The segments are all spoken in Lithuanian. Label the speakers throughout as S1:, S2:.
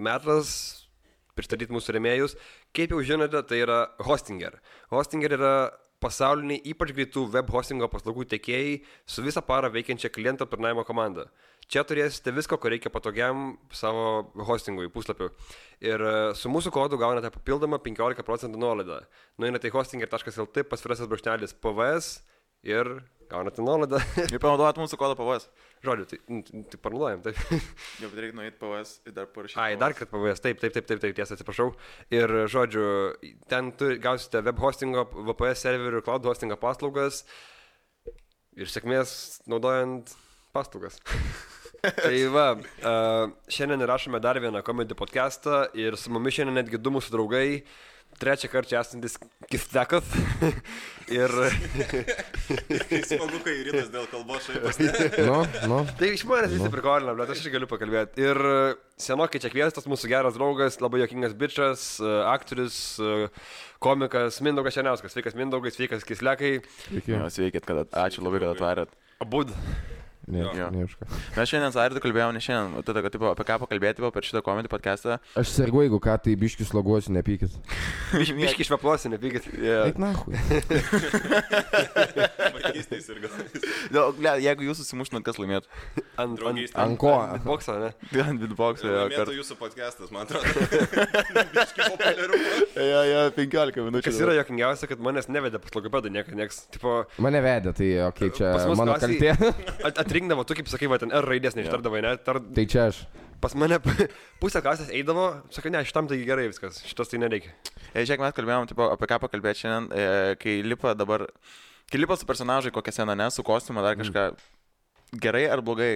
S1: metas pristatyti mūsų remėjus. Kaip jau žinote, tai yra Hostinger. Hostinger yra pasauliniai ypač greitų web hostingo paslaugų tiekėjai su visą parą veikiančia kliento aptarnaimo komanda. Čia turėsite visko, ko reikia patogiam savo hostingui, puslapiu. Ir e, su mūsų kodu gaunate papildomą 15 procentų nuolaidą. Nuinate į hostinger.lt, pasvirasis brušnelis PVS ir gaunate nuolaidą.
S2: Ir panaudojat mūsų kodą PVS.
S1: Žodžiu, tai, mm, tai parluojam, taip.
S2: Jau bet reikia nueiti PVS ir dar parašyti.
S1: Ai, dar kartą pavojęs, taip, taip, taip, taip, taip, tiesa, atsiprašau. Ir, žodžiu, ten turi, gausite web hostingo, VPS serverių, cloud hostingo paslaugas ir sėkmės naudojant paslaugas. tai va, uh, šiandien įrašome dar vieną komedį podcastą ir su mumis šiandien netgi du mūsų draugai, trečią kartą čia esantis Kistekas ir...
S2: Smagu, kai rytas dėl kalbos šaipas.
S3: Nu, nu.
S1: Tai iš manęs visi prikolina, bet aš irgi galiu pakalbėti. Ir e, senokai čia kviestas mūsų geras draugas, labai jokingas bičias, e, aktorius, e, komikas Mindaugas Šeniauskas. Sveikas Mindaugas, sveikas Kislekai.
S3: Iki.
S2: Jo, sveikit, kad at... ačiū labai, kad atvarėt.
S1: Abu.
S3: Ne,
S2: Jo.
S3: ne už ką.
S2: Mes šiandien su Aritu kalbėjome, ne šiandien, o tada, kad tipo, apie ką pakalbėti buvo per šitą komedį podcastą.
S3: Aš sergu, jeigu ką, tai biškius loguosiu, nepykit.
S1: Miški išveplosi, nepykit.
S3: Eik nahui.
S4: Keistais ir gal.
S2: Jo, ble, Jeigu jūs susimušinat, kas laimėtų?
S1: Ant, ant,
S3: Ant ko?
S1: ant bokso, ne?
S2: Tai Ant bitboxo, jo,
S4: Laimėtų
S2: kartu.
S4: jūsų podcastas, man atrodo. Biški populiarumo.
S2: Jo, jo, 15 minučių.
S1: Kas yra jokingiausia, kad manęs nevedė pas logopedų niekas, niekas. Tipo,
S3: Mane vedė, tai okei, okay, čia
S1: Pas mus
S3: mano
S1: klasėj-
S3: kaltė.
S1: at, atrinkdavo, tu kaip sakai, va, ten R raidės neištardavai, ne? Tar,
S3: Tai čia aš.
S1: pas mane pusę klasės eidavo, sakai, ne, šitam tai gerai viskas, šitas tai nereikia.
S2: E, Žiūrėk, mes kalbėjom, tipo, apie ką pakalbėti šiandien, e, kai lipa dabar, kai lipa su personažai kokią sceną, ne, su kostiumą dar kažką. Gerai ar blogai?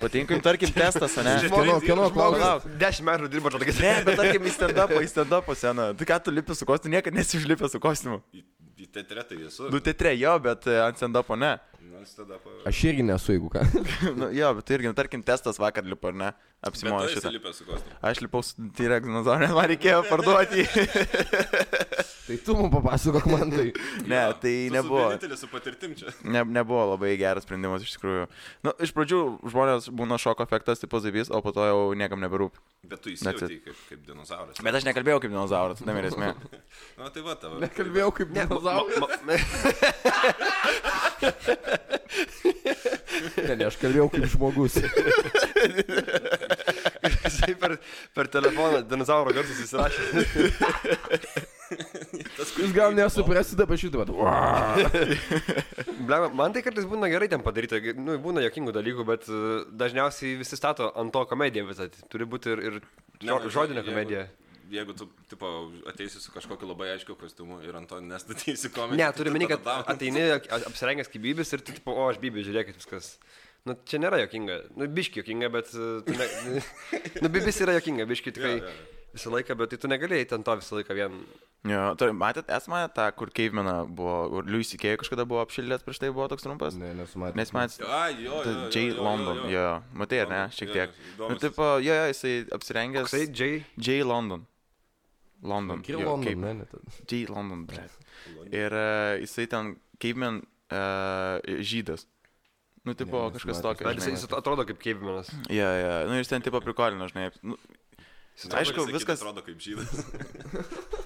S2: Patinka jums, tarkim, testas, ne?
S3: Kieno, kieno klausimas?
S2: Palauk.
S1: Dešimt metų dirba, tada
S2: Ne,
S1: tokia.
S2: bet tarkim, į stand-up, į stand-up sceną. Tu ką tu lipi su kostiumu, niekada nesižlipi su kostiumu.
S4: Į į teatre tai esu.
S2: Du teatre jo, bet e, ant stand-upo ne.
S4: Nu, jis tada pa...
S3: Aš irgi nesu, jeigu ką.
S2: nu, jo, bet tai irgi, nu, tarkim, testas vakar lipo, ar ne?
S4: Žinau,
S2: Apsimoju
S4: aš
S2: šitą.
S4: lipęs su kostu.
S2: Aš lipau su T-Rex dinozaurą, man reikėjo parduoti. jį.
S3: Tai tu man papasakok man tai.
S2: ne, tai nebuvo.
S4: Vienintelis su patirtim čia.
S2: Ne, nebuvo labai geras sprendimas iš tikrųjų. Nu, iš pradžių žmonės būna šoko efektas, tipo zavys, o po to jau niekam neberūp.
S4: Bet tu
S2: That's
S4: įsijauti kaip, kaip dinozauras.
S2: Bet aš nekalbėjau kaip dinozauras, tai nemirėsime.
S4: Na tai va tavo.
S3: Nekalbėjau kaip dinozauras. Ne, ne, aš kalbėjau kaip žmogus.
S1: Jisai per, per telefoną dinozauro garsus įsirašė.
S3: Jūs gal nesuprasite apie šitą, bet... Uaa.
S1: Blema, man tai kartais būna gerai ten padaryti, gi- nu, būna jokingų dalykų, bet e, dažniausiai visi stato ant to komediją visą. Turi būti ir, ir
S4: Ne,
S1: žo,
S4: nu,
S1: žodinė
S4: jeigu-
S1: komedija.
S4: Jeigu tu, tipo, ateisi su kažkokiu labai aiškiu kostiumu ir ant to nestatysi tai komedijos.
S1: Ne, turiu meni, kad ateini a- apsirengęs kaip bybis ir tu, tipo, oh, o aš bybis, žiūrėkit viskas. Nu, čia nėra jokinga. Nu, biški jokinga, bet... e, tu Ne, nu, bybis yra jokinga, biški tikrai
S4: Jo, jo,
S1: visą laiką, bet tai tu negalėjai ten to visą laiką vien.
S2: Jo, tai matėt, esame tą, kur Keivmena buvo, kur Liujus Ikėja kažkada buvo apšildęs, prieš tai buvo toks trumpas.
S3: Ne, nesumatė.
S2: Nes matėt,
S4: Ai, jo, jo.
S2: J. London, jo, matėt, ar ne,
S4: Įdomus,
S2: šiek
S4: jo,
S2: tiek.
S4: jo,
S2: Nu,
S4: įdomus
S2: tipo, jo, jo, jisai apsirengęs.
S1: Tai, Jay,
S2: J. London. London.
S3: Kill
S2: jo,
S3: London,
S2: Caveman.
S3: ne, ne. ten.
S2: J. London, ble. Ir uh, jisai ten, Caveman, uh, žydas. Nu, tipo,
S3: nesu
S2: kažkas
S3: matęs.
S2: tokio.
S1: ar jis, jis atrodo kaip keivmenas.
S2: Jo, jo, nu ir jis ten, tipo, prikolino, žinai. Nu, aišku, viskas,
S4: Atrodo kaip žydas.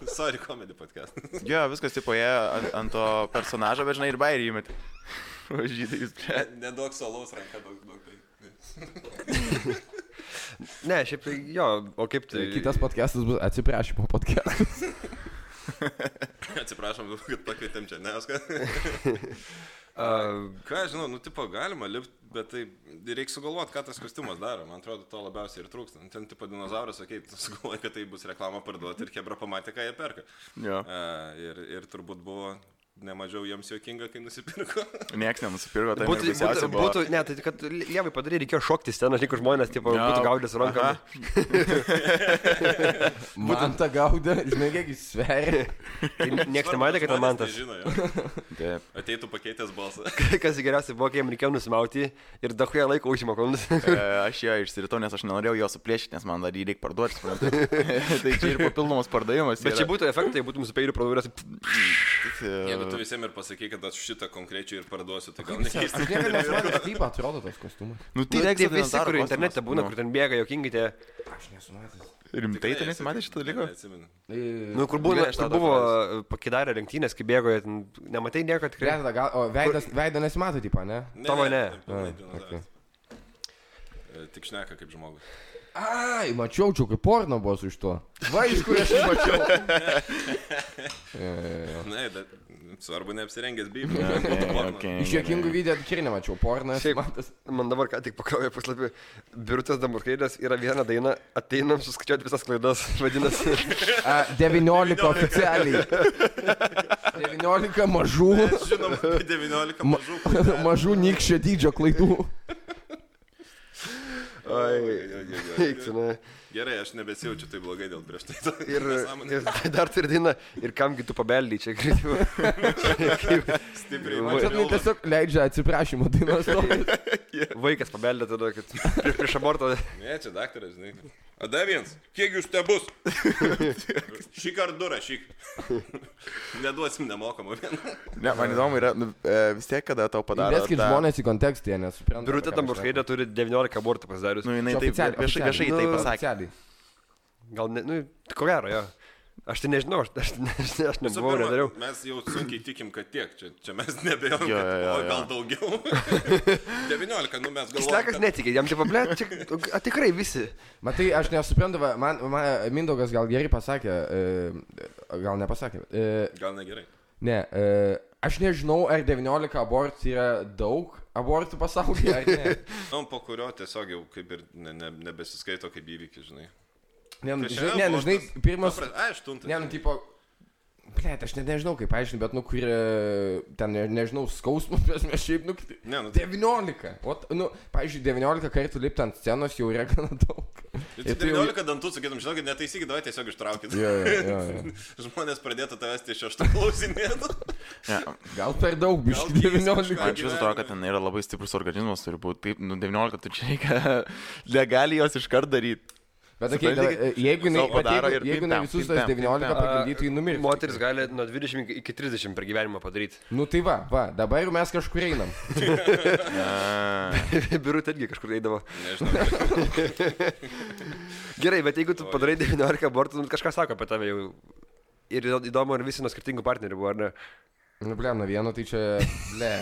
S4: Sorry, komedijų podcast.
S2: jo, viskas, tipo, jie ant, ant to personažo, bet, žinai, ir bairį įmetė. O žydai, jis, ble.
S4: Nedaug salaus ranka, daug, daug. tai-
S2: E-
S1: Ne, šiaip tai jo, o kaip tai...
S3: Kitas podcastas bus atsiprašymo podcastas.
S4: Atsiprašom, kad pakvietėm čia, ne, viskas.
S1: Uh,
S4: Ką aš žinau, nu tipo galima lipti, bet tai reikia sugalvoti, ką tas kostiumas daro. Man atrodo, to labiausiai ir trūksta. Nu, Ten tipo dinozauras, sakai, tu sugalvoji, kad tai bus reklama parduoti ir kebra pamatė, ką jie perka.
S2: Jo,
S4: E, ir, ir turbūt buvo nemažiau jiems juokinga, kai nusipirko.
S2: nieks nenusipirko, tai
S1: būtų, būtų,
S2: baisiausia buvo.
S1: būtų, ne, tai kad Lievai padarė, reikėjo šokti sceną, žinai, kur žmonės, tipo,
S2: Jo.
S1: būtų gaudęs ranką.
S2: Aha.
S3: Man tą gaudė, žinai, kiek jis sveria.
S1: Tai niekas nematė, kad ten man tas.
S4: Žinai, jo.
S2: Taip.
S4: Ateitų pakeitęs balsą.
S1: Kas geriausia buvo, kai jam reikėjo nusimauti ir dahuja laiko užima kolonus.
S2: E, Aš ją išsiritau, nes aš nenorėjau jo supliešinti, nes man dar jį reikia parduoti, suprantate. tai čia ir papildomas pardavimas. E,
S1: Bet čia būtų efektai, būtų mūsų peilių pralaidės.
S2: būtų...
S4: Bet tu visiems ir pasakai, kad aš šitą konkrečiai ir parduosiu, tai gal
S3: Aš
S4: nekeista.
S3: niekada nežinau, kaip atrodo tas kostiumas.
S2: Nu,
S1: Tai
S2: tai reikia
S1: visi, kur internete būna,
S2: Nu.
S1: kur ten bėga, jokingi tie.
S3: Aš nesu matęs.
S2: Rimtai, tai nesimatė šitą dalyką?
S4: Neatsimenu.
S3: Tai-
S1: Nu, kur būna,
S2: Gerai, aš
S1: kur
S2: tau
S1: buvo
S2: duosiu.
S1: pakidarę lenktynės, kai bėgo, jie ten nematai nieko tikrai.
S3: Greta, gal, o veidas, veidą nesimato, tipo, ne?
S4: Ne,
S1: Tavo ne.
S4: pilnai
S3: A,
S4: dinozauras. E, Tik šneka kaip žmogus.
S3: Ai, mačiau, čia kaip porno buvo su iš to. Va, iš kur aš jį mačiau.
S4: Ne, bet svarbu neapsirengęs bijai.
S3: Iš jokingų video tikrai nemačiau porno.
S1: Šiaip-
S3: Šiaip matas.
S1: Man dabar ką tik pakrovė puslapį. Birutės Damurkaidės yra viena daina, ateinam suskaičiuoti visas klaidas, vadinasi.
S3: A, 19 oficialiai. 19 mažų.
S4: Žinom, apie 19
S3: Ma-
S4: mažų. klaidelių.
S3: Mažų nykščio dydžio klaidų.
S4: Oi, oi, oi, oi.
S1: Eiksinai.
S4: Gerai, aš nebesijaučiu taip blogai dėl prieš tai.
S1: Ir,
S4: Nesąmonė.
S1: ir dar turi dainą, ir kamgi tu pabeldi čia, greitai.
S4: stipriai.
S1: Va-
S4: man
S3: Čia tai
S4: galva.
S3: tiesiog leidžia atsiprašymų dainos. tonas.
S1: Vaikas pabeldė tada, kad prie- prieš abortą.
S4: Ne, čia daktaras, žinai. O dar vienas, kiek jūs te bus? šį kartą du rašyk. Neduosim nemokamą vieną.
S2: Ne, man įdomu yra, nu, e, vis tiek, kada tau padaro.
S3: Veskit
S2: tą-
S3: žmonės į kontekstą, jie nesupranta.
S1: Birutė Damurkaidė turi 19 abortų pasidarius.
S2: Nu, jinai
S3: Čia
S2: taip
S3: oficialiai-
S2: viešai,
S3: oficialiai.
S2: viešai tai
S1: Nu,
S2: pasakė.
S1: Gal, ne, nu, ko gero, jo. Aš tai nežinau, aš, aš, aš, aš
S4: Visų
S1: nebuvau,
S4: pirma,
S1: nedariau.
S4: Mes jau sunkiai tikim, kad tiek. Čia, čia mes nebejom,
S2: Jo,
S4: kad
S2: jo,
S4: o,
S2: jo.
S4: gal daugiau. 19, nu mes
S1: Slekas
S4: galvojame.
S1: netikė, jam tai pablėt, čia a, tikrai visi.
S3: Matai, aš nesuprantu, va, man, man Mindaugas gal gerai pasakė, e, gal nepasakė. bet, E,
S4: Gal negerai.
S3: ne, e, aš nežinau, ar 19 abortų yra daug abortų pasaulyje. ar Ne,
S4: Nu, po kurio tiesiog jau kaip ir ne, ne, nebesiskaito kaip įvykis, žinai.
S3: ne, nu,
S4: Tai
S3: žinai,
S4: čia
S3: ne, nu, žinai
S4: abortas.
S3: pirmas...
S4: Papra- Ai, aštuntas.
S3: Ne, nu, tipo... Ble, tai aš net nežinau, kaip aiškinti, bet, nu, kur e, ten, ne- nežinau, skausmų, prasme, šiaip, nu, kiti-
S4: Ne, nu, tai-
S3: 19. O, nu, pavyzdžiui, 19 kartų lipti ant scenos jau yra gana daug.
S4: Ir
S3: Ir tu jau-
S4: 19 dantų, sakytum, žinokit, netaisykit, davai tiesiog ištraukit.
S3: Jo, jo, jo, jo.
S4: Žmonės pradėtų tavęs iš aštų klausinėti.
S2: Ne,
S3: Gal per daug, biškai
S4: keis
S3: 19.
S4: kažką.
S2: Man čia atrodo, kad ten yra labai stiprus organizmas, turi būti taip, nu 19, tu čia reikia legaliai jos iškart daryti.
S3: Bet okay,
S2: Supranti,
S3: da, jeigu jinai,
S2: savo
S3: bet
S2: daro
S3: jeigu,
S2: ir
S3: jeigu
S2: pim
S3: jinai
S2: pam,
S3: visus
S2: pim
S3: tas
S2: pam, pim
S3: 19
S2: pam.
S3: pagimdytų į numirti.
S1: Moteris gali nuo 20 iki 30 per gyvenimą padaryti.
S3: Nu tai va, va, dabar jau mes kažkur einam.
S1: Birutė irgi kažkur eidavo.
S4: Nežinau.
S1: Gerai, bet jeigu tu padarai 19 abortų, nu, kažką sako apie tave jau. Ir įdo- įdomu, ar visi nuo skirtingų partnerių buvo, ar ne?
S3: Nu ble, nuo vieno tai čia, ble.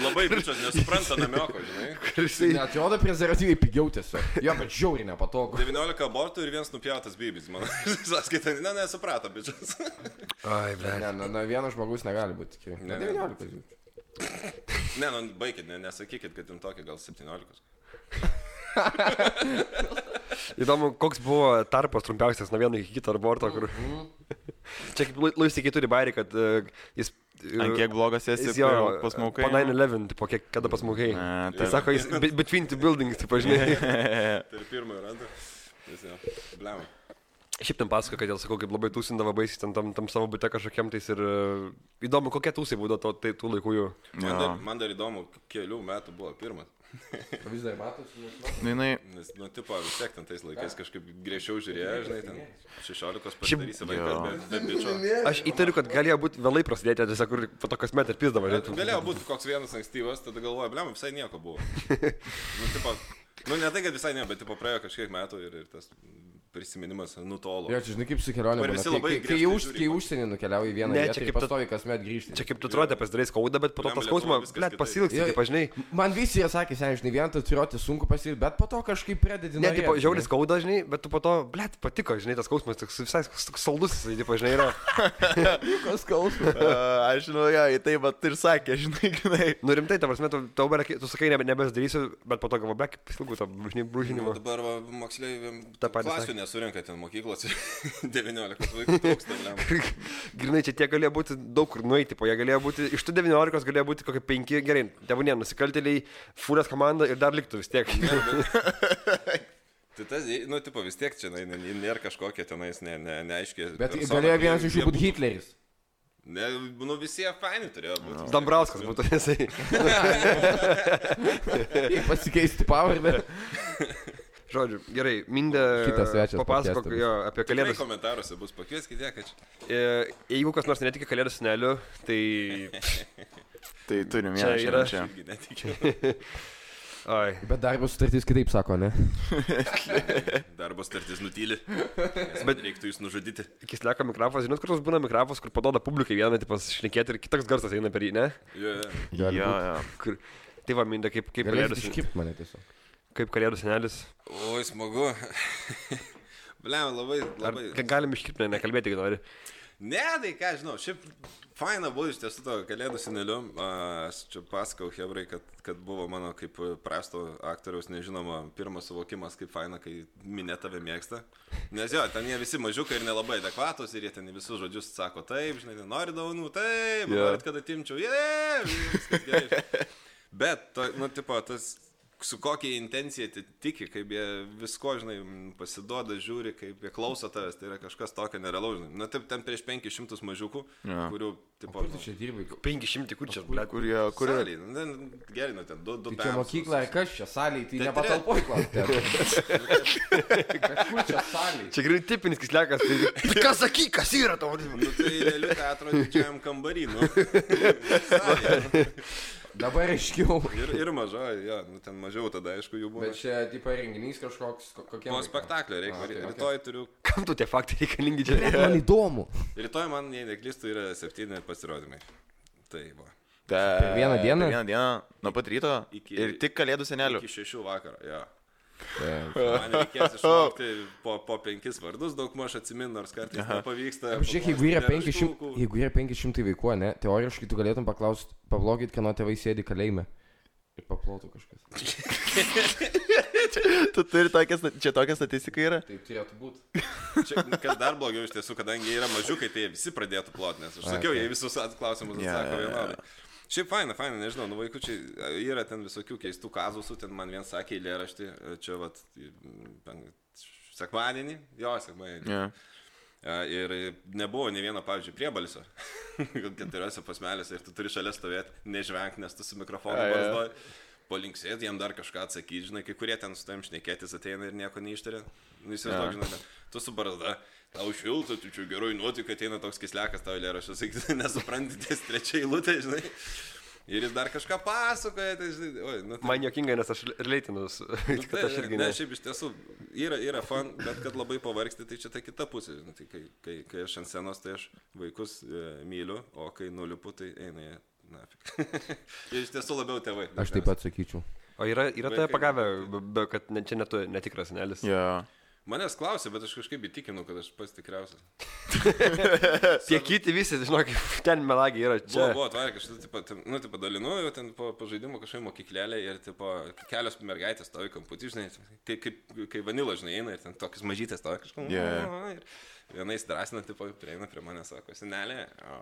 S4: Labai bičias nesupranta namioko, žinai.
S1: Jisai-
S3: Atrodo prezervatyviai pigiau tiesiog. Jo, bet žiauriai nepatogu.
S4: 19 abortų ir vienas nupjautas bybis, man sąskaita. Ne, nesuprato, bičias.
S1: Ai, ble.
S3: Ne, nu, nuo vieno žmogus negali būti tikrai. Ne,
S4: ne.
S3: 19.
S4: Ne, nu baikit, ne, nesakykit, kad jums tokia gal 17.
S1: Įdomu, koks buvo tarpas trumpiausias nuo vieno iki kito aborto, kur...
S2: Mhm.
S1: Čia kaip Luisikiai turi bairį, kad uh, jis... e,
S2: Ant kiek blogas esi,
S1: Jis jo,
S2: pasmaukai.
S1: Po 9-11, tipo, kiek, kada pasmaukai.
S2: Ne,
S1: Tai
S2: taip.
S1: sako, jis be- between two buildings, tai pažinai.
S4: Tai ir pirmojo randa. Blem.
S1: Šiaip ten pasako, kad jis sako, kaip labai tūsindavo baisiai ten tam, tam savo bute kažkokiam tais ir e, įdomu, kokie tūsai būdavo to, tai tų laikų jų.
S4: Man, dar- man dar įdomu, kelių metų buvo pirmas.
S3: Vis dar matosi, nežinau.
S2: Nu, jinai,
S4: Nes, nu, tipo, vis tiek ten tais laikais kažkaip griežčiau žiūrėjo, žinai, ten 16
S1: Šiaip-
S4: pasidarysi vaikas be, be bičio.
S1: Aš įtariu, kad galėjo būti vėlai prasidėti, tiesiog kur po to kasmet ir pizdavo.
S4: Galėjo būti koks vienas ankstyvas, tada galvoju, blem, visai nieko buvo. Nu, tipo, nu, ne tai, kad visai ne, bet, tipo, praėjo kažkiek metų ir, ir tas prisiminimas nutolo.
S3: Jo, čia žinai kaip su kelionė.
S4: Dabar
S3: būna.
S4: visi
S3: Kai-
S4: labai
S3: kai- Kai į
S4: griežtai
S3: už-
S4: žiūri.
S3: kai į užsienį nukeliauji į vieną
S1: Ne, čia
S3: vietą, tai
S1: kaip tu-
S3: pastovi kasmet grįžti.
S1: Čia kaip tu atrodė, pasidarai skauda, bet po to
S4: Blemba,
S1: tas skausmas,
S4: Lietuvoj viskas
S1: blėt,
S4: kitaip.
S1: pasilgsti,
S3: Jo,
S1: tai pažinai.
S3: Man visi jie sakė, seniai, žinai, vieną turiuoti sunku pasidėti, bet po to kažkaip pradedi.
S1: Ne,
S3: norėt,
S1: tipo,
S3: žinai.
S1: žiaulis skauda, žinai, bet tu po to, blėt, patiko, žinai, tas skausmas, toks visai toks saldus, jisai, tipo, žinai, yra.
S3: Kas skausmas?
S2: e, aš žinau, jo, į tai, bet ir sakė, žinai, grinai.
S1: Nu rimtai, tavo prasme, tu, tau, bele- tu sakai, nebe, nebesidarysiu, bet po to galvo, blėt, pasilgau tą, žinai, brūžinimą.
S4: Nu, dabar va, moksleiviam
S1: Ta patys
S4: klasių
S1: sakė.
S4: nesurinka ten mokyklos 19 vaikų trūksta. blemba.
S1: Grinai, čia tie galėjo būti daug kur nueiti, po jie galėjo būti, iš tų 19 galėjo būti kokie 5, gerai, tebūnė, nusikaltėliai, fūrės komanda ir dar liktų vis tiek.
S4: Tai tas, nu, tipo, vis tiek čia, na, nėra kažkokia tenais ne, ne, neaiškiai.
S3: Bet
S4: persona,
S3: galėjo
S4: kurie-
S3: vienas iš jų
S4: jie
S3: būti Hitleris.
S4: Ne, nu, visi jie faini turėjo būti.
S1: Dambrauskas būtų, jisai.
S3: Pasikeisti pavardę.
S1: Žodžiu, gerai, Mindė,
S3: Kitas svečias
S1: papasakok
S3: podcast'e bus.
S1: jo apie
S4: Tikrai
S1: kalėdas.
S4: komentaruose bus pakvieskite, kad čia.
S1: E, Jeigu kas nors netikė kalėdų seneliu, tai...
S2: Tai turim
S1: Čia
S2: vieną
S1: yra-
S2: šiandien čia.
S4: Irgi netikiu.
S1: Ai.
S3: Bet darbo sutartys kitaip sako, ne?
S4: Darbo startis nutyli. Bet reiktų jūs nužudyti.
S1: Kisleko mikrofas, žinot, kartais būna mikrofas, kur padoda publikai vieną tipą šnekėti ir kitoks garsas eina per jį, ne?
S4: Jo, jo.
S2: Jo,
S3: Gali būt.
S2: jo.
S1: Kur... Tai va, Mindė, kaip, kaip,
S3: Galėsit
S1: kalėdų, sen-
S3: iškipt mane tiesiog.
S1: kaip kalėdų senelis.
S4: Oi, smagu. Bliam, labai,
S1: Ar
S4: labai.
S1: ga- galim iškirpti, nekalbėti, jeigu nori.
S4: Ne, tai ką žinau, šiaip faina buvo iš tiesų to kalėdų seneliu. A, Aš čia pasakau Hebrai, kad, kad buvo mano kaip prasto aktoriaus nežinoma pirmas suvokimas, kaip faina, kai minė tave mėgsta. Nes jo, ten jie visi mažiukai ir nelabai adekvatus ir jie ten į visus žodžius sako taip, žinai, nori daunų, taip, yeah.
S1: Jo.
S4: norit, kad atimčiau, jie, viskas gerai. Bet, to, nu, tipo, tas su kokia intencija ti- tiki, kaip jie visko, žinai, m, pasiduoda, žiūri, kaip jie klauso tavęs, tai yra kažkas tokio nerealaus, žinai. Na, taip, ten prieš 500 mažiukų, ja.
S2: Jo.
S4: kurių, tipo,
S3: Kur tu čia dirbai?
S1: 500, kur čia, ble.
S2: Kur, jo,
S4: kur
S2: kur yra?
S4: yra? Gerai, nu, ten du, du
S3: Tai čia mokykla ar kas čia, saliai, tai
S4: Teatre.
S3: nepatalpoj klausti. Kur čia saliai?
S1: Čia grinai tipinis kislekas, tai... Kas sakyk, kas yra tavo?
S4: Nu, tai realiu teatro didžiajam kambarį, nu. Salė.
S3: Dabar aiškiau.
S4: ir, ir mažoji, jo, nu, ten mažiau tada, aišku, jų buvo.
S3: Bet čia, tipo, renginys kažkoks, ko- kokie...
S4: Po spektaklio reikia, okay, okay. rytoj turiu
S1: Kam tu tie faktai reikalingi čia?
S3: Man įdomu.
S4: Rytoj man, jei neklystu, yra septyni pasirodymai. Tai va.
S2: Per
S3: vieną dieną?
S2: Per vieną dieną, nuo pat ryto.
S4: Iki-
S2: Ir tik kalėdų senelių.
S4: Iki šešių vakaro, jo.
S3: Tai,
S4: Man reikės išmokti po, po penkis vardus, daug maž atsimint, nors kartais nepavyksta.
S3: Žiūrėk, jeigu yra 500, jeigu yra 500 vaikų, ne, teoriškai tu galėtum paklausti, pablogit, kieno tėvai sėdi kalėjime. Ir paplotų kažkas.
S2: Tu turi tokią, sta- čia tokia statistika yra.
S3: Tai turėtų būti.
S4: Čia, kas dar blogiau iš tiesų, kadangi jie yra mažiukai, tai jie visi pradėtų plotinės. Aš sakiau, jie visus at- klausimus
S2: Jo, jo,
S4: atsako
S2: jo.
S4: vienodai. Šiaip faina, faina, nežinau, nu vaikučiai yra ten visokių keistų kazusų, ten man vien sakė į lėraštį, čia vat, į- pen- sekmadienį, jo, sekmadienį.
S2: Jo.
S4: A, E, Ir nebuvo ne vieno, pavyzdžiui, priebalsio. Keturiose pasmelėse ir tu turi šalia stovėti, nežvengti, nes tu su mikrofonu
S2: Ai, ai.
S4: barzdoji. Palinksėti, jam dar kažką atsakyti, žinai, kai kurie ten su tavim šnekėtis ateina ir nieko neištarė. Nu, įsivaizduok, žinai, ten, tu su barzda, tau šilta, tu čia geroj nuotaika ateina toks kislekas tavo lėrašas, nesuprantatės trečiai lūtė, žinai. Ir jis dar kažką pasakoja, tai žinai, oi, nu, tai...
S1: Man jokinga, nes aš leitinus. Kad aš irgi Nu,
S4: ne.
S1: tai ne.
S4: Ne, šiaip iš tiesų yra, yra fan, bet kad labai pavargsti, tai čia ta kita pusė. žinai, Tai kai, kai, kai aš ant senos, tai aš vaikus e, myliu, o kai nulipu, tai eina jie. Na, iš tiesų labiau tėvai.
S3: Aš taip pat sakyčiau.
S1: O yra, yra tave
S4: Vaikai-
S1: pagavę, be- be- kad ne, čia netu, netikras senelis.
S2: Jo.
S4: Manęs klausė, bet aš kažkaip įtikinu, kad aš pats tikriausias.
S1: Tie kiti visi, žinok, ten melagiai yra
S4: Buvo,
S1: čia.
S4: buvo atvarė kažkada, tipo, ten, nu, tipo, dalinu, jau ten po, po žaidimo kažkaip mokyklėlė ir, tipo, kelios mergaitės stovi kamputį, žinai, kai, kaip, kai vanilą, žinai, eina ir ten tokios mažytės stovi kažkur. nu,
S2: Jo, jo.
S4: Ir viena įsidrasina, tipo, prieina prie manęs, sako, senelė, o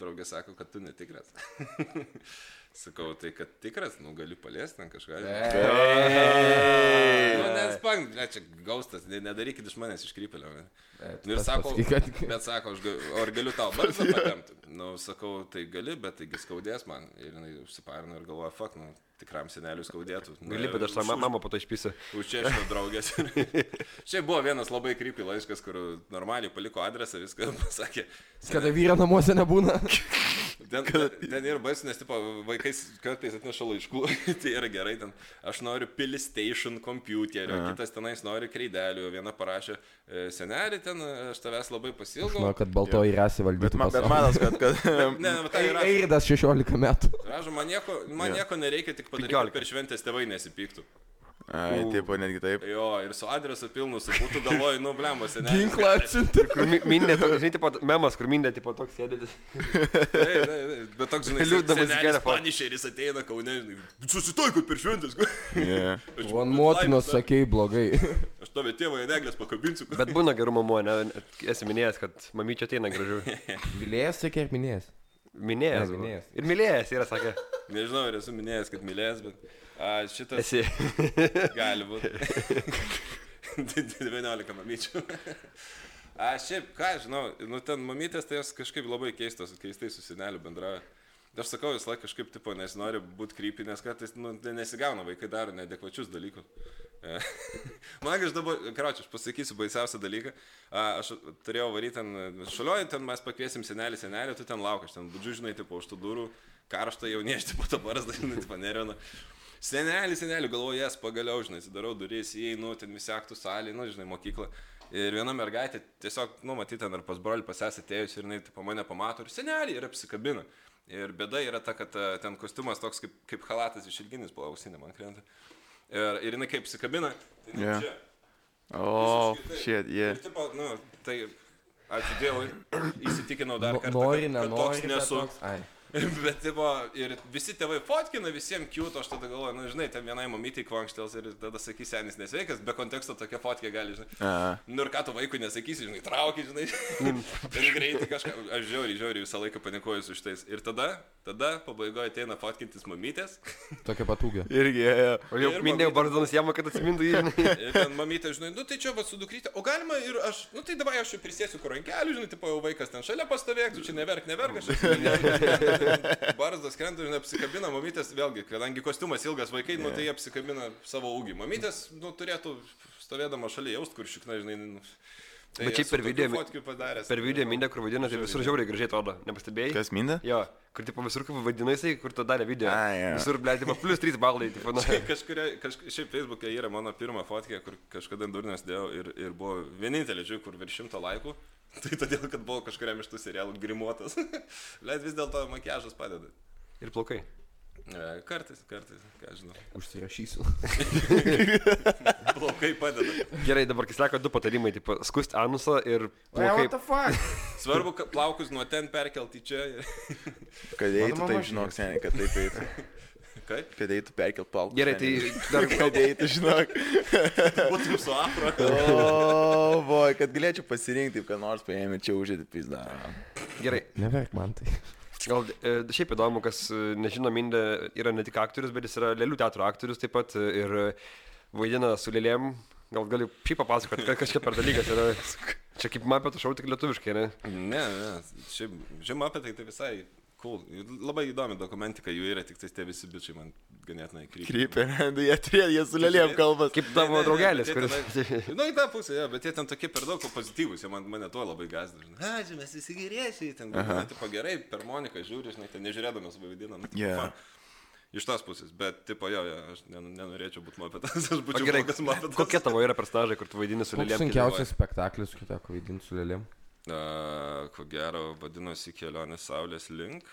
S4: draugė sako, kad tu netikras. Sakau, tai kad tikras, nu, gali paliesti ten kažką. Nu, Nespang, ne, čia gaustas, ne- nedarykit iš manęs iškrypelio. ne. Nu, ir
S3: tas
S4: sako,
S3: pasakyk, kad-
S4: bet sako, aš, ga- o ar galiu tau barzdą patempti? Nu, sakau, tai gali, bet taigi skaudės man. Ir jinai užsiparino ir galvoja, fuck, nu, tikram seneliui skaudėtų. Nu,
S1: Gali, bet aš
S4: už-
S1: savo mamą po to išpysiu.
S4: Už čia šio draugės. Šiaip buvo vienas labai krypį laiškas, kur normaliai paliko adresą, viską pasakė.
S3: Kada vyra namuose nebūna.
S4: Ten, ten, ten yra baisu, nes tipo, vaikais kartais atneša laiškų, tai yra gerai, ten aš noriu PlayStation kompiuterio, Aha. kitas tenais nori kreidelių, viena parašė, e, senelį ten, aš tavęs labai
S3: Žinau,
S4: pasilgau.
S3: kad baltoji rasi
S2: Bet,
S3: valdytų.
S2: ma, bet manas, kad... kad
S4: Ne, ne, bet tai yra.
S3: Eiridas 16 metų.
S4: Ražu, man nieko, man
S2: Jo.
S4: nieko nereikia, tik padaryti, kad
S1: 15.
S4: per šventės tėvai nesipyktų.
S2: Ai, taip, o netgi taip.
S4: Jo, ir su adresu pilnu, su būtų galvoju, nu, blemo, senelį.
S3: Ginklą atsiuntė.
S1: Kur mi- mindė, toks, žinai, tipo, memas, kur mindė, tipo, toks sėdėtis.
S4: Tai, tai, tai, bet toks, žinai,
S1: Liūddamas į
S4: liūdnamas
S1: telefoną.
S4: panišeris ateina, kaune, susitaikų per šventės.
S2: Jo.
S3: Man motinos sakė blogai.
S4: Aš tave tėvą į neglės pakabinsiu.
S1: Bet būna gerų mamų, ne? Esi minėjęs, kad mamyčia ateina gražiu.
S3: Vilėjas, sakė, ar minėjęs?
S1: Minėjęs.
S3: Ne,
S1: buvo.
S3: minėjęs.
S1: Ir mylėjęs yra, sakė.
S4: Nežinau, ar esu minėjęs, kad mylės, bet a, šitas
S1: Esi.
S4: gali būti. 19 mamyčių. Aš šiaip, ką aš žinau, nu ten mamytės, tai jos kažkaip labai keistos, keistai su seneliu bendrauja. Aš sakau, vis laik kažkaip, tipo, nes nori būti krypį, nes kartais nu, ne- nesigauna, vaikai daro neadekvačius dalykus. E, Man aš dabar, karočiui, aš pasakysiu baisiausią dalyką. A, Aš turėjau varyti ten, šaliojant ten, mes pakviesim senelį, senelį, tu ten laukai, aš ten budžiu, žinai, tipo, už tų durų, karštą jau nešti po tabaras, dažnai, tipo, nerena. Senelį, senelį, galvoju, jas pagaliau, žinai, sudarau duris, įeinu, ten visi aktų salė, nu, žinai, mokykla. Ir viena mergaitė tiesiog, nu, matyt, ten ar pas brolį pasęs atėjus ir jinai po mane pamato ir senelį ir apsikabina. Ir bėda yra ta, kad e, ten kostiumas toks kaip, kaip halatas iš ilginis buvo ausinė, man krenta. Ir, ir jinai kaip apsikabina, tai jinai
S2: Jo.
S4: yeah. čia.
S2: O,
S4: visiškai taip.
S2: Oh, shit, jie.
S4: Ir, tipo, nu, tai, ačiū Dievui, įsitikinau dar
S3: No-
S4: kartą.
S3: Nori,
S4: kad- kad
S3: nenori.
S4: toks
S3: bet
S4: nesu.
S3: toks- Ai.
S4: Bet, tipo, ir visi tėvai fotkina, visiems kiūto, aš tada galvoju, na, žinai, ten vienai mamytei kvankštels ir tada sakys senis nesveikas, be konteksto tokia fotkė gali, žinai.
S2: Yeah.
S4: Nu ir ką tu vaikui nesakysi, žinai, trauki, žinai. Ir greitai kažką, aš žiauriai, žiauriai visą laiką panikuoju su šitais. Ir tada, tada pabaigoje ateina fotkintis mamytės.
S3: Tokia patūgė.
S2: Irgi, jie. jie.
S1: O jau
S4: Ir
S1: minėjau
S4: mamytė.
S1: Barzdonas Jamą, kad atsimintų jį. žinai.
S4: Ir ten mamytė, žinai, nu tai čia va sudukrytė, o galima ir aš, nu tai dabar aš jau prisėsiu kur rankeliu, žinai, tipo jau vaikas ten šalia pastovėk, tu čia neverk, neverk, aš esu. Barzdas krenta, žinai, apsikabina, mamytės vėlgi, kadangi kostiumas ilgas vaikai, nu tai jie apsikabina savo ūgį. Mamytės, nu turėtų stovėdama šalia jaust, kur šikna, žinai. Nu, tai
S1: Bet šiaip per video-
S4: Fotkių padaręs.
S1: Per video minė, kur vadina, tai visur žiauriai gražiai atrodo, nepastebėjai?
S2: Kas mindė?
S1: Jo, kur tipo visur kaip vadina jisai, kur to darė video.
S2: Ai, jo.
S1: Visur, ble, tipo, plus 3 balai, tipo, nu.
S4: Kažkuria, kažk... šiaip Facebook'e yra mano pirma fotkė, kur kažkada ant durnes dėjau ir, ir buvo vienintelė, žiūrėjau, kur virš šimto laikų. Tai todėl, kad buvau kažkuriam iš tų serialų grimuotas. Leit vis dėlto makiažas padeda.
S1: Ir plaukai.
S4: E, Kartais, kartais, ką žinau.
S3: Užsirašysiu.
S4: Plaukai padeda.
S1: Gerai, dabar kai sako du patarimai, tipo, skust anusą ir
S3: Ai, what
S1: plaukai.
S3: the fuck?
S4: Svarbu, kad plaukus nuo ten perkelti čia.
S2: Kad
S3: Mano
S2: eitų,
S3: mama
S2: taip žinok, seniai, kad taip eitų.
S4: Kaip?
S2: Kad eitų perkelt palką.
S1: Gerai, tai dar
S2: Kad eitų, žinok.
S4: Būtų su afro.
S2: O, boy, kad galėčiau pasirinkti, ką nors paėmė čia užėti pizdą.
S1: gerai.
S3: Neverk man tai.
S1: Gal e, šiaip įdomu, kas e, nežino, Mindė yra ne tik aktorius, bet jis yra Lėlių teatro aktorius taip pat e, ir e, vaidina su lėlėm. Gal galiu šiaip papasakoti, ka- kas čia per dalykas yra. Čia kaip man apie tą šau tik lietuviškai, ne?
S4: Ne, ne. Šiaip, žinoma, apie tai tai visai. Cool. Labai įdomi dokumentika, jų yra, tik tai tie visi bičiai man ganėtinai krypia.
S2: Krypė, jie turėjo, jie su lėlėm kalbas.
S1: Kaip tavo draugelis,
S4: bet
S1: kuris...
S4: jie Tenai, nu, į tą pusę, ja, bet jie ten tokie per daug pozityvūs, jie man, mane tuo labai gazdina. Na, čia mes visi geriečiai, ten, na, tipo gerai, per Moniką žiūri, žinai, ten nežiūrėdamas vaidinam.
S2: Yeah.
S4: Iš tos pusės, bet, tipo, jo, jo aš nen, nenorėčiau būti mopetas, aš
S1: O
S4: būčiau
S1: gerai,
S4: gerai, kas mopetas.
S1: kokie tavo yra personažai, kur tu vaidini su
S3: Koks
S1: lėlėm?
S3: sunkiausias spektaklis, kurį teko vaidinti su lėlėm?
S4: A, ko gero, vadinosi kelionė Saulės link.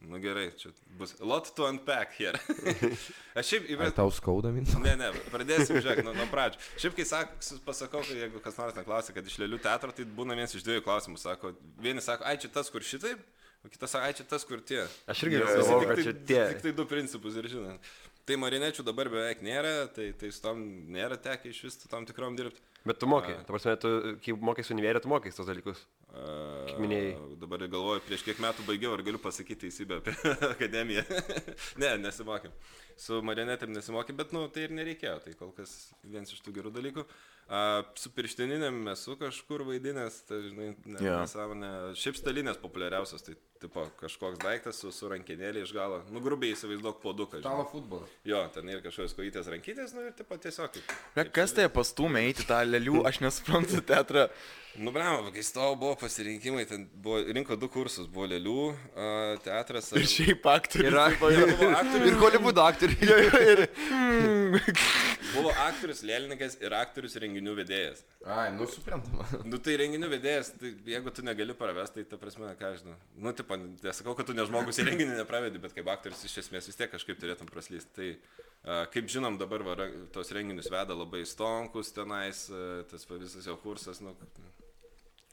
S4: Na gerai, čia bus lot to unpack here. aš šiaip
S3: Ar
S4: įvėl...
S3: tau skauda mintis?
S4: Ne, ne, pradėsim, žiūrėk, nuo, nuo pradžių. Šiaip kai sak, s- pasakau, kad jeigu kas nors neklausia, kad iš lėlių teatro, tai būna vienas iš dviejų klausimų. Sako, vieni sako, ai čia tas, kur šitaip, o kitas sako, ai čia tas, kur tie.
S1: Aš irgi
S4: Visi
S1: galvoju,
S4: tik
S1: kad
S4: tai-
S1: čia tie.
S4: Tik tai du principus ir žinai. Tai marinečių dabar beveik nėra, tai, tai su tom nėra tekę iš vis su tam tikrom dirbti.
S1: Bet tu mokai, ta prasme, tu, kai mokėsi universitete, tu mokėsi tos dalykus.
S4: Kaip
S1: minėjai.
S4: Dabar galvoju, prieš kiek metų baigiau, ar galiu pasakyti teisybę apie akademiją. ne, nesimokėm. Su marionetėm nesimokėm, bet, nu, tai ir nereikėjo. Tai kol kas vienas iš tų gerų dalykų. A, su pirštininėm esu kažkur vaidinęs, tai, žinai, ne,
S2: Jo.
S4: yeah. nesąmonė. Šiaip stalinės populiariausias, tai, tipo, kažkoks daiktas su, su rankinėlė iš galo. Nu, grubiai įsivaizduok poduką. žinai.
S3: futbolą.
S4: Jo, ten ir kažkokios kojytės rankytės, nu, ir, tipo, tiesiog. kaip-
S2: Ne, kas tai pastumė eiti tą lėlių, aš nesuprantu teatrą.
S4: Nu, blem, kai stovau buvo pasirinkimai, ten buvo, rinko du kursus, buvo lėlių a, teatras.
S2: Ir šiaip aktoriai.
S1: Ir, ak- ir, ir, ir Hollywoodo aktoriai.
S2: Ir...
S4: Buvo aktorius lėlininkas ir aktorius renginių vedėjas.
S3: Ai, nu suprantama.
S4: Nu tai renginių vedėjas, tai jeigu tu negali pravesti, tai ta prasme, ką aš žinau. Nu, tipo, nesakau, kad tu nežmogus į renginį nepravedi, bet kaip aktorius iš esmės vis tiek kažkaip turėtum praslysti. Tai a, kaip žinom, dabar va, ra- tos renginius veda labai stonkus tenais, a, tas va visas jo kursas, nu,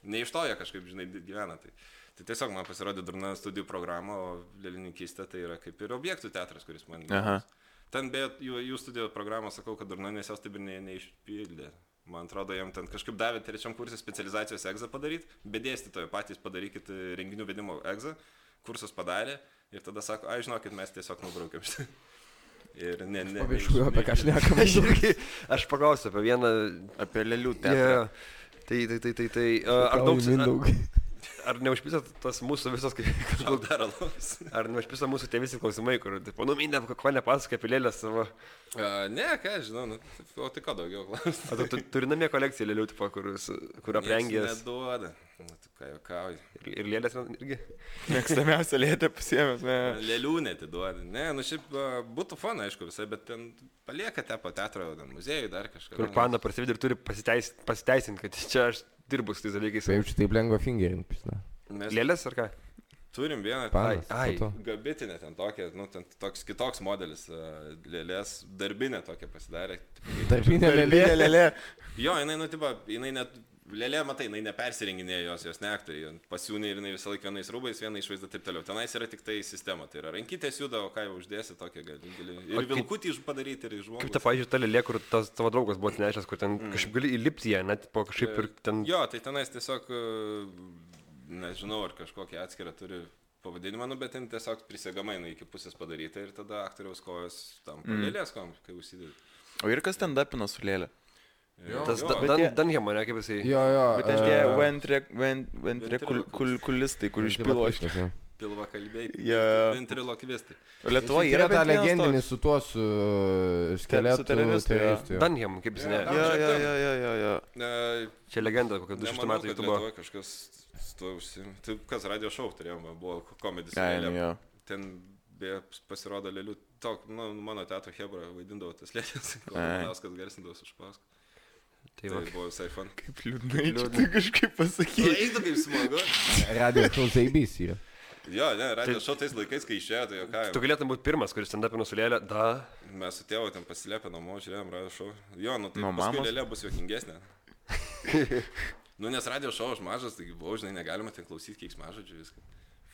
S4: ne iš to jie kažkaip, žinai, di- gyvena. Tai, tai tiesiog man pasirodė durna studijų programa, o lėlininkystė tai yra kaip ir objektų teatras, kuris man...
S2: Aha.
S4: Ten beje, jų, jų studijų programą sakau, kad durna, nes jos taip ir ne, neišpildė. Man atrodo, jam ten kažkaip davė trečiam kursui specializacijos egzą padaryti, bet dėstytojo patys padarykit e, renginių vedimo egzą, kursus padarė ir tada sako, ai žinokit, mes tiesiog nubraukėm šitą. Ir ne, ne.
S3: Pavyzdžiui, apie ką aš nekam.
S1: Aš irgi, aš paklausiu apie vieną.
S2: Apie lėlių
S1: Yeah.
S2: teatrą.
S1: Tai, tai, tai, tai, tai. a, Ar daug, ar,
S3: daug?
S1: Ar neužpisa tas mūsų visas, kaip- kaip-
S4: Gal dar alaus?
S1: ar neužpisa mūsų tie visi klausimai, kur, tipo, nu, minė, ko nepasakai apie lėlės savo.
S4: A, Ne, ką aš žinau, nu, o tai ko daugiau klausti?
S1: Ar tu, tu turi namie kolekciją lėlių, tipo, kur, kur aprengęs.
S4: Neduoda. Nu, tu ką jokauji.
S1: Ir, ir lėlės man irgi.
S2: Mėgstamiausia lėtė pasiemęs, ne.
S4: Lėlių netiduoda. Ne, nu šiaip a, būtų fan, aišku, visai, bet ten paliekate po teatro, ten muziejų dar kažką.
S1: Kur pana prasideda ir turi pasiteis, pasiteisinti, kad čia aš dirbu su tais dalykais.
S3: Jaučiu taip lengva fingerint, pizna.
S4: Mes
S1: Lėlės ar ką?
S4: turim vieną
S1: Ai,
S3: Panas.
S1: ai.
S3: po to.
S4: gabitinę ten tokią, nu, ten toks kitoks modelis, a, lėlės darbinę tokią pasidarė.
S3: Darbinė lėlė.
S2: Lėlė, lėlė.
S4: Jo, jinai, nu, tipo, jinai net, lėlė, matai, jinai nepersirenginėjo jos, jos neaktoriai, pasiūnė ir jinai visą laiką vienais rūbais, viena išvaizda ir taip toliau. Tenais yra tik tai sistema, tai yra rankytės juda, o ką jau uždėsi tokią gali. gali.
S1: O
S4: Ir
S1: kaip-
S4: vilkutį iš padaryti, ir iš žmogų.
S1: Kaip ta, pažiūrėjau, ta lėlė, kur tas tavo draugas buvo atnešęs, kur ten
S4: Mm.
S1: kažkaip gali įlipti ją, net po kažkaip ir ten...
S4: Jo, tai tenais tiesiog, e, nežinau, ar kažkokį atskirą turi pavadinimą, nu, bet ten tiesiog prisegamai jinai iki pusės padaryta ir tada aktoriaus kojas tam palėlės, mm. kai užsidedi.
S2: O ir kas ten dapino su lėlė?
S4: Jo,
S1: Tas
S4: jo.
S1: da,
S2: bet
S1: dan,
S2: jie-
S1: Dunham, ne kaip jisai.
S3: Jo, jo. e,
S2: Bet aš tie ventrikulistai, kur išpilo iš...
S3: Išpiloškas.
S4: Pilva kalbėjai.
S2: Jo.
S4: Ventriloquistai.
S2: Lietuvoje yra
S3: Yra ta
S2: bent vienas
S3: legendinė
S2: toks.
S3: su tuo su e, skeletu
S2: teroristu, jo.
S3: teroristu. jo.
S1: Dunham, kaip jisai.
S4: Jo,
S1: ne.
S2: Jo, jo, jo, jo, jo, jo.
S4: E,
S1: Čia legenda, kokia 200 metų
S4: kad
S1: YouTube.
S4: Lietuvoje kažkas su tuo užsiima. Tai kas radio šou turėjome, buvo komedijos.
S2: Ai,
S4: lėlė.
S2: jo.
S4: Ten beje pasirodo lėlių, tok, nu, mano teatro Hebra vaidindavo tas lėlės, kol
S2: Ai.
S4: Dauskas garsindavo už paską.
S1: Tai
S4: Tai
S1: va.
S4: buvo visai fan.
S2: Kaip liūdnai, čia tai kažkaip pasakyti.
S4: Eidavo kaip smagu.
S3: Radio Show Zaibys yra.
S4: Jo,
S3: Tai-
S4: ne, radio šou tais laikais, kai išėjo, tai ką.
S1: Tu galėtum būti pirmas, kuris ten dapino su lėlė. Da.
S4: Mes su tėvu ten pasilėpė namo, žiūrėjom radio šou. Jo, nu tai
S2: Nuo
S4: paskui
S2: mamos?
S4: lėlė bus juokingesnė. nu, nes radio šou aš mažas, taigi buvau, žinai, negalima ten klausyti, kiek mažodžių viską.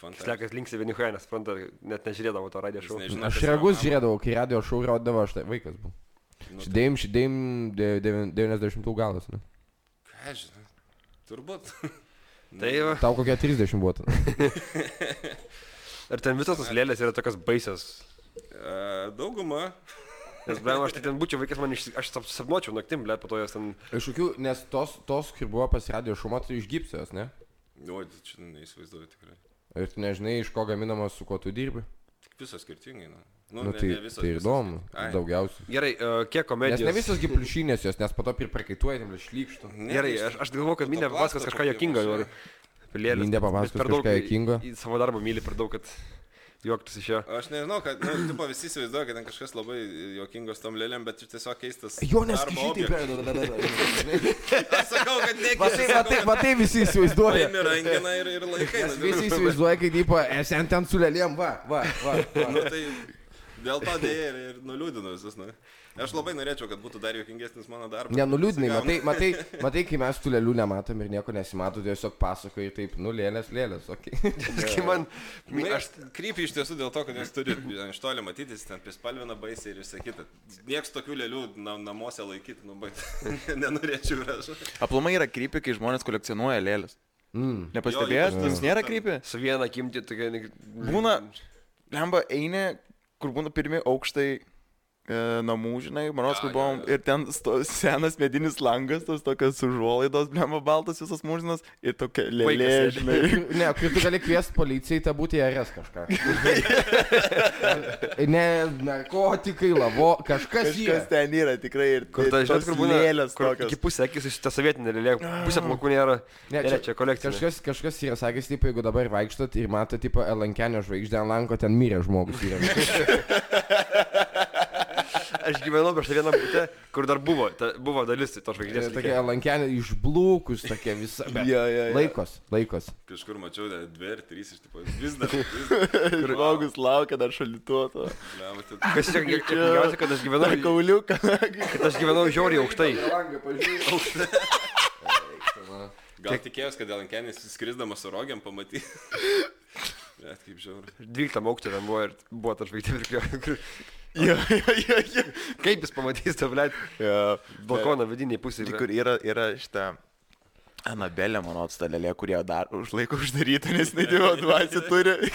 S4: Fantastika.
S1: Slekas linksi vieni hainas, supranta, net nežiūrėdavo to radio šou.
S3: Aš regus žiūrėdavau, kai radio šou rodavo, aš tai vaikas buvau. Šitėjim, šitėjim 90 galas. Ne?
S4: Ką žinai, turbūt.
S1: Tai va.
S3: Tau kokia 30 buvo. tada.
S1: Ar ten visos tos lėlės yra tokios baisios?
S4: E, Dauguma.
S1: Nes, bent aš tai ten būčiau vaikas, man iš... aš sap- sapnuočiau naktim, bet po to jos ten...
S3: Iš kokių, nes tos, tos kur buvo pas radio šumą, tai iš gipsijos, ne?
S4: O, čia neįsivaizduoju tikrai.
S3: Ir tu nežinai, iš ko gaminamas, su kuo tu dirbi.
S4: Tik visos skirtingai. Nu,
S3: Nu,
S4: ne-
S3: tai,
S4: ne visos,
S3: tai
S4: visos
S3: įdomu,
S4: skirtingai. Ai.
S3: daugiausiai.
S1: Gerai, e, kiek
S3: Nes
S1: komedijos?
S3: ne visos gipliušinės jos, nes po to ir prakaituojam, ir šlykštų.
S4: Ne,
S1: Gerai,
S4: iš-
S1: aš, aš galvoju, kad Minė papasakos kažką juokingo. noriu. Apie lėlės,
S3: Mindė
S1: bet- bet
S3: papasakos kažką
S1: į-
S3: juokingo.
S1: į Savo darbą myli per daug, kad juoktis iš jo.
S4: Aš nežinau, kad, na, nu, tipo, visi įsivaizduoja, kad ten kažkas labai juokingos tom lėlėm, bet čia tiesiog keistas.
S3: Jo, nes
S4: darbo
S3: kažkaip
S4: objektas.
S3: taip.
S4: Aš sakau, kad ne
S3: Matai, matai, matai, visi įsivaizduoja.
S4: Paimi rankiną ir, ir laikai.
S3: tai Nes
S4: nu,
S3: visi įsivaizduoja, kaip tipo, "E, esi ant ten sulelėm, va, va, va. va.
S4: Nu, tai dėl to dėja ir, ir nuliūdinu visus. Nu. Aš labai norėčiau, kad būtų dar juokingesnis mano darbas.
S3: Nenuliūdinai,
S4: Gaunu.
S3: nu, matai, matai, matai, kai mes tų lėlių nematom ir nieko nesimato, tai tiesiog pasakoji taip, nu lėlės, lėlės, okei.
S1: Kai man...
S4: Na,
S1: Aš
S4: aš krypį iš tiesų dėl to, kad jūs turite iš toli matytis, ten prispalvina baisiai ir visą kitą. Niekas tokių lėlių na, namuose laikyti, nu, bet nenorėčiau ir aš.
S2: Aplomai yra krypi, kai žmonės kolekcionuoja lėlės.
S3: Mm.
S2: Nepastebėjot,
S4: Jo, jo.
S2: tas nėra krypi?
S1: su viena kimti tokia...
S2: Būna, lemba, eini, kur būna pirmie aukštai e, namų, žinai, manos,
S4: Jo,
S2: kur
S4: jo,
S2: buvom,
S4: jo.
S2: ir ten sto, senas medinis langas, tos tokios užuolaidos, lemba, baltas visas mūžinas, ir tokia lėlė,
S1: Vaikas
S2: žinai.
S3: Ne, kai tu gali kviesti policijai, tai būti RS kažką. ne, narkotikai, lavo, kažkas,
S2: Kažkas
S3: kažkas yra.
S2: ten yra tikrai ir
S1: Kur ta žinot,
S2: tos
S1: kur būna
S2: lėlės
S1: kur
S2: tokios.
S1: Iki pusė akis iš tą sovietinę lėlę, pusė plaukų nėra. Ne, čia, čia kolekcija.
S3: Kažkas, kažkas yra sakęs, tipo, jeigu dabar vaikštot ir matot, tipo, Elankenio žvaigždė ant lanko, ten mirė žmogus. Yra.
S1: Aš gyvenau prieš tą vieną būtę, kur dar buvo, ta, buvo dalis to žvaigždės.
S3: tokia Elankenio išblūkus, tokia visa. bet
S2: Jo, jo, jo.
S3: Laikos, laikos.
S4: Kažkur mačiau, ne, dvi ar trys iš tipo, vis dar. Vis dar.
S2: Žmogus laukia dar šalituoto.
S4: Blemba, ten-
S1: Kas čia geriausia, kad aš
S2: Dar
S1: gyvenau,
S2: kauliuką.
S1: kad aš gyvenau žiauriai aukštai.
S4: Gal tikėjos, kad Elankenis skrisdamas su rogiam pamatys. Net kaip žiauru.
S1: 12 aukšte ten buvo ir buvo ta žvaigždė virš jo.
S2: Jo, jo, jo, jo.
S1: Kaip jis pamatys tą, blėt,
S2: Jo.
S1: balkoną vidinį pusę.
S2: Kur yra, yra šitą Anabelę, mano atstalelė, kurie dar užlaiko uždaryti, nes nedėjo dvasį turi.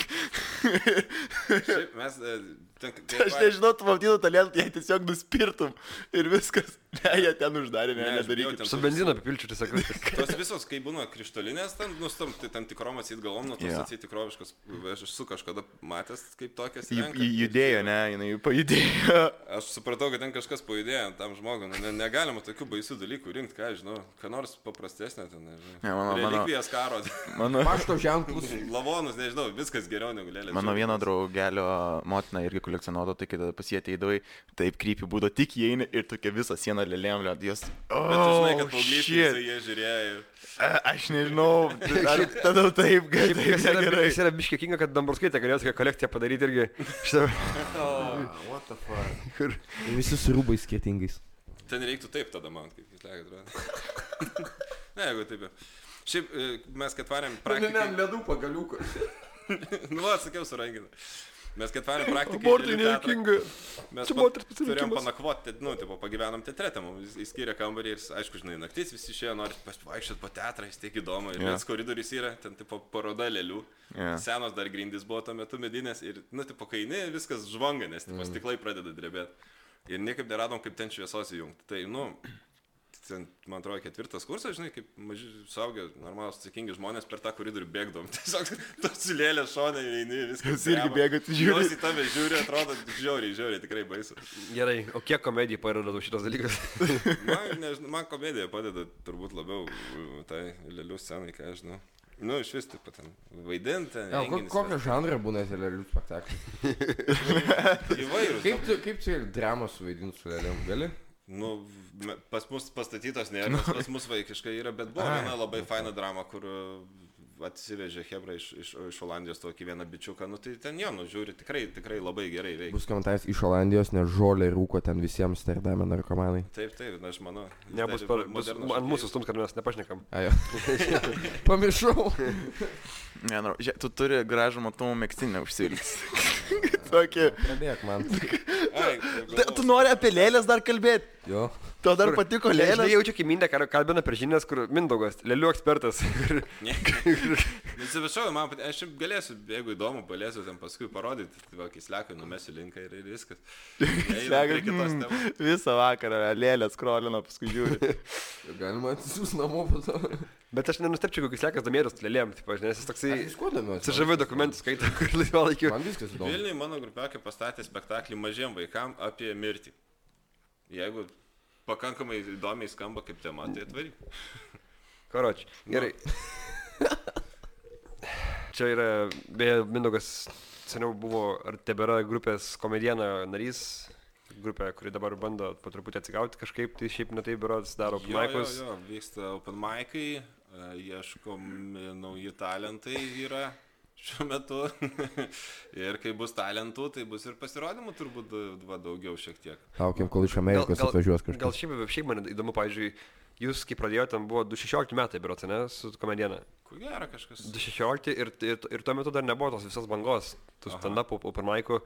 S4: Šiaip mes e, Ten, kai-
S2: Aš nežinau, tu matytum tą lentą, jei tiesiog nuspirtum ir viskas. Ne, jie ten uždarė, ne,
S4: Ne, aš bijau
S2: nedarykit.
S4: ten
S1: Su benzinu apipilčiu tiesiog viską.
S4: Tos visos, kai būna krištolinės, ten, nu, tam, tai tam tikrom atsit galvom, nu, tos
S2: Jo.
S4: yeah. atsit tikroviškas, aš esu kažkada matęs, kaip tokias.
S2: Ji
S4: renka.
S2: ji judėjo, ne, jinai pajudėjo.
S4: Aš supratau, kad ten kažkas pajudėjo tam žmogui, nu, ne, negalima tokių baisių dalykų rinkti, ką aš žinau, ką nors paprastesnė ten, nežinau.
S2: Ne, mano- mano-
S4: Relikvijas karo,
S2: Mano,
S3: Pašto ženklus.
S4: lavonus, nežinau, viskas geriau negu lėlė.
S2: mano vieno draugelio motina irgi kolekcionuoto, tai kai tada pas jį ateidavai, taip krypi būdo, tik įeini ir tokia visa siena lėlėmlio, jos... O,
S4: Bet tu žinai, kad
S2: Oh, shit.
S4: paauglystėje jie žiūrėjo. ir-
S2: A- Aš nežinau, ar tada
S1: Taip,
S2: taip gali.
S1: jis yra,
S2: Gerai.
S1: jis yra biškėkinga, kad Dambrauskaitė galėjo tokią kolekciją padaryti irgi. Šitą...
S3: What the fuck? Visi su rūbais skirtingais.
S4: Ten reiktų taip tada man, kaip jūs sakėt, atrodo. ne, jeigu taip. jau. Šiaip e, mes kad varėm praktiką.
S3: ledų pagaliukas.
S4: nu, va, sakiau, surankinau. Mes kad varėm praktiką. Mes
S2: Čia
S4: pa-
S2: moters
S4: turėjom
S2: pasirinkimas.
S4: panakvoti, nu, tipo, pagyvenom teatre, tam mums įskyrė kambarį ir, aišku, žinai, naktis visi išėjo, nori pasivaikščioti po teatrą, jis tiek įdomu. Ir
S2: Jo.
S4: vienas koridorius yra, ten, tipo, paroda lėlių.
S2: Jo.
S4: Senos dar grindys buvo tuo metu medinės ir, nu, tipo, kaini, viskas žvanga, nes, tipo, stiklai pradeda drebėti. Ir niekaip neradom, kaip ten šviesos įjungti. Tai, nu, ten, man atrodo, ketvirtas kursas, žinai, kaip maži, suaugę, normalūs, atsakingi žmonės per tą koridorių bėgdom. Tiesiog tos lėlės šonai ir eini, viskas.
S2: Jūs irgi bėgat, žiūrit.
S4: Jos į tave žiūri, atrodo, žiauriai, žiauriai, tikrai baisu.
S1: Gerai, o kiek komedijai parodo šitas dalykas?
S4: Man, nežinau, man komedija padeda turbūt labiau uh, tai lėlių scenai, ką aš žinau. Nu, iš vis taip pat ten vaidinti.
S3: Kokią žanrą būna tie lėlių spektakliai?
S4: Įvairūs.
S3: Kaip tu, kaip tu dramą suvaidinti su lėlėm? Gali?
S4: Nu, me- pas mus pastatytos nėra,
S1: Nu.
S4: nes pas mus vaikiškai yra, bet buvo viena labai faina drama, kur uh, atsivežė Hebra iš, iš, iš Olandijos tokį vieną bičiuką, nu tai ten jo, nu žiūri, tikrai, tikrai labai gerai veikia.
S3: Bus komentaras iš Olandijos, nes žolė rūko ten visiems Amsterdame narkomanai.
S4: Taip, taip, na, aš manau.
S1: Nebus
S4: tai
S1: par... bus
S4: modernus
S1: ant mūsų
S4: šokėjas.
S1: stums, kad mes nepašnekam.
S3: Ajo. Pamiršau.
S2: Ne, nu, žiūrėk, tu turi gražų matomą mėgstinę užsiliks. Tokį.
S3: Nebėk man.
S4: Ai,
S2: Ta- Tu nori apie lėlės dar kalbėti?
S3: Jo.
S2: Tau dar patiko
S1: Aš
S2: lėlės?
S1: jaučiu kaimynę, ką kalbina per žinias, kur Mindaugas, lėlių ekspertas. kur-
S4: Nesivašau, man, pat- aš šiaip galėsiu, jeigu įdomu, galėsiu ten paskui parodyti, tai va, kai slekai, numesiu linką ir, ir viskas. Slekai, kitos
S2: Mm,
S4: temos.
S2: Visą vakarą lėlės krolino, paskui žiūri.
S3: Galima atsisius namo po to.
S1: Bet aš nenustepčiau, kokius sekas domėtis lėlėm, tipo, aš- nes jis toksai...
S3: Aš Viskuo domiuosi.
S1: CŽV dokumentus skaito, kur laisvalaikiu.
S3: Man viskas įdomu.
S4: Vilniui mano grupiokė pastatė spektaklį mažiem vaikam apie mirtį. Jeigu pakankamai įdomiai skamba kaip tema, tai atvaryk.
S1: Karoči. Gerai. Čia yra, beje, Mindogas seniau buvo, ar tebėra grupės komediena narys, grupė, kuri dabar bando po truputį atsigauti kažkaip, tai šiaip netai biuras daro
S4: Jo, jo,
S1: Maikus.
S4: jo, vyksta open micai, e, ieškomi nauji talentai yra šiuo metu. ir kai bus talentų, tai bus ir pasirodymų turbūt va, daugiau šiek tiek.
S3: Laukiam, kol iš Amerikos atvažiuos
S1: Gal
S3: kažkas.
S1: šiaip, šiaip man įdomu, pavyzdžiui, jūs kai pradėjote, ten buvo 216 metai biuras, ne, su komediena.
S4: Ko gero kažkas.
S1: 216 ir, ir, ir tuo metu dar nebuvo tos visos bangos, tų stand-upų, openmaikų. E,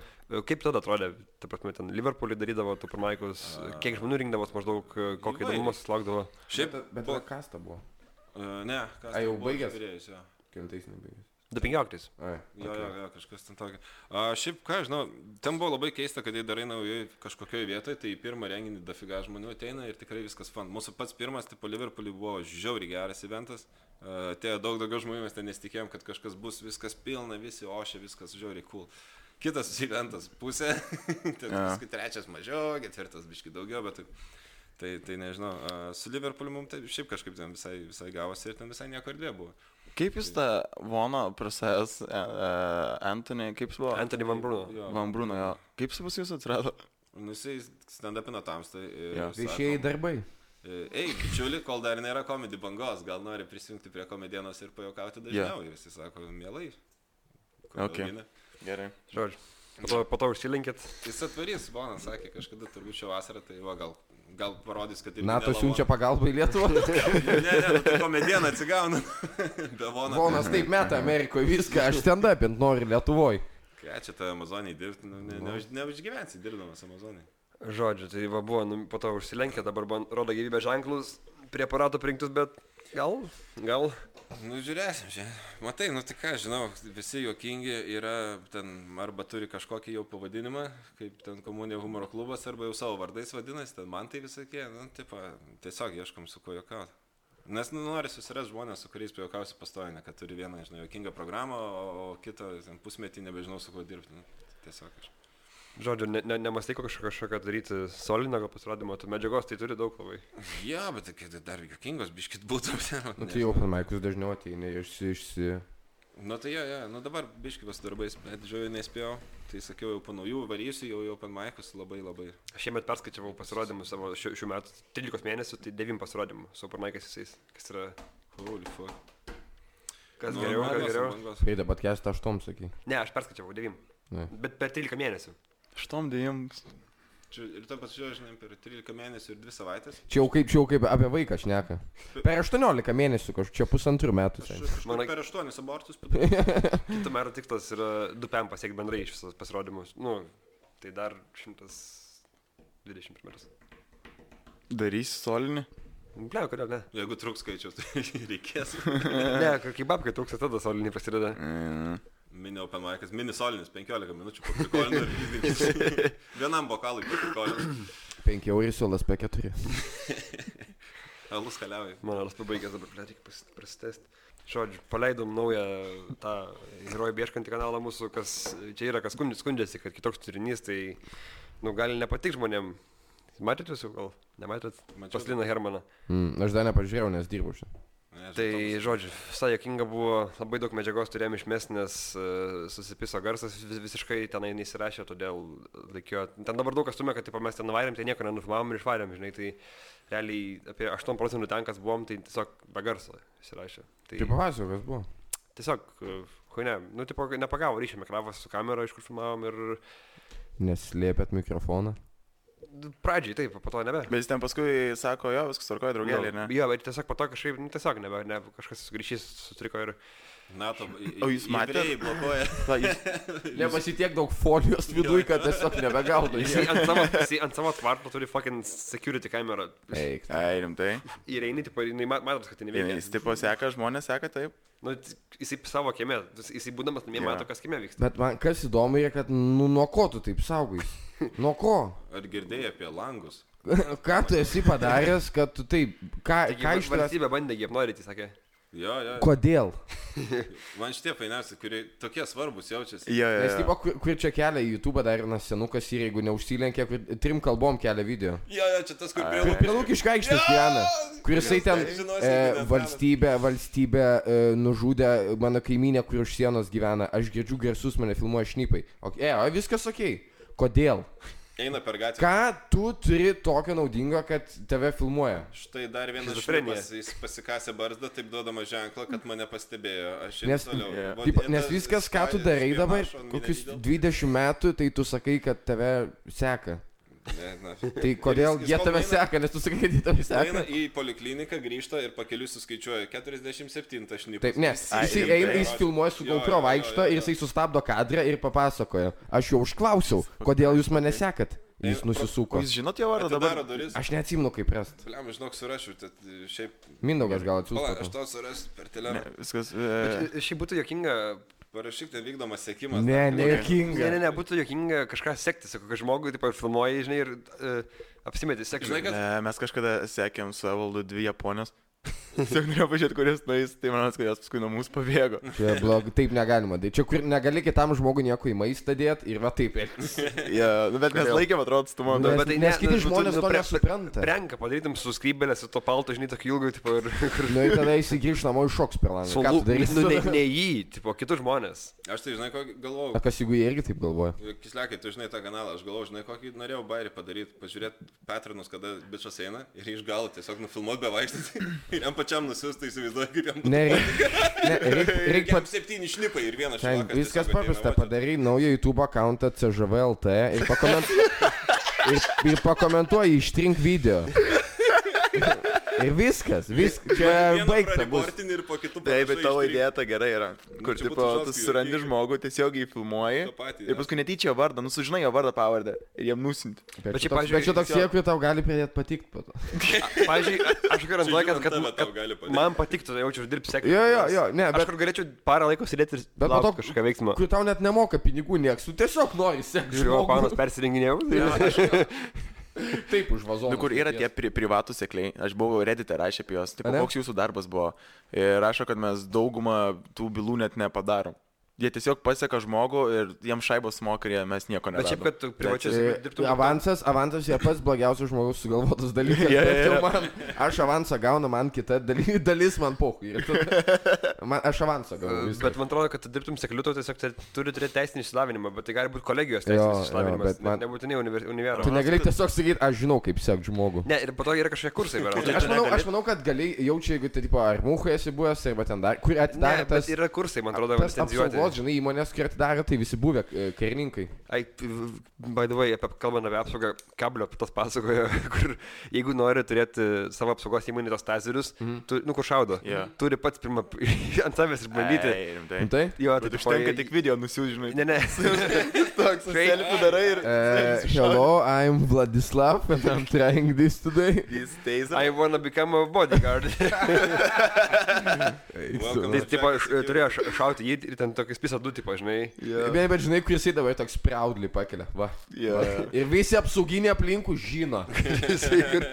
S1: Kaip tada atrodė, ta prasme, ten Liverpoolį darydavo tų openmaikus, kiek žmonių rinkdavos maždaug, e, kokį
S4: Įvairiai.
S1: įdomumą susilaukdavo.
S4: Šiaip,
S3: Bet
S4: po...
S3: tada kasta buvo.
S4: e, ne, kas.
S3: A, jau
S4: tai buvo
S3: baigęs?
S4: turėjęs, jo.
S3: Kintais nebaigęs.
S1: 2015.
S3: Ai.
S4: Jo, jo, jo, kažkas ten tokio. A, šiaip, ką aš žinau, ten buvo labai keista, kad jie darai naujai kažkokioje vietoje, tai į pirmą renginį dafiga žmonių ateina ir tikrai viskas fan. Mūsų pats pirmas, tipo Liverpoolį, buvo žiauri geras eventas. A, Atėjo daug daugiau žmonių, mes ten nesitikėjom, kad kažkas bus, viskas pilna, visi ošia, viskas žiauri cool. Kitas eventas pusė, ten
S2: Jo.
S4: viskai trečias mažiau, ketvirtas biški daugiau, bet taip. Tai, tai nežinau, a, su Liverpool'u mums tai šiaip kažkaip ten visai, visai gavosi ir ten visai nieko erdvė buvo.
S2: Kaip jūs tą Vono prasės, Antony, kaip jis buvo?
S1: Anthony Van Bruno.
S4: Jo.
S2: Van Bruno, jo. Kaip jis pas jūs atsirado?
S4: Nu, jisai stand-upino tamstą.
S2: Jo.
S3: Viešieji darbai.
S4: "E, Ei, bičiuli, kol dar nėra komedijų bangos, gal nori prisijungti prie komedienos ir pajokauti dažniau. Yeah. Ir jisai sako, mielai. kodėl
S2: Okay.
S4: gi ne?
S2: Gerai.
S1: Žodžiu. Po to, po to užsilinkit.
S4: Jis atvarys, Bonas sakė, kažkada turbūt šią vasarą, tai va, gal, gal parodys, kad ir...
S3: NATO
S4: nelavo-
S3: siunčia pagalbą į Lietuvą.
S4: Ne, ne, nu, tai komediena atsigauna. Be Bonas.
S3: Vonas taip meta Amerikoje viską, aš ten apint noriu Lietuvoje.
S4: Ką čia tą Amazonį dirbti, nu, ne, neuž, neužgyvensi dirbdamas Amazonį.
S1: Žodžiu, tai va buvo, nu, po to užsilinkit, dabar man rodo gyvybės ženklus, prie aparato prinktus, bet gal, gal.
S4: Nu, žiūrėsim, čia. Matai, nu tai ką, žinau, visi juokingi yra ten, arba turi kažkokį jau pavadinimą, kaip ten komunija humoro klubas, arba jau savo vardais vadinasi, ten man tai visokie, nu, tipo, tiesiog ieškom su kuo juokauti. Nes nu, nori susirasti žmonės, su kuriais pajokausi pastovinę, kad turi vieną, žinai, juokingą programą, o, o kitą ten, pusmetį nebežinau su kuo dirbti. Nu, tiesiog aš.
S1: Žodžiu, ne, ne, nemastai kažką, kažką daryti solinio gal pasirodymo, tu medžiagos tai turi daug labai.
S4: Ja, bet tai kad dar juokingos biškit būtų.
S3: Nu, tai open mic'us dažniau ateina išsi... išsi...
S4: Nu tai jo, jo, nu dabar biškivas darbais, bet žiūrėjau, nespėjau. Tai sakiau, jau po naujų varysiu, jau jau pan Maikus labai labai.
S1: Šiemet perskaičiavau pasirodymus savo šių, šių metų 13 mėnesių, tai 9 pasirodymų su pirmaikais jisais, kas yra,
S4: Holy fuck.
S1: kas nu, geriau, kas
S4: bangos,
S1: geriau.
S4: bangos.
S3: Kai dabar kestą aštom, sakai.
S1: Ne, aš perskaičiavau 9,
S3: Ne.
S1: bet per 13 mėnesių.
S2: Štom dėjim.
S4: Čia Ir to pačiu, žinai, per 13 mėnesių ir 2 savaitės.
S3: Čia jau kaip, čia jau kaip apie vaiką šneka. Per 18 mėnesių, kažkur čia pusantrų metų.
S4: Aš
S3: Sen.
S4: kažkur
S1: Mano-
S4: per 8 abortus padariau.
S1: Kitų metų tikslas yra 2 PM pasiekti bendrai iš visos pasirodymus. Nu, tai dar 120 per metus.
S2: Darysi solinį.
S1: Ne, kodėl ne?
S4: Jeigu trūks skaičiaus, tai reikės.
S1: Ne, kai babkai trūksta, tada soliniai prasideda.
S2: Mm.
S4: Mini Open Mike'as, mini solinis, 15 minučių paprikolinu. Vienam bokalui paprikolinu.
S3: 5 eurų solas per 4.
S4: Alus kaliauju.
S1: Mano aras pabaigęs dabar, ble, reikia prasitesti. Žodžiu, paleidom naują tą herojų ieškantį kanalą mūsų, kas čia yra, kas skundi- skundžiasi, kad kitoks turinys, tai, nu, gali nepatikti žmonėm. Matėt jūs jau gal? Nematėt?
S4: Mačiau.
S1: Pas Lina Hermaną.
S3: Mm, aš dar nepažiūrėjau, nes dirbu šiandien.
S4: Ne,
S1: Tai,
S4: žinau,
S1: žodžiu, visai jokinga buvo, labai daug medžiagos turėjom išmesti, nes e, susipiso garsas vis, visiškai tenai neįsirašė, todėl reikėjo, ten dabar daug kas stumė, kad tipo, mes ten nuvarėm, tai nieko nenufilmavom ir išvarėm, žinai, tai realiai apie 8 procentų ten, kas buvom, tai tiesiog be garso įsirašė.
S3: Tai
S1: Tai
S3: papasakok, kas buvo.
S1: tiesiog, kai ne, nu, tipo, nepagavo ryšio mikrofonas su kamera, iš kur filmavom ir
S3: Neslėpėt mikrofoną.
S1: pradžiai taip, po to nebe.
S2: Bet jis ten paskui sako, jo, viskas tvarkoja draugelį, ne?
S1: Jo, bet tiesiog po to kažkaip, nu, tiesiog nebe, ne, kažkas grįžys sutriko ir...
S4: NATO.
S2: O jūs matėt?
S4: Taip, blokuoja.
S2: Ta, jis,
S3: Nepasitiek daug folijos viduj, kad tiesiog nebegaudai.
S1: Jisai ant savo, jisai ant savo tvarto turi fucking security kamerą.
S3: Eik.
S2: ai, rimtai.
S1: Įeini, tipo, jinai ma- matot, kad jinai
S2: Jis
S1: veikia.
S2: tipo seka, žmonės seka taip.
S1: Nu, t- jisai savo kieme, jis- jisai būdamas namie
S2: Jo.
S1: mato, kas kieme vyksta.
S3: Bet man kas įdomu yra, kad nu, nuo ko tu taip saugais? Nuo ko?
S4: Ar girdėjai apie langus?
S3: Ką tu esi padaręs, kad tu taip... Ką, ką
S1: Taigi,
S3: iš tavęs...
S1: valstybė bandė, jie norėti, sakė.
S4: Jo, jo.
S3: Kodėl?
S4: Man šitie fainiausi, kurie tokie svarbus jaučiasi.
S1: E.
S2: Jo,
S3: Nes
S2: jo,
S3: tipo, kur, kur čia kelia į YouTube dar vienas senukas ir jeigu neužsilenkia, kur trim kalbom kelia video.
S4: Jo, jo, čia tas, kur prie
S3: Kur prie Lukiškio aikštės gyvena, kuris ten
S4: Žinosi,
S3: e,
S4: jeigu net
S3: valstybę, valstybę e, nužudė mano kaimynę, kur už sienos gyvena. Aš girdžiu garsus, mane filmuoja šnipai. O, e, o viskas ok. Kodėl?
S4: eina per gatvę.
S3: Ką tu turi tokio naudingo, kad tave filmuoja?
S4: Štai dar vienas
S1: Šizofrenija.
S4: šnipas, jis pasikasė barzdą, taip duodama ženklą, kad mane pastebėjo. Aš ir
S3: Nes, e,
S4: toliau.
S2: Yeah.
S4: Buvo
S3: Taip,
S4: diena,
S3: nes viskas, ką tu
S4: spaudė,
S3: darai dabar,
S4: spynašo, mane
S3: kokius
S4: gydė.
S3: 20 metų, tai tu sakai, kad tave seka.
S4: Ne, na.
S3: Tai kodėl
S4: jis
S3: jie
S4: kol
S3: tave
S4: eina-
S3: seka, nes tu sakai, kad jie tave seka.
S4: Eina į polikliniką, grįžta ir pakeliu suskaičiuoja 47 šnipas.
S3: Taip, ne,
S2: Ai,
S3: jis
S2: rimtai?
S3: eina, jis filmuoja su
S4: tai Jo,
S3: GoPro
S4: jo, jo,
S3: vaikšto
S4: jo,
S3: ir
S4: jo.
S3: jisai sustabdo kadrą ir papasakoja. Aš jau užklausiau, kodėl jūs
S4: tai.
S3: mane sekat. Jis
S2: jo.
S3: nusisuko.
S2: Jūs žinot jo vardą dabar?
S4: Atidaro duris.
S3: Aš neatsimenu kaip rest.
S4: Pliam, žinok, surašiau, tad e, šiaip...
S3: Mindaugas gal
S4: Pala, aš
S3: atsiųs. po to.
S4: to surasiu per
S2: Ne,
S4: telefoną.
S2: viskas. E,
S1: Šiaip būtų jokinga,
S4: Parašyk ten vykdomas sėkimas.
S3: Ne,
S4: dar.
S1: ne, ne,
S3: nejuokinga.
S1: ne, būtų jokinga kažką sekti, sakau, kad žmogui, taip, filmuoji, žinai, ir uh, apsimeti, sekti.
S4: Žinai, kad-
S2: e, mes kažkada sekėm su Evaldu dvi japonės. Tiesiog norėjau pažiūrėti, kuris nueis, tai manas, kad jos paskui nuo mūsų pabėgo.
S3: Čia blog, taip negalima. Tai čia kur negali kitam žmogui nieko į maistą dėti ir va taip. elgtis.
S2: Ja, nu, bet mes
S1: Kodėl?
S2: laikėm, atrodo, stumą.
S1: Nu,
S3: Nes-
S1: tai
S3: nes kiti žmonės to nesupranta.
S1: Renka, nu, padarytum su skrybelė, su to palto, žinai, tokį ilgą, tipo, ir... kur-
S3: Nu ir tada įsigrįž namo iš šoks per langą.
S1: Su
S3: Ką tu
S1: lūpomis, nu, ne,
S3: darysi?
S1: ne jį, tipo, kitus žmonės.
S4: Aš tai, žinai, kokį galvojau.
S3: O kas jeigu jie irgi taip galvoja?
S4: Kislekai, tu žinai tą kanalą, aš galvoju, žinai, kokį norėjau bairį padaryti, pažiūrėti Petrinus, kada bičias eina ir jį iš galo tiesiog nufilmuoti be vaikštyti. Ir jam pačiam nusiųsti, įsivaizduoju, kaip jam
S3: Ne, reikia
S4: Reikia pat... septyni šnipai ir vienas
S3: Ten
S4: šnipas.
S3: viskas paprasta, padarai naują YouTube akantą CŽVLT ir, pakoment... ir, ir pakomentuoji, ištrink video. Ir viskas, viskas. Čia baigta bus.
S4: Reportinį ir po kitų
S2: Taip, bet
S4: parašai
S2: tavo
S4: ištrypti.
S2: idėja ta gerai yra. Kur,
S4: Nu, čia būtų
S2: tipo, tu
S4: žodžiu,
S2: surandi
S4: juokinga.
S2: žmogų, tiesiog jį filmuoji.
S4: Tą patį,
S2: Ir
S4: jo.
S2: paskui netyčia jo vardą, nu sužinai jo vardą pavardę. Ir jiem nusinti.
S1: Bet šiaip,
S3: Bet čia toks- bet čia
S1: pavyzdžiui,
S3: toks
S2: tiesiog-
S3: jėkui tau gali pradėti patikti po to.
S1: Pavyzdžiui, a- aš kažkur
S4: Čia
S1: laikas,
S4: žiūrint
S1: kad,
S4: tave, tau
S1: kad
S4: gali padėti.
S1: man patiktų, tai jaučiu, dirbti sekti.
S3: Jo, jo, jo, ne,
S1: Aš
S3: bet
S1: kur galėčiau parą laiko sėdėti ir
S3: Bet po
S1: laukt
S3: to-
S1: kažką veiksmą.
S3: kur tau net nemoka pinigų nieks, tu tiesiog nori sekti.
S1: Žiūrėjau, panas persirenginėjau. Tai...
S3: Taip, už
S2: Nu,
S3: vazoną.
S2: kur yra tie pri privatų sekliai. Aš buvau redite rašę apie juos. Tipo,
S3: Ane?
S2: koks jūsų darbas buvo. Ir rašo, kad mes daugumą tų bylų net nepadarom. Jie tiesiog paseka žmogų ir jiem šaibos moka ir jie- mes nieko
S1: Bet šiaip,
S2: nedarom.
S1: kad tu privačias
S3: E,
S1: dirbtum.
S3: Avansas, avansas yra pats blogiausias žmogaus sugalvotas dalykas.
S2: Jo, jo,
S3: bet jau
S2: jo.
S3: Man, aš avansą gaunu, man kita daly, dalis man pohui. Man, aš avansą gaunu. viskas.
S1: e, Bet man atrodo, kad tu dirbtum sekliu, tu tiesiog te- turi turėti teisinį išsilavinimą, bet tai gali būti kolegijos teisinis
S3: jo,
S1: išsilavinimas,
S3: bet
S1: man...
S3: man-
S1: nebūtinai universiteto.
S3: Tu negali tiesiog sakyti, aš žinau, kaip sekti žmogų.
S1: Ne, ir po to yra kažkokie kursai, berods.
S2: Čia
S3: Aš manau,
S2: negali.
S3: aš manau, kad gali jaučia, jeigu tai tipo, ar mūhai esi buvęs, arba ten dar, kur
S1: Ne,
S3: atidarė
S1: bet
S3: tas...
S1: yra kursai, man atrodo,
S3: tas
S1: licencijuoti.
S3: apsaugos, žinai, įmonės, kur atidarė, tai visi buvę e, karininkai.
S1: Ai, p- v- baidavai, apie kalbant apie apsaugą, kablio apie tas pasakojo, kur jeigu nori turėti savo apsaugos įmonį tos tazerius, mm -hmm. tu, nu, kur šaudo,
S2: Mhm. Jo.
S1: turi pats pirmą ant savęs ir bandyti. Ai,
S2: Ei, rimtai.
S3: Rimtai?
S1: jo, tai
S2: Bet
S1: tipo,
S2: užtenka tik video nusiūžinai.
S1: Ne, ne.
S2: toks selfie darai ir...
S3: Uh, hello, I'm Vladislav and I'm trying this today.
S2: Jis teisė.
S1: I wanna become a bodyguard.
S4: Welcome
S1: tai,
S4: to
S1: tipo,
S4: Czech Security.
S1: turėjo ša- šauti jį ir ten tokius pisa du, tipo, žinai.
S2: Yeah.
S3: Bet, bet žinai, kur jisai dabar toks proudly pakelia. Va.
S2: Yeah.
S3: Ir visi apsauginiai aplinkų žino. Jisai kur...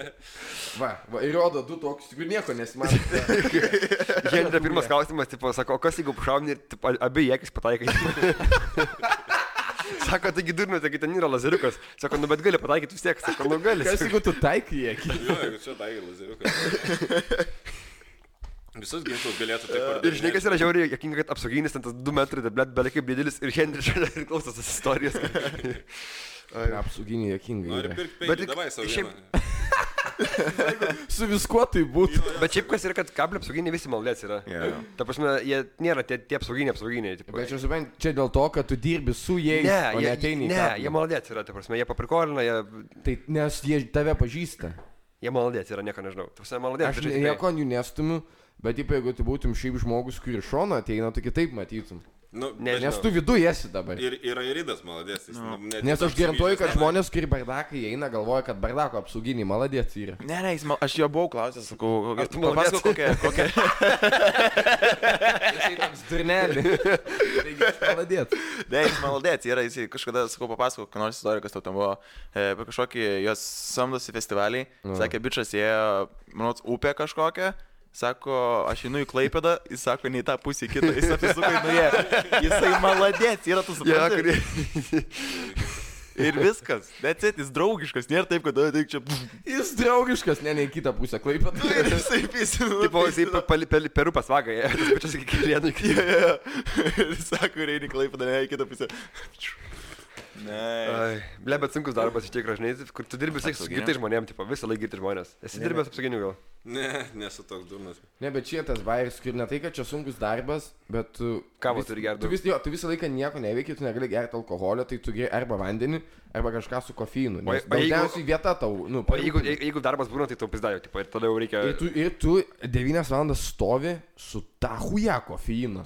S3: Va, va, ir rodo du tokius, tikrai nieko nesimato.
S1: Šiandien pirmas klausimas, tipo, sako, o kas jeigu šauni, tipo, a- abi jėgas pataikai. Sako, taigi durnu, taigi ten yra lazeriukas. Sako, nu bet gali pataikyti vis tiek, sako, nu gali.
S3: Kas jeigu tu taikai į akį?
S4: Jo, jeigu čia daigai lazeriukas. Visus ginklus galėtų taip pat.
S1: Ir žinai, kas yra žiauriai, jokinga, kad apsauginis ten tas 2 metrai, tai bet bet beveik kaip didelis ir šiandien šalia ir klausos tas istorijas.
S3: Apsauginiai jokingai.
S4: Nori
S3: yra.
S4: pirkti
S1: Bet
S4: penkis,
S1: tik-
S4: davai savo.
S1: šiaip-
S4: vieną.
S3: Su viskuo tai būtų.
S1: Bet šiaip kas yra, kad kablio apsauginiai visi maldės yra.
S2: Jo.
S1: Ta prasme, jie nėra tie, tie apsauginiai apsauginiai. Tipo.
S3: Bet čia, suprantu, čia dėl to, kad tu dirbi su jais,
S1: Ne,
S3: o
S1: jie,
S3: ne ateini. į
S1: ne
S3: kablį.
S1: jie maldės yra, ta prasme, jie paprikolina, jie,
S3: Tai nes jie tave pažįsta.
S1: jie maldės yra, nieko nežinau. Ta prasme, maldės.
S3: Aš nieko jų nestumiu, bet taip, jeigu tu būtum šiaip žmogus, kur iš šono ateina, tu kitaip matytum.
S4: Nu,
S1: Ne,
S4: nežinau.
S3: Nes tu viduje esi dabar.
S4: Ir, ir Airidas maladės. Jis, nu, net
S3: Nes aš
S4: apsigyžęs
S3: garantuoju, kad
S4: tenai.
S3: žmonės, kurie bardakai eina, galvoja, kad bardako apsauginiai maladėts yra.
S2: Ne, ne, jis, mal- aš jo buvau klausęs, sakau,
S1: Ar
S2: kokia,
S1: tu
S2: papasakok, kokia, kokia,
S3: Durnelį. Maladėts.
S2: ne, jis maldėts, yra, jis kažkada, sakau, papasakok, kokia nors istorija, kas tau ten buvo, e, apie kažkokį, jos samdosi festivalį,
S1: Nu.
S2: sakė, bičias ėjo, manau, upė kažkokią, sako, aš einu į Klaipėdą, jis sako, ne į tą pusę, į kitą, jis apsisuka, nu jie, jisai maldėts, yra tu supranti.
S1: kurie-
S2: Ir viskas, net sėt, jis draugiškas, nėra taip, kad, tai čia,
S3: Jis draugiškas, ne, ne į kitą pusę klaipė.
S2: ir jisai
S3: Nu,
S2: pisinu.
S3: tai
S1: Tipo, jisai pa- pali- pali- peru pas vagai, tas pačias iki kelienų.
S2: Jo, jo, jo. Ir sako, reikia klaipada, ne, į kitą pusę. Ne.
S1: Ble, bet sunkus darbas iš tikrųjų, žinai, kur tu dirbi visai su
S2: Apsauginiu?
S1: kitais žmonėms, tipo, visą laiką girti žmonės. Esi dirbęs apsauginiu gal?
S4: Ne, nesu toks durnas.
S3: Ne, bet čia tas vairis, kur ne tai, kad čia sunkus darbas, bet tu...
S1: Kavą
S3: vis-
S1: turi gert
S3: Tu,
S1: daug.
S3: vis, jo, tu visą laiką nieko neveikia, tu negali gerti alkoholio, tai tu geri arba vandenį, arba kažką su kofeinu.
S1: O-
S3: Nes
S1: o jeigu-
S3: dažniausiai vieta tau, nu,
S1: O jeigu,
S3: parūpina.
S1: je- jeigu darbas būna, tai tau pizdavė, tipo, ir tada jau reikia...
S3: Ir E tu, ir tu 9 valandas stovi su ta huja kofeina.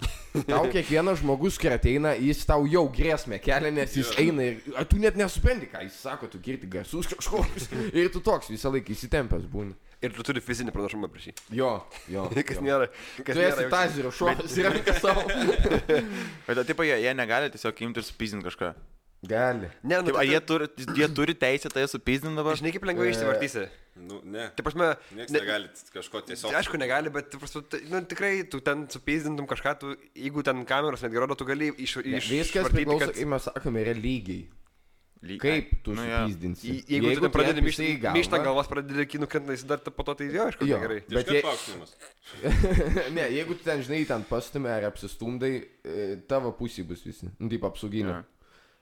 S3: Tau kiekvienas žmogus, kai ateina, jis tau jau grėsmę kelia, nes jis eina ir a, tu net nesupranti, ką jis sako, tu girti garsus kažkokius. Ir tu toks visą laiką įsitempęs būni.
S1: Ir tu turi fizinį pranašumą prieš jį.
S3: Jo, jo.
S1: Kas
S3: jo.
S1: nėra. Kas
S3: Tu esi
S1: nėra.
S3: tazerio šuolis ir rankas savo.
S2: Bet, tai, tipo, jie, jie negali tiesiog imti ir supyzinti kažką.
S3: Gali.
S1: Ne, nu,
S2: Taip, ar jie turi, jie turi teisę tai supyzinti dabar?
S1: Žinai, kaip lengvai išsivartysi.
S4: Nu, ne.
S1: Tai prasme...
S4: Niekas
S1: ne-
S4: negali kažko tiesiog.
S1: Tai Aišku, negali, bet ta prasme, tai, nu, tikrai tu ten supeizdintum kažką, tu, jeigu ten kameros netgi rodo, tu gali iš...
S3: Ne,
S1: iš
S3: Viskas
S1: išvartyti,
S3: priklauso,
S1: kad-
S3: kaip mes sakome, yra lygiai.
S2: Lyg-
S3: Kaip tu
S2: Nu, jo.
S3: supyzdinsi.
S1: Jei- Jeigu, jeigu tu ten pradedi
S3: atpišai į
S1: myšti,
S3: galvą-
S1: myšta galvas pradedi kinų krenta, jis dar t- po to tai jo, aišku,
S3: Jo,
S1: gerai.
S3: bet
S4: Bet
S3: jie,
S4: jie... Paukštinimas.
S3: Ne, jeigu tu ten, žinai, ten pastumė ar apsistumdai, e, tavo pusė bus visi. Nu, taip apsauginė.
S2: Jo.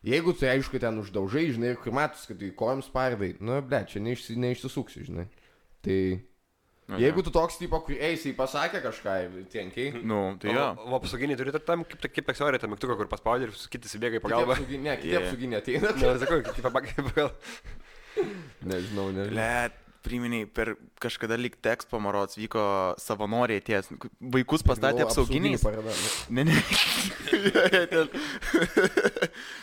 S3: Jeigu tu, aišku, ten uždaužai, žinai, ir kur matus, kad tu į kojams pardai, nu, ble, čia neišsi, neišsisuksi, žinai. Tai... Jeigu tu toks tipo, kur eisi, pasakė kažką, ir trenkiai.
S2: Nu, tai jo.
S1: O, o apsauginiai turi tam, kaip, kaip eksorė, tą mygtuką, kur paspaudži ir kiti subėga į pagalbą.
S3: Apsauginė, ne, kiti
S2: Yeah.
S3: yeah. apsauginė ateina.
S1: Na, sakau, kiti pabagai pagal.
S3: Nežinau, ne.
S2: Let. Priminiai, per kažkada lyg teks pamarots vyko savanoriai ties, vaikus pastatė
S3: Galvoju, apsauginį
S2: apsauginiais.
S3: parodą.
S2: Ne, ne. Jie ten-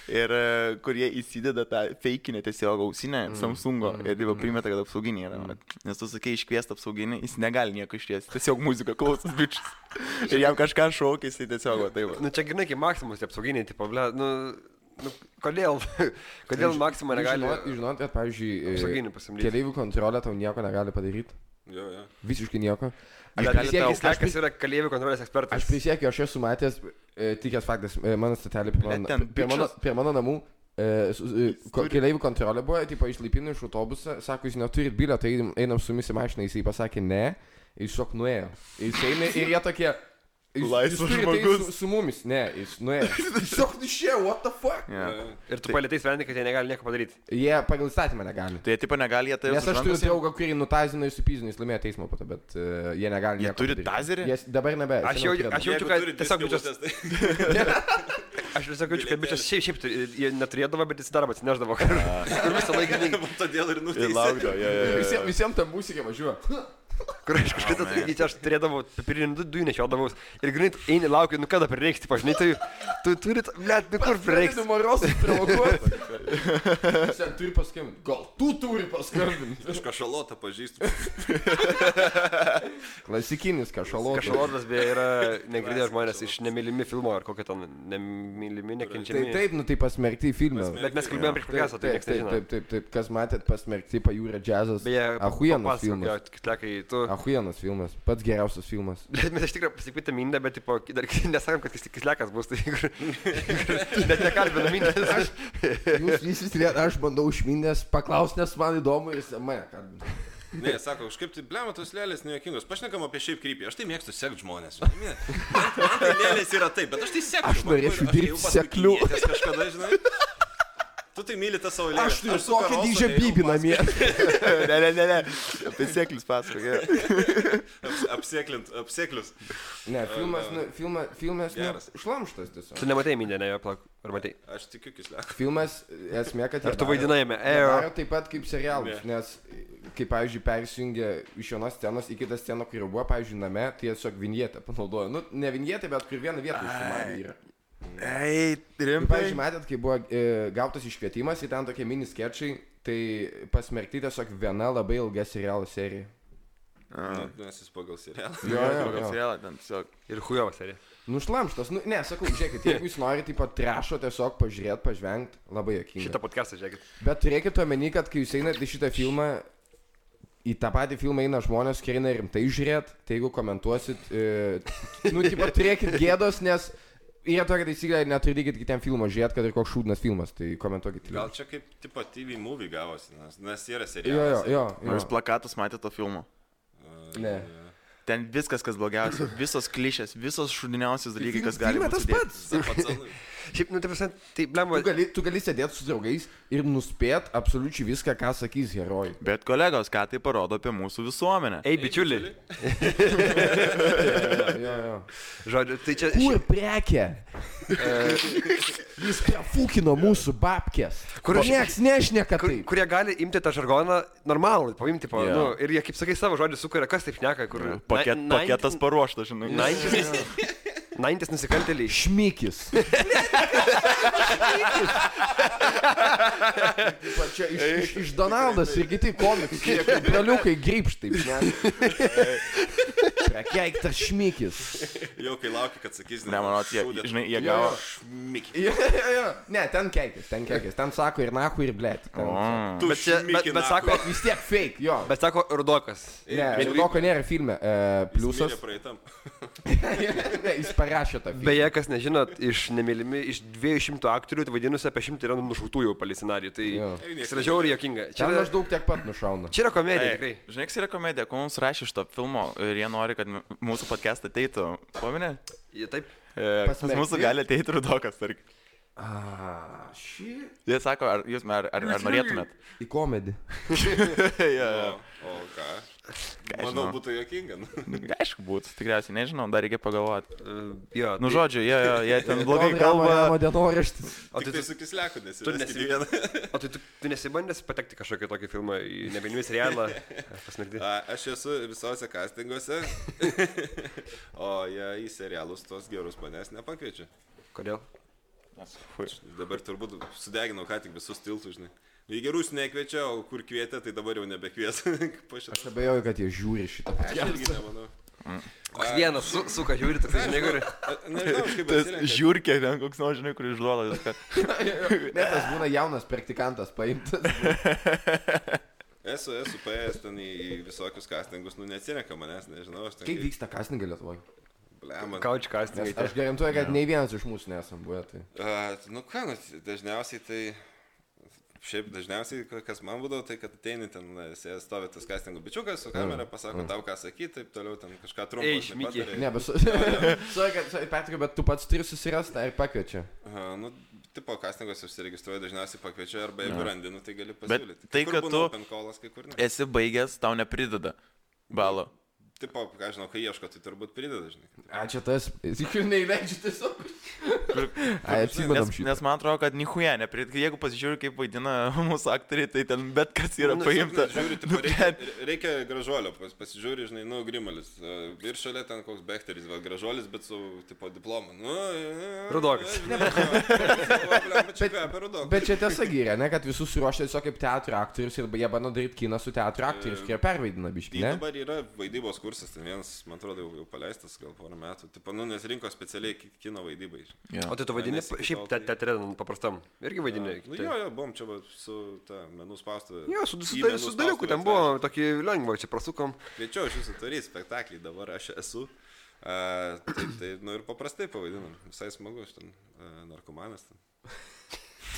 S2: ir e, kur jie įsideda tą feikinę tiesiog ausinę Samsungo ir jau primeta, kad apsauginė yra. vat. Nes tu sakei iškviesti apsauginį, jis negali nieko iškviesti, tiesiog muziką klausos bičias. Ir jam kažką šaukia, jisai tiesiog va, taip. va.
S1: Nu čia grinai kaip maksimus, tie apsauginiai, tipo, ble, nu, nu kodėl, kodėl maksimą negali.
S3: Žinot, žinot, kad,
S1: Apsauginį
S3: pavyzdžiui,
S1: pasamdyti.
S3: keliaivių kontrolė tau nieko negali padaryti.
S4: Jo, jo.
S3: Visiškai nieko. Aš
S1: Bet vis tiek
S3: prisiekiu,
S1: jis kažkas yra kalėjimų kontrolės ekspertas.
S3: Aš prisiekiu, aš esu matęs, e, tikras faktas, e, mano statelė prie
S2: Bet
S3: mano,
S2: ten
S3: prie mano,
S2: bičas-
S3: prie mano namų. E, su- e, ko- Keleivių kontrolė buvo, tipo išlipino iš autobusą, sako, jūs neturit bilietą, tai einam- einam su jumis į mašiną, jisai pasakė ne, jis šok nuėjo. Jis eina ir jie tokie... Jis,
S2: Laisvas
S3: jis turite eit
S2: žmogus.
S3: Su, su mumis, ne, jis nuėjo. Jis šok nušė, what the fuck?
S2: Ja.
S1: Ir tu palėtai sprendai, kad jie negali nieko padaryti.
S3: Jie pagal įstatymą negali.
S2: Tai jie tipo negali, jie tai
S3: Nes aš turiu draugą, kurį nutazino ir supizino, jis laimėjo teismą po to, bet uh, jie negali.
S2: Jie
S3: nieko
S2: turi
S3: padaryt.
S2: tazerį?
S3: Jie dabar nebe.
S1: Aš
S3: seniau
S1: jau-
S3: turėdavo.
S1: aš jau- Jaučiu, kad tiesiog bičias-
S4: tai...
S1: Aš tiesiog jaučiu, kad bičias šiaip, šiaip turi- jie neturėdavo, bet jis į darbą atsineždavo. Kur, kur visą laiką, žinai,
S4: Va, Todėl ir
S2: Ir
S4: nuteisė.
S2: laukdo, jie.
S3: Visiems visiem tą muziką važiuoju.
S1: kur aš kažkada
S2: man.
S1: tai irgi čia aš turėdavau, pipirinį du, dujų nešiodavau. Ir grinai, tu eini laukiu, nu kada prireiks, tipo, žinai, tai tu turi, ble, nu kur prireiks.
S3: Reikia morosai provokuoti. Jis ten turi paskambinti. Gal tu turi paskambinti.
S4: Aš kažalotą pažįstu.
S3: Klasikinis kašalotas.
S1: Kašalotas beje yra negirdėję žmonės iš nemylimi filmo ar kokio ten nemylimi,
S3: Tai
S1: nekenčiami.
S3: taip, nu tai pasmerkti filmą.
S1: Bet mes kalbėjom prieš
S3: Taip,
S1: podcastą, tai
S3: taip,
S1: niekas
S3: taip,
S1: nežino.
S3: taip, taip, taip, kas matėt pasmerkti pajūrę džiazas.
S1: Beje,
S3: Ahuienas
S1: papasakok,
S3: filmas.
S1: jo, Kitlekai, tu.
S3: Ahuienas filmas. Pats geriausias filmas.
S1: Bet mes iš tikrųjų pasikvietėm Indę, bet tipo, dar nesakom, kad jis kislekas bus, tai kur... Net nekalbinam Indės.
S3: Jūs visi turėt, aš bandau užmindęs paklausti, nes man įdomu ir jis mane kalbina.
S4: Ne, sako, kažkaip tai blemo tos lėlės nejuokingos. Pašnekam apie šiaip krypį. Aš tai mėgstu sekti žmonės. žinai. Man man tai lėlės yra taip, bet aš tai sekliu.
S3: Aš norėčiau dirbti sekliu.
S4: Nes kažkada, žinai. Tu tai myli tą savo lėlę.
S3: Aš turiu tokį dydžią bybinamį.
S2: Ne, ne, ne, ne. Tai sėklis pasakoja.
S4: Apseklint, apseklius.
S3: Ne, filmas, nu, filma, filmas,
S4: Geras.
S3: nu, šlamštas tiesiog.
S1: Tu nematei Indė, ne, jo, plauk. Ar matei?
S4: Aš tikiu kislek.
S3: Filmas esmė, kad... jie
S1: Ar tu e,
S3: daro-
S1: vaidinajame?
S3: Jie
S1: Ejo.
S3: Daro taip pat kaip serialus,
S4: Ne.
S3: nes, kaip pavyzdžiui, persijungia iš vienos scenos į kitą sceną, kur jau buvo, pavyzdžiui, name, tai tiesiog vinjetę panaudojo. Nu, ne vinjetę, bet kur vieną vietą išsimanė yra.
S2: Ei,
S3: Ir,
S2: rimtai.
S3: pavyzdžiui, matėt, kai buvo e, gautas iškvietimas į ten tokie mini sketšai, tai pasmerkti tiesiog viena labai ilga serialo serija.
S4: Nes jis Nu, pagal serialą.
S3: Jo, jo,
S2: Pagal
S3: jo.
S2: serialą ten tiesiog.
S1: Ir hujovas, ar ne?
S3: Nu, šlamštas, nu, ne, sakau, žiūrėkit, jeigu jūs norite, tipo, trešo tiesiog pažiūrėti, pažvengti, labai jokinga.
S1: Šitą podcastą, žiūrėkit.
S3: Bet turėkit omeny, kad kai jūs einate į šitą filmą, į tą patį filmą eina žmonės, kurie eina rimtai žiūrėt, tai jeigu komentuosit, e, nu, tipo, turėkit gėdos, nes yra tokia taisyklė, neturėkit kitiem filmo žiūrėt, kad ir koks šūdnas filmas, tai komentuokit.
S4: Gal čia kaip tipo TV movie gavosi, nes, nes yra
S3: Jo, jo,
S4: serialas.
S3: jo.
S2: Ar jūs
S3: jo.
S2: plakatus matėte to filmo?
S3: Ne.
S2: Ten viskas, kas blogiausia, visos klišės, visos šudiniausios dalykai, kas gali
S3: Filme
S2: būti.
S3: tas pats.
S4: Pacanai.
S1: Šiaip, nu, taip prasme, tai
S3: Tu
S1: blemba.
S3: gali, tu gali sėdėti su draugais ir nuspėt absoliučiai viską, ką sakys herojai.
S2: Bet kolegos, ką tai parodo apie mūsų visuomenę?
S1: Ei, bičiuli.
S3: Jo, jo, jo.
S1: Žodžiu, tai čia...
S3: Kur prekė? Jis prafūkino mūsų babkės.
S1: Kur
S3: Kur
S1: aš-
S3: nieks nešneka
S1: Kur,
S3: taip.
S1: kurie gali imti tą žargoną normalų, paimti, po,
S2: Jo.
S1: yeah. nu, ir jie, kaip sakai, savo žodį sukuria, kas taip šneka, kur...
S2: Paket,
S1: Nine-
S2: paketas paruoštas, žinai.
S1: Naintis. Naintis nusikaltėliai. Š-
S3: Šmykis. Va čia iš, iš, iš Donaldas ir kiti komikai, kaip braliukai grįžtai. Prekeiktas šmykis.
S4: Jau kai lauki, kad sakys,
S2: Ne, manau, jie,
S4: šūdė.
S2: žinai, jie
S3: Jo,
S2: gavo.
S3: jo.
S4: Šmiki.
S3: Jo, jo, jo. Ne, ten keikis, ten keikis. Ten sako ir nahu, ir blėt.
S2: O,
S4: Tu
S1: Bet čia,
S4: šmiki,
S1: bet, bet
S4: naku.
S1: sako,
S3: Vis tiek fake, jo.
S1: bet sako, rudokas.
S3: Ne,
S4: Ir-
S3: Vilko nėra filme. E,
S4: Jis
S3: pliusas.
S4: mirė praeitam.
S3: ne, jis parašė tą filmą.
S1: Beje, kas nežinot, iš nemylimi, iš 200 aktorių, tai vadinasi, apie 100 yra nušautų jau palį scenarijų. Tai
S3: Jo.
S1: jis yra žiauriai jokinga. Čia
S3: Ten
S1: yra,
S3: maždaug tiek pat nušauna.
S1: čia yra komedija, tikrai.
S2: Ei, Žinai, kas yra komedija, ko mums rašė iš to filmo ir jie nori, kad m- mūsų podcast ateitų. Pominė?
S1: Jie Taip.
S2: E, Pas
S3: Pasmerkti.
S2: mūsų gali ateiti rudokas, tarkim.
S3: A, šį.
S2: Jie sako, ar jūs ar, ar, ar norėtumėt?
S3: Į komedį.
S2: Jo, jo.
S4: O ką? Manau, būtų jokinga. nu.
S2: Aišku, būtų, tikriausiai, nežinau, dar reikia pagalvoti.
S1: e, Jo, tai-
S2: Nu, žodžiu, jie, jie, jie ten blogai
S3: Mano
S2: kalba.
S3: dienoraštis.
S1: o
S4: Tik
S1: tai
S4: tai
S1: tu
S4: su kisleku, nes
S1: tu nesi- O tai tu, tu nesibandęs patekti kažkokį tokį filmą, į nebinimį serialą, pasnakti.
S4: Aš esu visose castinguose, o jie į serialus tos gerus manęs nepakviečia.
S1: Kodėl?
S2: Fui.
S4: Dabar turbūt sudeginau ką tik visus tiltus, žinai. Į gerus nekviečia, o kur kvietė, tai dabar jau nebekvies. Po šito.
S3: Aš abejoju, kad jie žiūri šitą.
S4: Aš irgi nemanau.
S1: Koks vienas, su, suka, žiūri, toks žinai, kur.
S4: A, Nežinau, aš kaip
S2: Tas
S4: atsirenka.
S2: žiūrkė, ten koks nors, žinai, kur išduoda viską.
S3: Net tas būna jaunas praktikantas paimtas.
S4: Esu, esu paėjęs ten į, į visokius castingus, nu neatsirenka manęs, nežinau, aš ten...
S3: Kaip vyksta kasningai Lietuvoje?
S4: Bleman.
S1: Kauč kastingai.
S3: Aš garantuoju, kad nei vienas iš mūsų nesam buvę. Tai.
S4: A, nu ką, nu, dažniausiai tai... Šiaip dažniausiai, ka- kas man būdavo, tai kad ateini ten, e, sė- stovi tas castingų bičiukas su kamera,
S2: Mm,
S4: pasako tau ką sakyti, taip toliau ten kažką trumpą.
S1: Ei,
S4: žinai,
S1: šmiki.
S4: pataria.
S3: Ne, bet... Sakai, kad, sorry, Petri, bet tu pats turi susirasti tą ir pakviečia.
S4: Aha, Nu, tipo, kastingos užsiregistruoja, dažniausiai pakviečia arba jeigu randinu, tai gali
S2: Bet
S4: pasiūlyti.
S2: tai,
S4: Kur
S2: kad
S4: būna
S2: tu-
S4: open callas, kai kur ne.
S2: Esi baigęs, tau neprideda balo.
S4: Tipo, ką žinau, kai ieško, tai turbūt prideda, žinai.
S3: Ačiū tas. Tikiu, neįleidžiu tiesiog. Ai, atsimenam
S2: Nes,
S3: šitą.
S2: nes man atrodo, kad nichuja neprideda. Jeigu pasižiūri, kaip vaidina mūsų aktoriai, tai ten bet kas yra
S4: Nu,
S2: paimta.
S4: tiesiog Žiūri, tipo,
S2: Nu,
S4: reikia,
S2: bet-
S4: reikia gražuolio, pas, pasižiūri, žinai, nu, grimalis. e, Ir šalia ten koks bekteris, va, gražuolis, bet su, tipo, diplomu. Nu,
S1: Rudokas.
S4: e, Bet,
S3: Bet čia tiesa gyrė, ne, kad visus ruošia tiesiog kaip teatro aktorius ir jie bando daryti kiną su teatro aktorius, kurie pervaidina biškį,
S4: Tai
S3: ne?
S4: dabar yra vaidybos kursas, ten vienas, man atrodo, jau, jau paleistas gal porą metų. Tipo, nu, nes rinko specialiai ki- kino vaidybai.
S1: O tai tu vadini,
S4: Nes iki
S1: šiaip
S4: tol
S1: te-
S4: tai-
S1: teatre nu, paprastam. Irgi vadini.
S4: Nu,
S1: tai-
S4: jo, jo, buvom čia va, su ta menų spaustuvė.
S1: Jo, su, su, su,
S4: Į menų
S1: su dalyku ten
S4: spaustuvę
S1: buvo tokį lengvą, čia prasukom.
S4: Kviečiau iš jūsų turėti spektaklį, dabar aš esu. Uh, tai, tai, nu ir paprastai pavadinam. Visai smagu, aš ten uh, narkomanas. Ten.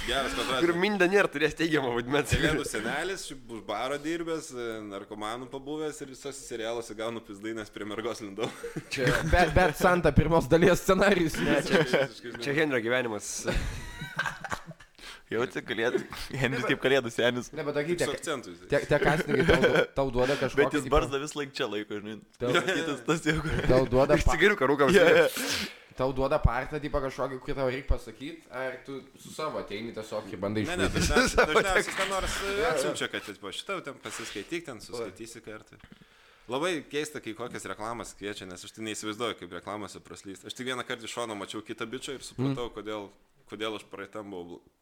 S4: Geras
S1: Ir
S4: kvadratas.
S1: Minda nėra turės teigiamą vaidmens.
S4: Kalėdų senelis, šiaip už baro dirbęs, e, narkomanų pabuvęs ir visose serialuose gaunu pizdainas prie mergos lindau.
S3: Čia. Bet, bet Santa pirmos dalies scenarijus.
S4: Čia, visiškai, žinai,
S1: Čia Henrio gyvenimas.
S2: Jauti, kalėdų. Henris kaip kalėdų senis.
S3: Ne, bet tokie
S4: Su
S3: tie,
S4: akcentu. jisai.
S3: tie, tie kasninkai tau, du- tau duoda kažką.
S2: Bet jis barzda vis laik čia laiko, žinai.
S3: Tau-
S2: Kitas tas jau.
S3: Tau duoda,
S1: Aš
S3: pa,
S1: cigariu karūką.
S2: Jo, jo.
S3: tau duoda partą, tipo kažkokį, kurį tau reikia pasakyti, ar tu su savo ateini tiesiog ir bandai
S4: Ne, ne,
S3: išmokti.
S4: dažniausiai dažniausiai ką nors e, atsiunčia, kad po šitą ten pasiskaityk, ten suskaitysi kartą. Labai keista, kai kokias reklamas kviečia, nes aš tai neįsivaizduoju, kaip reklamose praslyst. Aš tik vieną kartą iš šono mačiau kitą bičią ir supratau, kodėl, kodėl aš praeitam buvau... bl-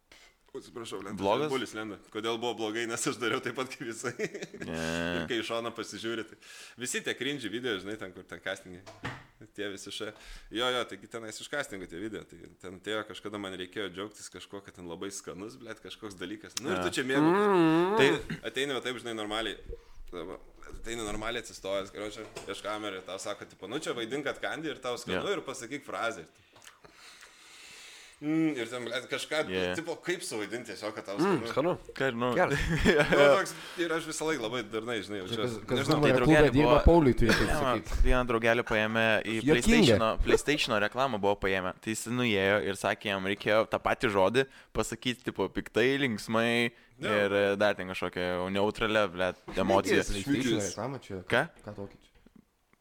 S4: Atsiprašau, lenda.
S2: Blogas?
S4: Bulis lenda. Kodėl buvo blogai, nes aš dariau taip pat kaip visai.
S2: E.
S4: ir kai iš šono pasižiūri, tai visi tie krindžiai video, žinai, ten kur ten kastingai. Tie visi šia. Jo, jo, taigi tenais iš kastingo tie video. Tai ten atėjo kažkada man reikėjo džiaugtis kažkuo, kad ten labai skanus, blėt, kažkoks dalykas. Na
S2: E.
S4: nu, ir tu čia mėgau.
S2: Mm-hmm.
S4: Tai ateini, va taip, žinai, normaliai. Dabar Ateini normaliai atsistojęs, karočią, prieš kamerą ir tau sako, tipo, nu čia vaidink atkandį ir tau skanu
S2: Jo.
S4: ir pasakyk frazę. Ir tu, Mm, ir ten blėt, kažką,
S2: Jo.
S4: yeah. tipo, kaip suvaidinti tiesiog, kad tau skanu. Mm,
S1: Skanu.
S2: Ką, nu.
S1: Geras.
S4: nu, toks, ir aš visą laiką labai dažnai, žinai,
S3: Kas,
S4: jaučiuosi.
S3: kas
S4: Nežinau,
S3: žinoma, tai klube
S2: draugelį
S3: dirba
S2: buvo-
S3: Pauliui, turi taip
S2: Ne, man
S3: sakyti.
S2: Vieną draugelį paėmė į
S3: Juokinga.
S2: PlayStation, PlayStation reklamą buvo paėmę. Tai jis nuėjo ir sakė, jam reikėjo tą patį žodį pasakyti, tipo, piktai, linksmai
S4: Ne.
S2: ir e, dar ten kažkokią neutralią, ble, emociją.
S1: tai-
S3: PlayStation reklamą čia.
S2: Ką?
S3: Ką tokį čia?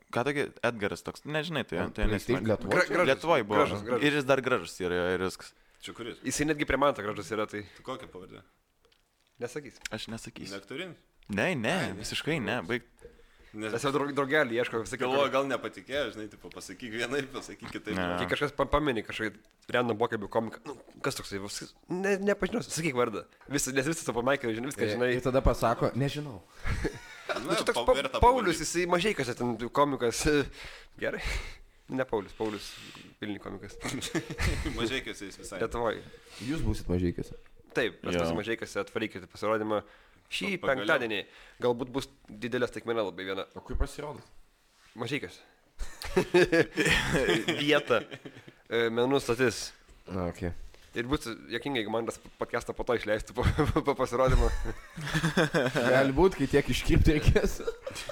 S2: Ką tokį Edgaras toks, nežinai, tai, tai
S3: PlayStation
S2: nesimenu.
S3: Lietuvoje.
S1: Gra- gražus,
S2: Lietuvoj buvo.
S1: gražus, gražus.
S2: Ir jis dar gražus yra ir viskas.
S4: Čia kuris?
S1: Jisai netgi prie man to gražus yra, tai
S4: Tu kokią pavardę?
S1: nesakys.
S2: Aš nesakysiu.
S4: Nektorin?
S2: Ne, ne, visiškai ne. Baig.
S4: Nes
S1: Nes jau draug- draugelį ieško, sakiau,
S4: galvoju, gal nepatikėjo, žinai, tipo, pasakyk vienai, pasakyk kitaip.
S2: Ne.
S4: žinai.
S1: Kai kažkas pa- pamini kažkokį random pokalbių komiką, nu, kas toksai, Vas- ne, nepažinau, sakyk vardą. Visą, nes visą savo maiką, žinai, viską, žinai.
S3: Ir tada pasako, nežinau.
S1: Na,
S4: Na,
S1: Nu, čia toks
S4: pa-
S1: pa,
S4: verta
S1: Paulius,
S4: pabandyt.
S1: jisai mažai kas ten komikas. Gerai. Ne Paulius, Paulius Vilnių komikas.
S4: Mažai kas jis visai.
S1: Lietuvoje.
S3: Jūs būsit mažykis.
S1: Taip, mes
S2: Jo.
S1: tas mažai kas atvarykite pasirodymą šį
S4: Pagaliau.
S1: penktadienį. Galbūt bus didelė staigmena labai viena.
S3: O kaip pasirodot?
S1: Mažai kas. Vieta. E, Menų statis.
S3: Na, ok.
S1: Ir būtų jokingai, jeigu man tas podcastą po to išleistų po, po pasirodymo.
S3: Galbūt, kai tiek iškirpti reikės.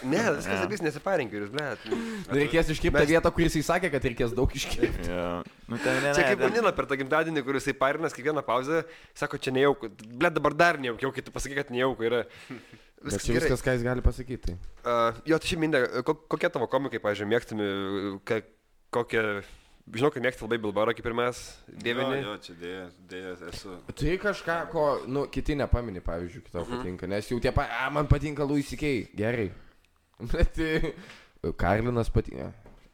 S1: Ne, viskas abys nesiparinkiu, jūs, ble. tai-
S3: Reikės iškirpti tą vietą, kur jisai sakė, kad reikės daug iškirpti.
S2: Ja. Nu, tai ne, ne,
S1: Čia kaip
S2: ten-
S1: Vanina per tą gimtadienį, kuris jisai parinas kiekvieną pauzę, sako, čia nejauku. Ble, dabar dar nejauku, jau kai tu pasakai, kad nejauku yra.
S3: Bet
S1: Viskas
S3: čia
S1: gerai.
S3: viskas, ką jis gali pasakyti. tai-
S1: Uh, jo, tai šiaip mindė, kokie tavo komikai, pažiūrėjau, mėgstami, ka, kokie, žinau, kad mėgsti labai Bilbarą kaip ir mes, dėvinį.
S4: Jo, jo, čia dėja, dėja esu.
S3: Turi kažką, ko, nu, kiti nepamini, pavyzdžiui, kitą mhm. patinka, nes jau tie, pa... a, man patinka Louis Kei, gerai. Bet e, Karlinas patinka.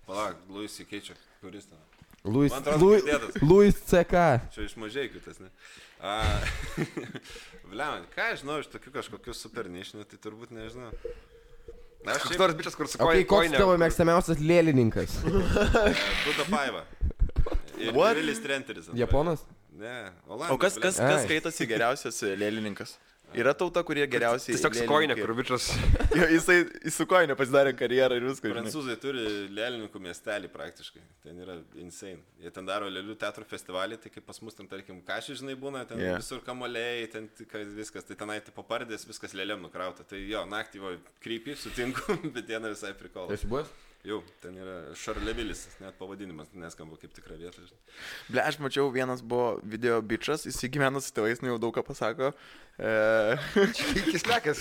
S4: Palauk, Luis įkeičia, kuris ten.
S3: Louis,
S4: Man atrodo,
S3: Louis,
S4: girdėtas.
S3: Louis CK.
S4: Čia iš mažai kitas, ne? A, Vliam, ką aš žinau, iš tokių kažkokių super nišinių, tai turbūt nežinau. Na, aš
S1: Koks
S4: šiaip
S1: nors bičias, kur su
S3: O
S1: koja
S3: kai
S1: į
S3: koks
S1: koją.
S3: tavo mėgstamiausias lėlininkas?
S4: Duda Paiva. Ir
S2: What?
S4: Vilis Trenteris. ant
S3: Japonas?
S4: manęs. Ne, Olandas.
S2: O kas, kas,
S3: Ai.
S2: kas skaitosi geriausias e, lėlininkas? Yra tauta, kurie geriausiai.
S1: Tiesiog su koja, kur bičias.
S2: Jo, jisai įsukoinė pasidarė karjerą ir viską. žinai.
S4: Prancūzai turi lėlininkų miestelį praktiškai. Ten yra insane. Jie ten daro lėlių teatro festivalį, tai kaip pas mus ten, tarkim, kašį, žinai, būna, ten
S2: Jo.
S4: yeah. visur kamoliai, ten tik- kad viskas, tai tenai tipo pardės, viskas lėlėm nukrauta. Tai jo, naktį va, krypį, sutinku, bet diena visai prikolas.
S3: Esi buvęs?
S4: Jau, ten yra Šarlevilis, net pavadinimas neskamba kaip tikra vieta. žinai.
S2: Ble, aš mačiau, vienas buvo video bičias, jis įgyveno su tėvais, nu jau daug ką pasako. E,
S1: Jis lekas.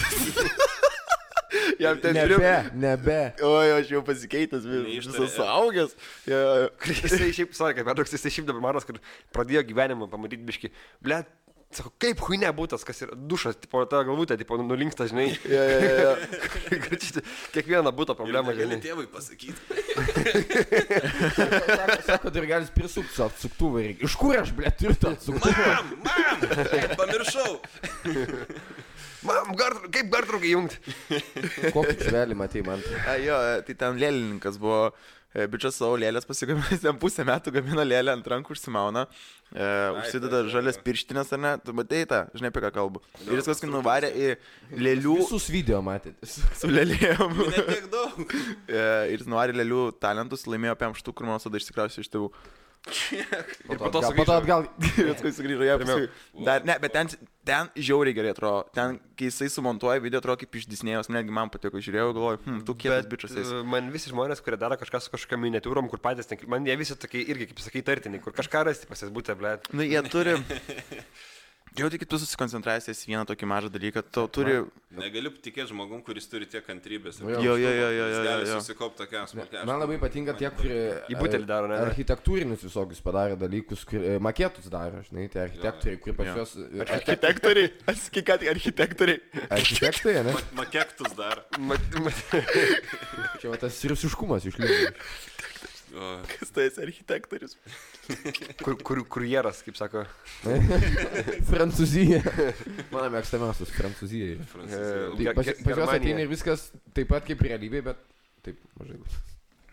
S2: jam
S1: Tai
S2: ten
S3: Nebe,
S2: žiūrėjau.
S3: nebe.
S2: Oi, aš jau pasikeitęs, vi-
S4: Neištarė.
S2: visas suaugęs. Jo,
S1: Jisai šiaip sakė, kad perdoks, jisai šiaip dabar manas, kad pradėjo gyvenimą pamatyti biški. Ble, sako, kaip hui nebūtas, kas yra dušas, tipo, ta galvutė, tipo, nu, nulinksta, žinai.
S2: jo, jo, jo.
S1: Kiekvieną būtą
S4: Ir
S1: problemą
S4: negali
S1: gali.
S4: tėvui pasakyti.
S3: Sako, sako Dirgelis prisupti su atsuktuvą ir iš kur aš, blė, turiu tą atsuktuvą?
S4: Mam, mam, pamiršau.
S1: Mam, gar- kaip gartraukai jungti?
S3: Kokį žvelį matei man?
S2: A, jo, tai ten lėlininkas buvo, e, bičias savo lėlės pasigamina, ten pusę metų gamina lėlę ant rankų užsimauna, e, užsideda
S4: taip,
S2: žalias pirštinės ar ne, tu matai tą, žinai apie ką kalbu. Ir jis kažkaip nuvarė į lėlių
S3: Visus video matėte.
S2: su lėlėm.
S4: Ne tiek daug.
S2: E, ir jis nuvarė lėlių talentus, laimėjo apie amštų, kur man visada išsikrausiu iš tėvų.
S1: Ir po to
S3: atgal, po to
S1: sugrįžo.
S3: atgal.
S2: Ir paskui sugrįžo jie paskui. Dar, ne, bet ten, ten žiauriai gerai atrodo. Ten, kai jisai sumontuoja video, atrodo kaip iš Disnėjos, netgi man patiko, žiūrėjau, galvoju, hm, tu kietas bičias esi.
S1: e, Man visi žmonės, kurie daro kažką su kažkokia miniatūrom, kur patys, ten- man jie visi tokie irgi, kaip sakai, tartiniai, kur kažką rasti pas jas būtę, ble.
S2: Na, nu, jie turi. Jau tik tu susikoncentravęs į vieną tokį mažą dalyką, tu turi...
S4: Negaliu tikėti žmogum, kuris turi tiek kantrybės. ir
S3: Jo,
S2: Jo, jo, jo, jo,
S4: Jis
S2: jo,
S4: gali
S2: jo.
S4: susikaupti tokiam smulkiam.
S3: Man labai patinka tie, kurie... e,
S1: Į butelį daro, ne?
S3: Architektūrinius visokius padarė dalykus, kur, e, maketus daro, žinai, tie architektoriai, kurie pas
S2: Jo.
S3: juos... e,
S2: Architektoriai, atsakyk, kad architektoriai.
S3: Architektai, ne?
S4: Makektus dar.
S1: Mat- mat-
S3: Čia va tas rusiškumas išlieka.
S4: O,
S2: Kas tai esi architektorius?
S1: Kur, kur, kurjeras, kaip sako. e,
S3: Prancūzija. Mano mėgstamiausias Prancūzija. yra.
S4: Prancūzija.
S3: Tai
S1: Ge-
S3: pas,
S1: ge-
S3: pas juos
S1: Germanija.
S3: ateina ir viskas taip pat kaip realybėje, bet taip mažai.